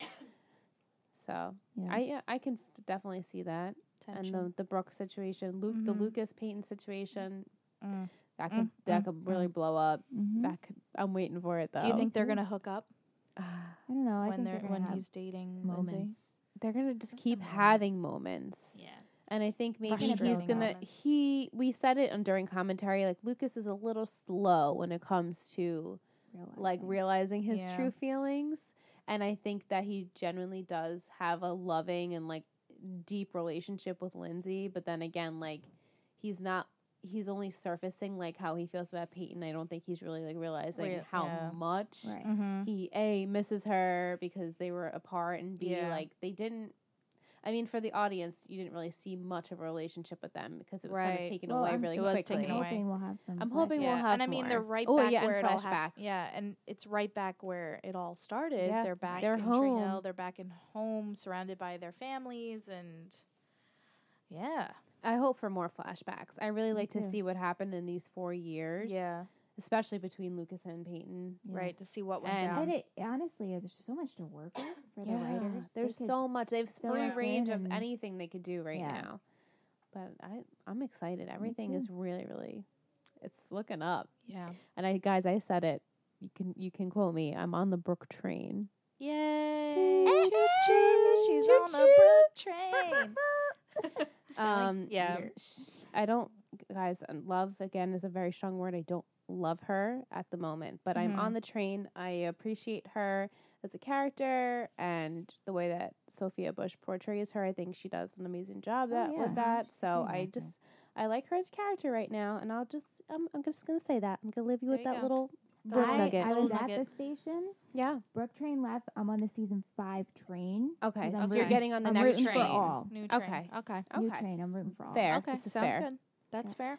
[SPEAKER 1] So
[SPEAKER 3] Yeah.
[SPEAKER 1] I yeah, I can definitely see that,
[SPEAKER 2] Tension.
[SPEAKER 1] and the the Brooke situation, Luke the
[SPEAKER 2] Mhm.
[SPEAKER 1] Lucas Payton situation
[SPEAKER 2] Mm.
[SPEAKER 1] that could
[SPEAKER 2] Mm, mm,
[SPEAKER 1] that
[SPEAKER 2] Mm-hmm.
[SPEAKER 1] could really blow up.
[SPEAKER 3] Mhm.
[SPEAKER 1] That could I'm waiting for it though.
[SPEAKER 2] Do you think they're
[SPEAKER 3] too.
[SPEAKER 2] gonna hook up
[SPEAKER 1] Ah,
[SPEAKER 3] I don't know. I
[SPEAKER 2] when
[SPEAKER 3] think
[SPEAKER 2] they're
[SPEAKER 3] they're gonna
[SPEAKER 2] when
[SPEAKER 3] have
[SPEAKER 2] he's dating Lindsay?
[SPEAKER 3] moments.
[SPEAKER 1] they're gonna just
[SPEAKER 3] That's
[SPEAKER 1] keep
[SPEAKER 3] not bad.
[SPEAKER 1] having moments?
[SPEAKER 3] Yeah.
[SPEAKER 1] And I think maybe he's
[SPEAKER 2] Frustrating
[SPEAKER 1] gonna
[SPEAKER 2] moments.
[SPEAKER 1] he we said it on during commentary like Lucas is a little slow when it comes to like
[SPEAKER 3] Realizing.
[SPEAKER 1] realizing his
[SPEAKER 2] Yeah.
[SPEAKER 1] true feelings and I think that he genuinely does have a loving and like deep relationship with Lindsay but then again like he's not he's only surfacing like how he feels about Peyton I don't think he's really like realizing
[SPEAKER 2] Real-
[SPEAKER 1] how
[SPEAKER 2] yeah.
[SPEAKER 1] much
[SPEAKER 3] Right.
[SPEAKER 2] Mm-hmm.
[SPEAKER 1] he a misses her because they were apart and b
[SPEAKER 2] Yeah.
[SPEAKER 1] like they didn't i mean for the audience you didn't really see much of a relationship with them because it was kind of
[SPEAKER 2] Right.
[SPEAKER 1] taken
[SPEAKER 3] Well,
[SPEAKER 1] away
[SPEAKER 3] I'm-
[SPEAKER 1] really
[SPEAKER 2] It was
[SPEAKER 1] quickly
[SPEAKER 2] taken
[SPEAKER 3] I'm
[SPEAKER 2] away.
[SPEAKER 3] hoping we'll have some.
[SPEAKER 1] i'm hoping
[SPEAKER 3] flashbacks.
[SPEAKER 1] we'll have
[SPEAKER 2] and I mean they're
[SPEAKER 1] more.
[SPEAKER 2] right
[SPEAKER 1] oh
[SPEAKER 2] back
[SPEAKER 1] yeah
[SPEAKER 2] where
[SPEAKER 1] and
[SPEAKER 2] it all
[SPEAKER 1] flashbacks
[SPEAKER 2] hap- yeah, and it's right back where it all started.
[SPEAKER 1] Yeah,
[SPEAKER 2] They're back
[SPEAKER 1] they're
[SPEAKER 2] in
[SPEAKER 1] home.
[SPEAKER 2] Trino, they're back in home, surrounded by their families and yeah.
[SPEAKER 1] i hope for more flashbacks i really
[SPEAKER 3] Me
[SPEAKER 1] like to
[SPEAKER 3] too.
[SPEAKER 1] see what happened in these four years
[SPEAKER 2] Yeah.
[SPEAKER 1] especially between lucas and peyton
[SPEAKER 3] Yeah.
[SPEAKER 2] Right, to see what went
[SPEAKER 1] And-
[SPEAKER 2] down.
[SPEAKER 3] And it honestly, there's so much to work with for the writers. They
[SPEAKER 1] there's
[SPEAKER 3] could-
[SPEAKER 1] so much they have
[SPEAKER 3] fill
[SPEAKER 1] free
[SPEAKER 3] us
[SPEAKER 1] range
[SPEAKER 3] in
[SPEAKER 1] of
[SPEAKER 3] and-
[SPEAKER 1] anything they could do right
[SPEAKER 3] Yeah.
[SPEAKER 1] now but i i'm excited everything is really really it's looking up
[SPEAKER 2] yeah.
[SPEAKER 1] And I guys, I said it. You can you can quote me. I'm on the Brook train.
[SPEAKER 2] Yay.
[SPEAKER 1] Choo-choo,
[SPEAKER 2] Choo-choo, She's on a
[SPEAKER 1] choo-choo.
[SPEAKER 2] brook train.
[SPEAKER 3] Sounds
[SPEAKER 1] Um,
[SPEAKER 2] yeah.
[SPEAKER 3] weird.
[SPEAKER 1] Sh- I don't guys, and love again is a very strong word. I don't love her at the moment, but I'm
[SPEAKER 2] Mhm.
[SPEAKER 1] on the train. I appreciate her as a character and the way that Sophia Bush portrays her. I think she does an amazing job
[SPEAKER 3] Oh,
[SPEAKER 1] that
[SPEAKER 3] yeah.
[SPEAKER 1] with that.
[SPEAKER 3] She's
[SPEAKER 1] So
[SPEAKER 3] doing
[SPEAKER 1] I
[SPEAKER 3] that
[SPEAKER 1] just
[SPEAKER 3] best.
[SPEAKER 1] I like her as a character right now, and I'll just I'm I'm just gonna say that. I'm gonna leave you
[SPEAKER 2] There
[SPEAKER 1] with
[SPEAKER 2] you
[SPEAKER 1] that
[SPEAKER 2] go.
[SPEAKER 1] little
[SPEAKER 2] That
[SPEAKER 1] word
[SPEAKER 2] little
[SPEAKER 3] I,
[SPEAKER 1] nugget.
[SPEAKER 3] I was at the
[SPEAKER 2] nugget.
[SPEAKER 3] station.
[SPEAKER 1] yeah.
[SPEAKER 3] Brook train left. I'm on the season five train.
[SPEAKER 1] Okay.
[SPEAKER 3] 'cause
[SPEAKER 1] So
[SPEAKER 3] I'm
[SPEAKER 1] you're
[SPEAKER 3] rooting-
[SPEAKER 1] getting on the
[SPEAKER 3] I'm
[SPEAKER 1] next
[SPEAKER 3] rooting
[SPEAKER 1] train.
[SPEAKER 3] for all.
[SPEAKER 2] New train.
[SPEAKER 1] Okay.
[SPEAKER 2] Okay.
[SPEAKER 3] New
[SPEAKER 1] Okay.
[SPEAKER 3] train. I'm rooting for all.
[SPEAKER 1] Fair.
[SPEAKER 2] Okay.
[SPEAKER 1] This is
[SPEAKER 2] Sounds
[SPEAKER 1] fair.
[SPEAKER 2] good. That's
[SPEAKER 3] Yeah.
[SPEAKER 2] fair.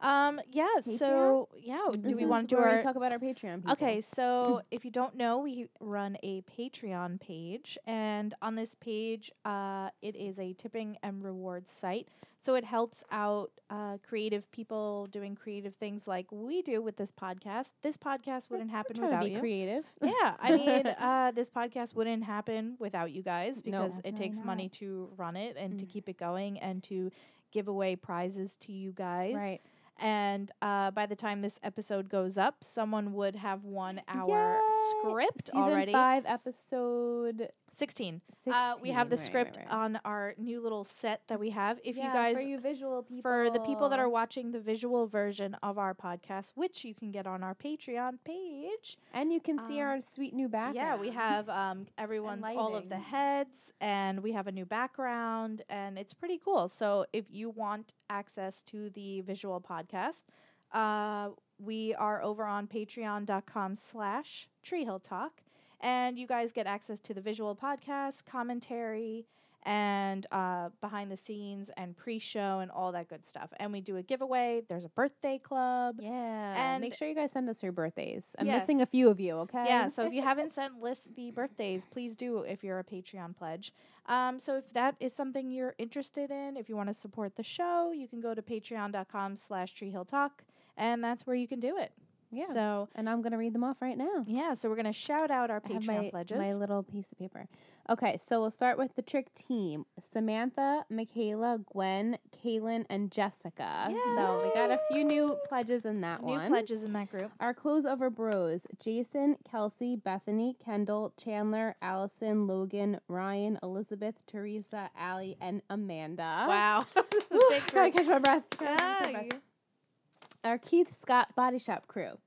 [SPEAKER 2] Um, yeah,
[SPEAKER 3] Patreon?
[SPEAKER 2] so yeah, do
[SPEAKER 1] This
[SPEAKER 2] we
[SPEAKER 1] is
[SPEAKER 2] want to do
[SPEAKER 1] where we
[SPEAKER 2] our
[SPEAKER 1] talk about our Patreon? people.
[SPEAKER 2] Okay, so if you don't know, we run a Patreon page, and on this page, uh, it is a tipping and reward site. So it helps out uh, creative people doing creative things like we do with this podcast. This podcast wouldn't
[SPEAKER 1] I'm
[SPEAKER 2] happen
[SPEAKER 1] trying
[SPEAKER 2] without
[SPEAKER 1] to be
[SPEAKER 2] you.
[SPEAKER 1] creative.
[SPEAKER 2] yeah, I mean, uh, this podcast wouldn't happen without you guys
[SPEAKER 1] No.
[SPEAKER 2] because it
[SPEAKER 3] Definitely
[SPEAKER 2] takes
[SPEAKER 3] not.
[SPEAKER 2] money to run it and to
[SPEAKER 1] Mm.
[SPEAKER 2] keep it going and to give away prizes to you guys.
[SPEAKER 1] Right.
[SPEAKER 2] And uh, by the time this episode goes up, someone would have won our
[SPEAKER 1] Yay!
[SPEAKER 2] script
[SPEAKER 1] Season
[SPEAKER 2] already.
[SPEAKER 1] five, episode
[SPEAKER 2] 16.
[SPEAKER 1] 16.
[SPEAKER 2] Uh, we have the
[SPEAKER 1] Right, right,
[SPEAKER 2] script
[SPEAKER 1] right.
[SPEAKER 2] on our new little set that we have. If
[SPEAKER 1] Yeah,
[SPEAKER 2] you guys,
[SPEAKER 1] for you visual people,
[SPEAKER 2] for the people that are watching the visual version of our podcast, which you can get on our Patreon page,
[SPEAKER 1] and you can see
[SPEAKER 2] um,
[SPEAKER 1] our sweet new background.
[SPEAKER 2] yeah, we have um, everyone's all of the
[SPEAKER 1] lighting.
[SPEAKER 2] heads, and we have a new background, and it's pretty cool. So if you want access to the visual podcast, uh, we are over on patreon.com slash treehill talk and you guys get access to the visual podcast commentary and uh, behind the scenes and pre-show and all that good stuff and we do a giveaway there's a birthday club
[SPEAKER 1] Yeah,
[SPEAKER 2] And-
[SPEAKER 1] make sure you guys send us your birthdays. I'm
[SPEAKER 2] Yeah.
[SPEAKER 1] missing a few of you. Okay.
[SPEAKER 2] yeah, so if you haven't sent Liz the birthdays, please do if you're a Patreon pledge. Um, so if that is something you're interested in, if you want to support the show, you can go to patreon.com slash treehilltalk, and that's where you can do it.
[SPEAKER 1] Yeah.
[SPEAKER 2] So,
[SPEAKER 1] and I'm gonna read them off right now.
[SPEAKER 2] yeah, so we're going to shout out our
[SPEAKER 1] I have
[SPEAKER 2] Patreon
[SPEAKER 1] my,
[SPEAKER 2] pledges.
[SPEAKER 1] my little piece of paper. Okay, so we'll start with the trick team: Samantha, Michaela, Gwen, Kaylin, and Jessica. So we got a few new pledges in that
[SPEAKER 2] New
[SPEAKER 1] one.
[SPEAKER 2] pledges in that group.
[SPEAKER 1] Our close over bros Jason, Kelsey, Bethany, Kendall, Chandler, Allison, Logan, Ryan, Elizabeth, Teresa, Allie, and Amanda.
[SPEAKER 2] Wow.
[SPEAKER 1] Ooh, Oh. gotta catch my breath. Gotta catch my breath. Our Keith Scott Body Shop crew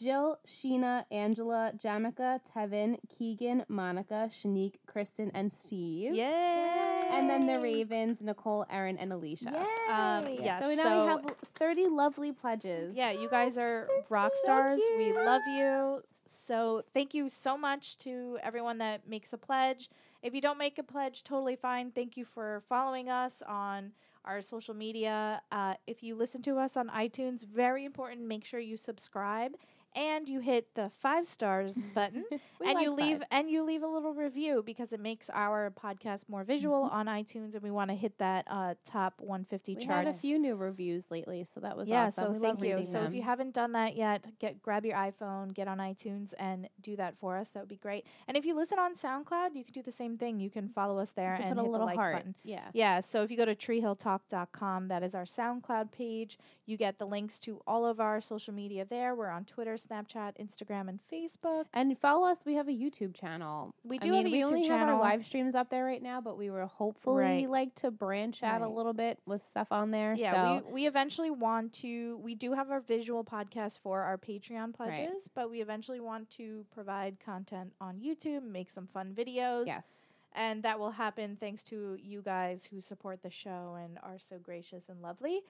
[SPEAKER 1] Jill, Sheena, Angela, Jamica, Tevin, Keegan, Monica, Shanique, Kristen, and Steve.
[SPEAKER 2] Yay.
[SPEAKER 1] And then the Ravens Nicole, Erin, and Alicia.
[SPEAKER 2] Um,
[SPEAKER 3] Yay!
[SPEAKER 2] yeah,
[SPEAKER 1] So now we have 30 lovely pledges.
[SPEAKER 2] Yeah, you guys are rock stars. We love you. So thank you so much to everyone that makes a pledge. If you don't make a pledge, totally fine. Thank you for following us on our social media. Uh, if you listen to us on iTunes, very important, make sure you subscribe and you hit the five stars button
[SPEAKER 3] We
[SPEAKER 2] and
[SPEAKER 3] like
[SPEAKER 2] you leave
[SPEAKER 3] five.
[SPEAKER 2] and you leave a little review because it makes our podcast more visual on iTunes, and we want to hit that uh, top 150
[SPEAKER 1] Mm-hmm. We
[SPEAKER 2] chart.
[SPEAKER 1] had a few new reviews lately, so that was
[SPEAKER 2] yeah,
[SPEAKER 1] awesome.
[SPEAKER 2] so
[SPEAKER 1] we
[SPEAKER 2] thank
[SPEAKER 1] love
[SPEAKER 2] you.
[SPEAKER 1] reading
[SPEAKER 2] So
[SPEAKER 1] them.
[SPEAKER 2] if you haven't done that yet, get grab your iPhone, get on iTunes, and do that for us. That would be great. And if you listen on SoundCloud, you can do the same thing. You can follow us there
[SPEAKER 1] You
[SPEAKER 2] and
[SPEAKER 1] put a
[SPEAKER 2] hit
[SPEAKER 1] little
[SPEAKER 2] the like
[SPEAKER 1] heart.
[SPEAKER 2] button.
[SPEAKER 1] Yeah.
[SPEAKER 2] Yeah, so if you go to treehilltalk.com, that is our SoundCloud page. You get the links to all of our social media there. We're on Twitter, Snapchat, Instagram, and Facebook.
[SPEAKER 1] And follow us. We have a YouTube channel.
[SPEAKER 2] We
[SPEAKER 1] I
[SPEAKER 2] do
[SPEAKER 1] mean,
[SPEAKER 2] have a
[SPEAKER 1] we
[SPEAKER 2] YouTube
[SPEAKER 1] only have
[SPEAKER 2] channel.
[SPEAKER 1] our live streams up there right now, but we were hopefully
[SPEAKER 2] Right.
[SPEAKER 1] like to branch out a
[SPEAKER 2] Right.
[SPEAKER 1] little bit with stuff on there.
[SPEAKER 2] Yeah,
[SPEAKER 1] so
[SPEAKER 2] we, we eventually want to. We do have our visual podcast for our Patreon pledges,
[SPEAKER 1] Right.
[SPEAKER 2] but we eventually want to provide content on YouTube, make some fun videos.
[SPEAKER 1] yes,
[SPEAKER 2] And that will happen thanks to you guys who support the show and are so gracious and lovely.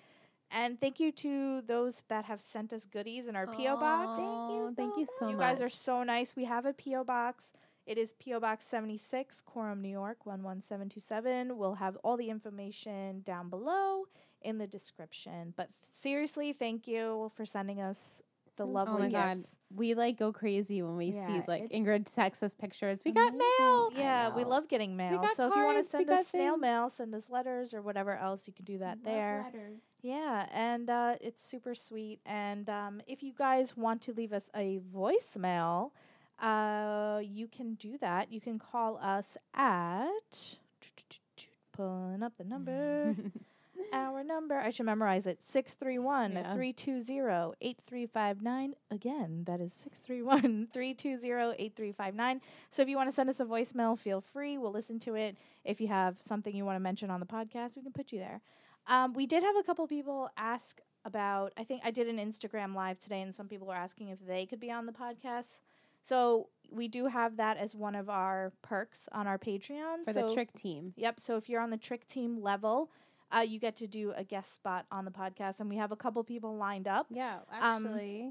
[SPEAKER 2] And thank you to those that have sent us goodies in our P.O. box.
[SPEAKER 3] Thank you
[SPEAKER 1] Aw, thank
[SPEAKER 3] so
[SPEAKER 1] you so
[SPEAKER 2] You
[SPEAKER 1] much.
[SPEAKER 2] guys are so nice. We have a P.O. box. It is P.O. Box 76, Quorum, New York, 11727. We'll have all the information down below in the description. But seriously, thank you for sending us the
[SPEAKER 3] So
[SPEAKER 1] oh
[SPEAKER 2] lovely
[SPEAKER 1] my
[SPEAKER 3] sweet.
[SPEAKER 1] god,
[SPEAKER 2] gifts.
[SPEAKER 1] we like go crazy when we see
[SPEAKER 3] Yeah,
[SPEAKER 1] like
[SPEAKER 3] it's
[SPEAKER 1] Ingrid texts us pictures. We got
[SPEAKER 3] amazing.
[SPEAKER 1] mail.
[SPEAKER 3] I
[SPEAKER 2] Yeah, we
[SPEAKER 3] know.
[SPEAKER 2] love getting mail.
[SPEAKER 1] got
[SPEAKER 2] So if you want
[SPEAKER 1] cards,
[SPEAKER 2] to
[SPEAKER 1] we
[SPEAKER 2] send
[SPEAKER 1] got
[SPEAKER 2] us snail
[SPEAKER 1] things.
[SPEAKER 2] mail, send us letters or whatever else, you can do that
[SPEAKER 3] Love
[SPEAKER 2] there.
[SPEAKER 3] letters.
[SPEAKER 2] Yeah, and uh, it's super sweet. And um, if you guys want to leave us a voicemail, uh, you can do that. You can call us at pulling up the number. Our number, I should memorize it 631
[SPEAKER 1] Yeah.
[SPEAKER 2] 320 8359. Again, that is 631 320 8359. So if you want to send us a voicemail, feel free. We'll listen to it. If you have something you want to mention on the podcast, we can put you there. Um, we did have a couple people ask about, I think I did an Instagram live today, and some people were asking if they could be on the podcast. So we do have that as one of our perks on our Patreon.
[SPEAKER 1] for
[SPEAKER 2] so
[SPEAKER 1] the trick team.
[SPEAKER 2] Yep. So if you're on the trick team level, uh, you get to do a guest spot on the podcast, and we have a couple people lined up.
[SPEAKER 1] Yeah,
[SPEAKER 2] Um,
[SPEAKER 1] actually,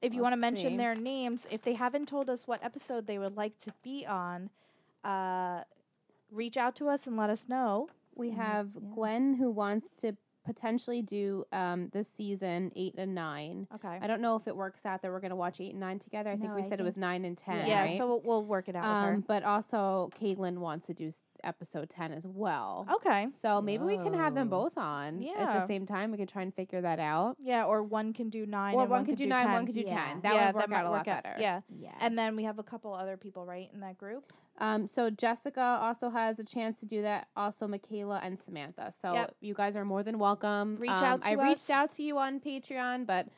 [SPEAKER 2] If you want to
[SPEAKER 1] Let's
[SPEAKER 2] mention
[SPEAKER 1] see.
[SPEAKER 2] their names, if they haven't told us what episode they would like to be on, uh, reach out to us and let us know.
[SPEAKER 1] we
[SPEAKER 3] Yeah,
[SPEAKER 1] have
[SPEAKER 3] yeah.
[SPEAKER 1] Gwen who wants to potentially do um this season eight and nine.
[SPEAKER 2] Okay.
[SPEAKER 1] I don't know if it works out that we're going to watch eight and nine together. I think
[SPEAKER 3] No,
[SPEAKER 1] we
[SPEAKER 3] I
[SPEAKER 1] said it was nine and ten.
[SPEAKER 2] Yeah.
[SPEAKER 1] right?
[SPEAKER 2] So we'll, we'll work it out
[SPEAKER 1] um,
[SPEAKER 2] with
[SPEAKER 1] but also Caitlin wants to do s- episode ten as well.
[SPEAKER 2] her. Okay.
[SPEAKER 1] So maybe we can have them
[SPEAKER 3] Whoa.
[SPEAKER 1] both on at
[SPEAKER 2] Yeah.
[SPEAKER 1] the same time. We could try and figure that out.
[SPEAKER 2] Yeah. Or one can do nine.
[SPEAKER 1] or
[SPEAKER 2] and
[SPEAKER 1] one, could do nine, one could do
[SPEAKER 3] Yeah.
[SPEAKER 1] ten. That
[SPEAKER 2] yeah,
[SPEAKER 1] would work
[SPEAKER 2] might
[SPEAKER 1] out a lot
[SPEAKER 2] work out.
[SPEAKER 1] better.
[SPEAKER 2] Yeah.
[SPEAKER 3] Yeah.
[SPEAKER 2] And then we have a couple other people right in that group.
[SPEAKER 1] Um, so Jessica also has a chance to do that. Also Michaela and Samantha. So
[SPEAKER 2] Yep.
[SPEAKER 1] you guys are more than welcome.
[SPEAKER 2] Reach
[SPEAKER 1] Um,
[SPEAKER 2] out
[SPEAKER 1] I
[SPEAKER 2] to us.
[SPEAKER 1] reached out to you on Patreon, but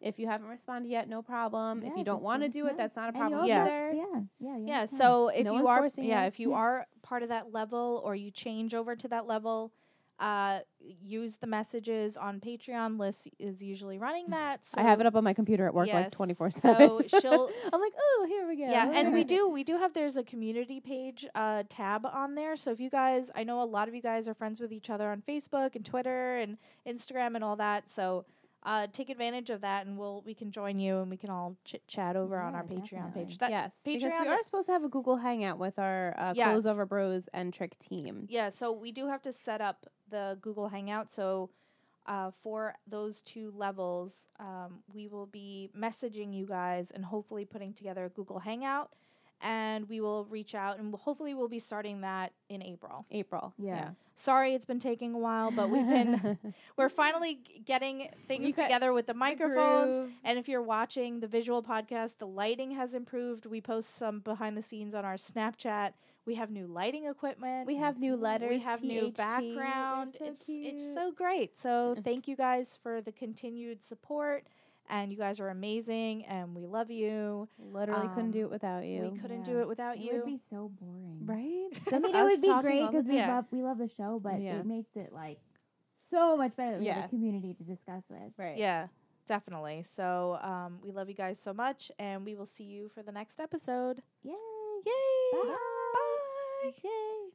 [SPEAKER 1] if you haven't responded yet, no problem. um, if
[SPEAKER 3] Yeah,
[SPEAKER 1] you don't
[SPEAKER 3] just
[SPEAKER 1] want to
[SPEAKER 3] let us
[SPEAKER 1] do it,
[SPEAKER 3] know.
[SPEAKER 1] that's not a
[SPEAKER 3] And you
[SPEAKER 1] problem
[SPEAKER 3] also-
[SPEAKER 1] either.
[SPEAKER 3] Yeah. Yeah. you
[SPEAKER 2] Yeah.
[SPEAKER 3] have time.
[SPEAKER 2] So if
[SPEAKER 1] Hmm. No
[SPEAKER 2] you
[SPEAKER 1] one's
[SPEAKER 2] are,
[SPEAKER 1] forcing
[SPEAKER 2] yeah,
[SPEAKER 1] you.
[SPEAKER 2] if you are part of that level or you change over to that level, uh, use the messages on Patreon. Liz is usually running that. So
[SPEAKER 1] I have it up on my computer at work
[SPEAKER 2] Yes.
[SPEAKER 1] like twenty four seven.
[SPEAKER 2] So she'll-
[SPEAKER 1] I'm like, oh, here we go.
[SPEAKER 2] Yeah, and we do we do have there's a community page uh, tab on there. So if you guys, I know a lot of you guys are friends with each other on Facebook and Twitter and Instagram and all that. So uh, take advantage of that, and we'll we can join you and we can all chit chat over on
[SPEAKER 3] Yeah,
[SPEAKER 2] our Patreon
[SPEAKER 3] definitely.
[SPEAKER 2] page. That
[SPEAKER 1] yes, because
[SPEAKER 2] Patreon-
[SPEAKER 1] we are supposed to have a Google Hangout with our uh,
[SPEAKER 2] Yes.
[SPEAKER 1] Close Over Bros and Trick team.
[SPEAKER 2] Yeah, so we do have to set up the Google Hangout. So uh, for those two levels, um, we will be messaging you guys and hopefully putting together a Google Hangout. And we will reach out and hopefully we'll be starting that in April.
[SPEAKER 1] April.
[SPEAKER 3] Yeah.
[SPEAKER 2] Sorry, it's been taking a while, Oh, but we've been we're finally g- getting things
[SPEAKER 1] got
[SPEAKER 2] together with the microphones.
[SPEAKER 1] Groove.
[SPEAKER 2] And if you're watching the visual podcast, the lighting has improved. We post some behind the scenes on our Snapchat. We have new lighting equipment.
[SPEAKER 1] We have new letters.
[SPEAKER 2] We have new
[SPEAKER 1] THT. They're
[SPEAKER 2] background.
[SPEAKER 1] so
[SPEAKER 2] it's it's
[SPEAKER 1] cute.
[SPEAKER 2] so great. So thank you guys for the continued support, and you guys are amazing, and we love you.
[SPEAKER 1] literally
[SPEAKER 2] um,
[SPEAKER 1] couldn't do it without you,
[SPEAKER 2] We couldn't
[SPEAKER 3] Yeah.
[SPEAKER 2] do it without
[SPEAKER 3] It
[SPEAKER 2] you.
[SPEAKER 3] would be so boring.
[SPEAKER 1] right?
[SPEAKER 3] I
[SPEAKER 1] Just
[SPEAKER 3] mean, it
[SPEAKER 1] us
[SPEAKER 3] would be
[SPEAKER 1] talking
[SPEAKER 3] great
[SPEAKER 1] all the
[SPEAKER 3] because we
[SPEAKER 2] Yeah.
[SPEAKER 3] love we love the show, but
[SPEAKER 1] Yeah.
[SPEAKER 3] it makes it like so much better that we have
[SPEAKER 1] Yeah.
[SPEAKER 3] a community to discuss with.
[SPEAKER 1] Right.
[SPEAKER 2] yeah, definitely. So um, we love you guys so much, and we will see you for the next episode.
[SPEAKER 3] Yay!
[SPEAKER 2] Yay!
[SPEAKER 3] Bye.
[SPEAKER 2] Bye.
[SPEAKER 1] Yay.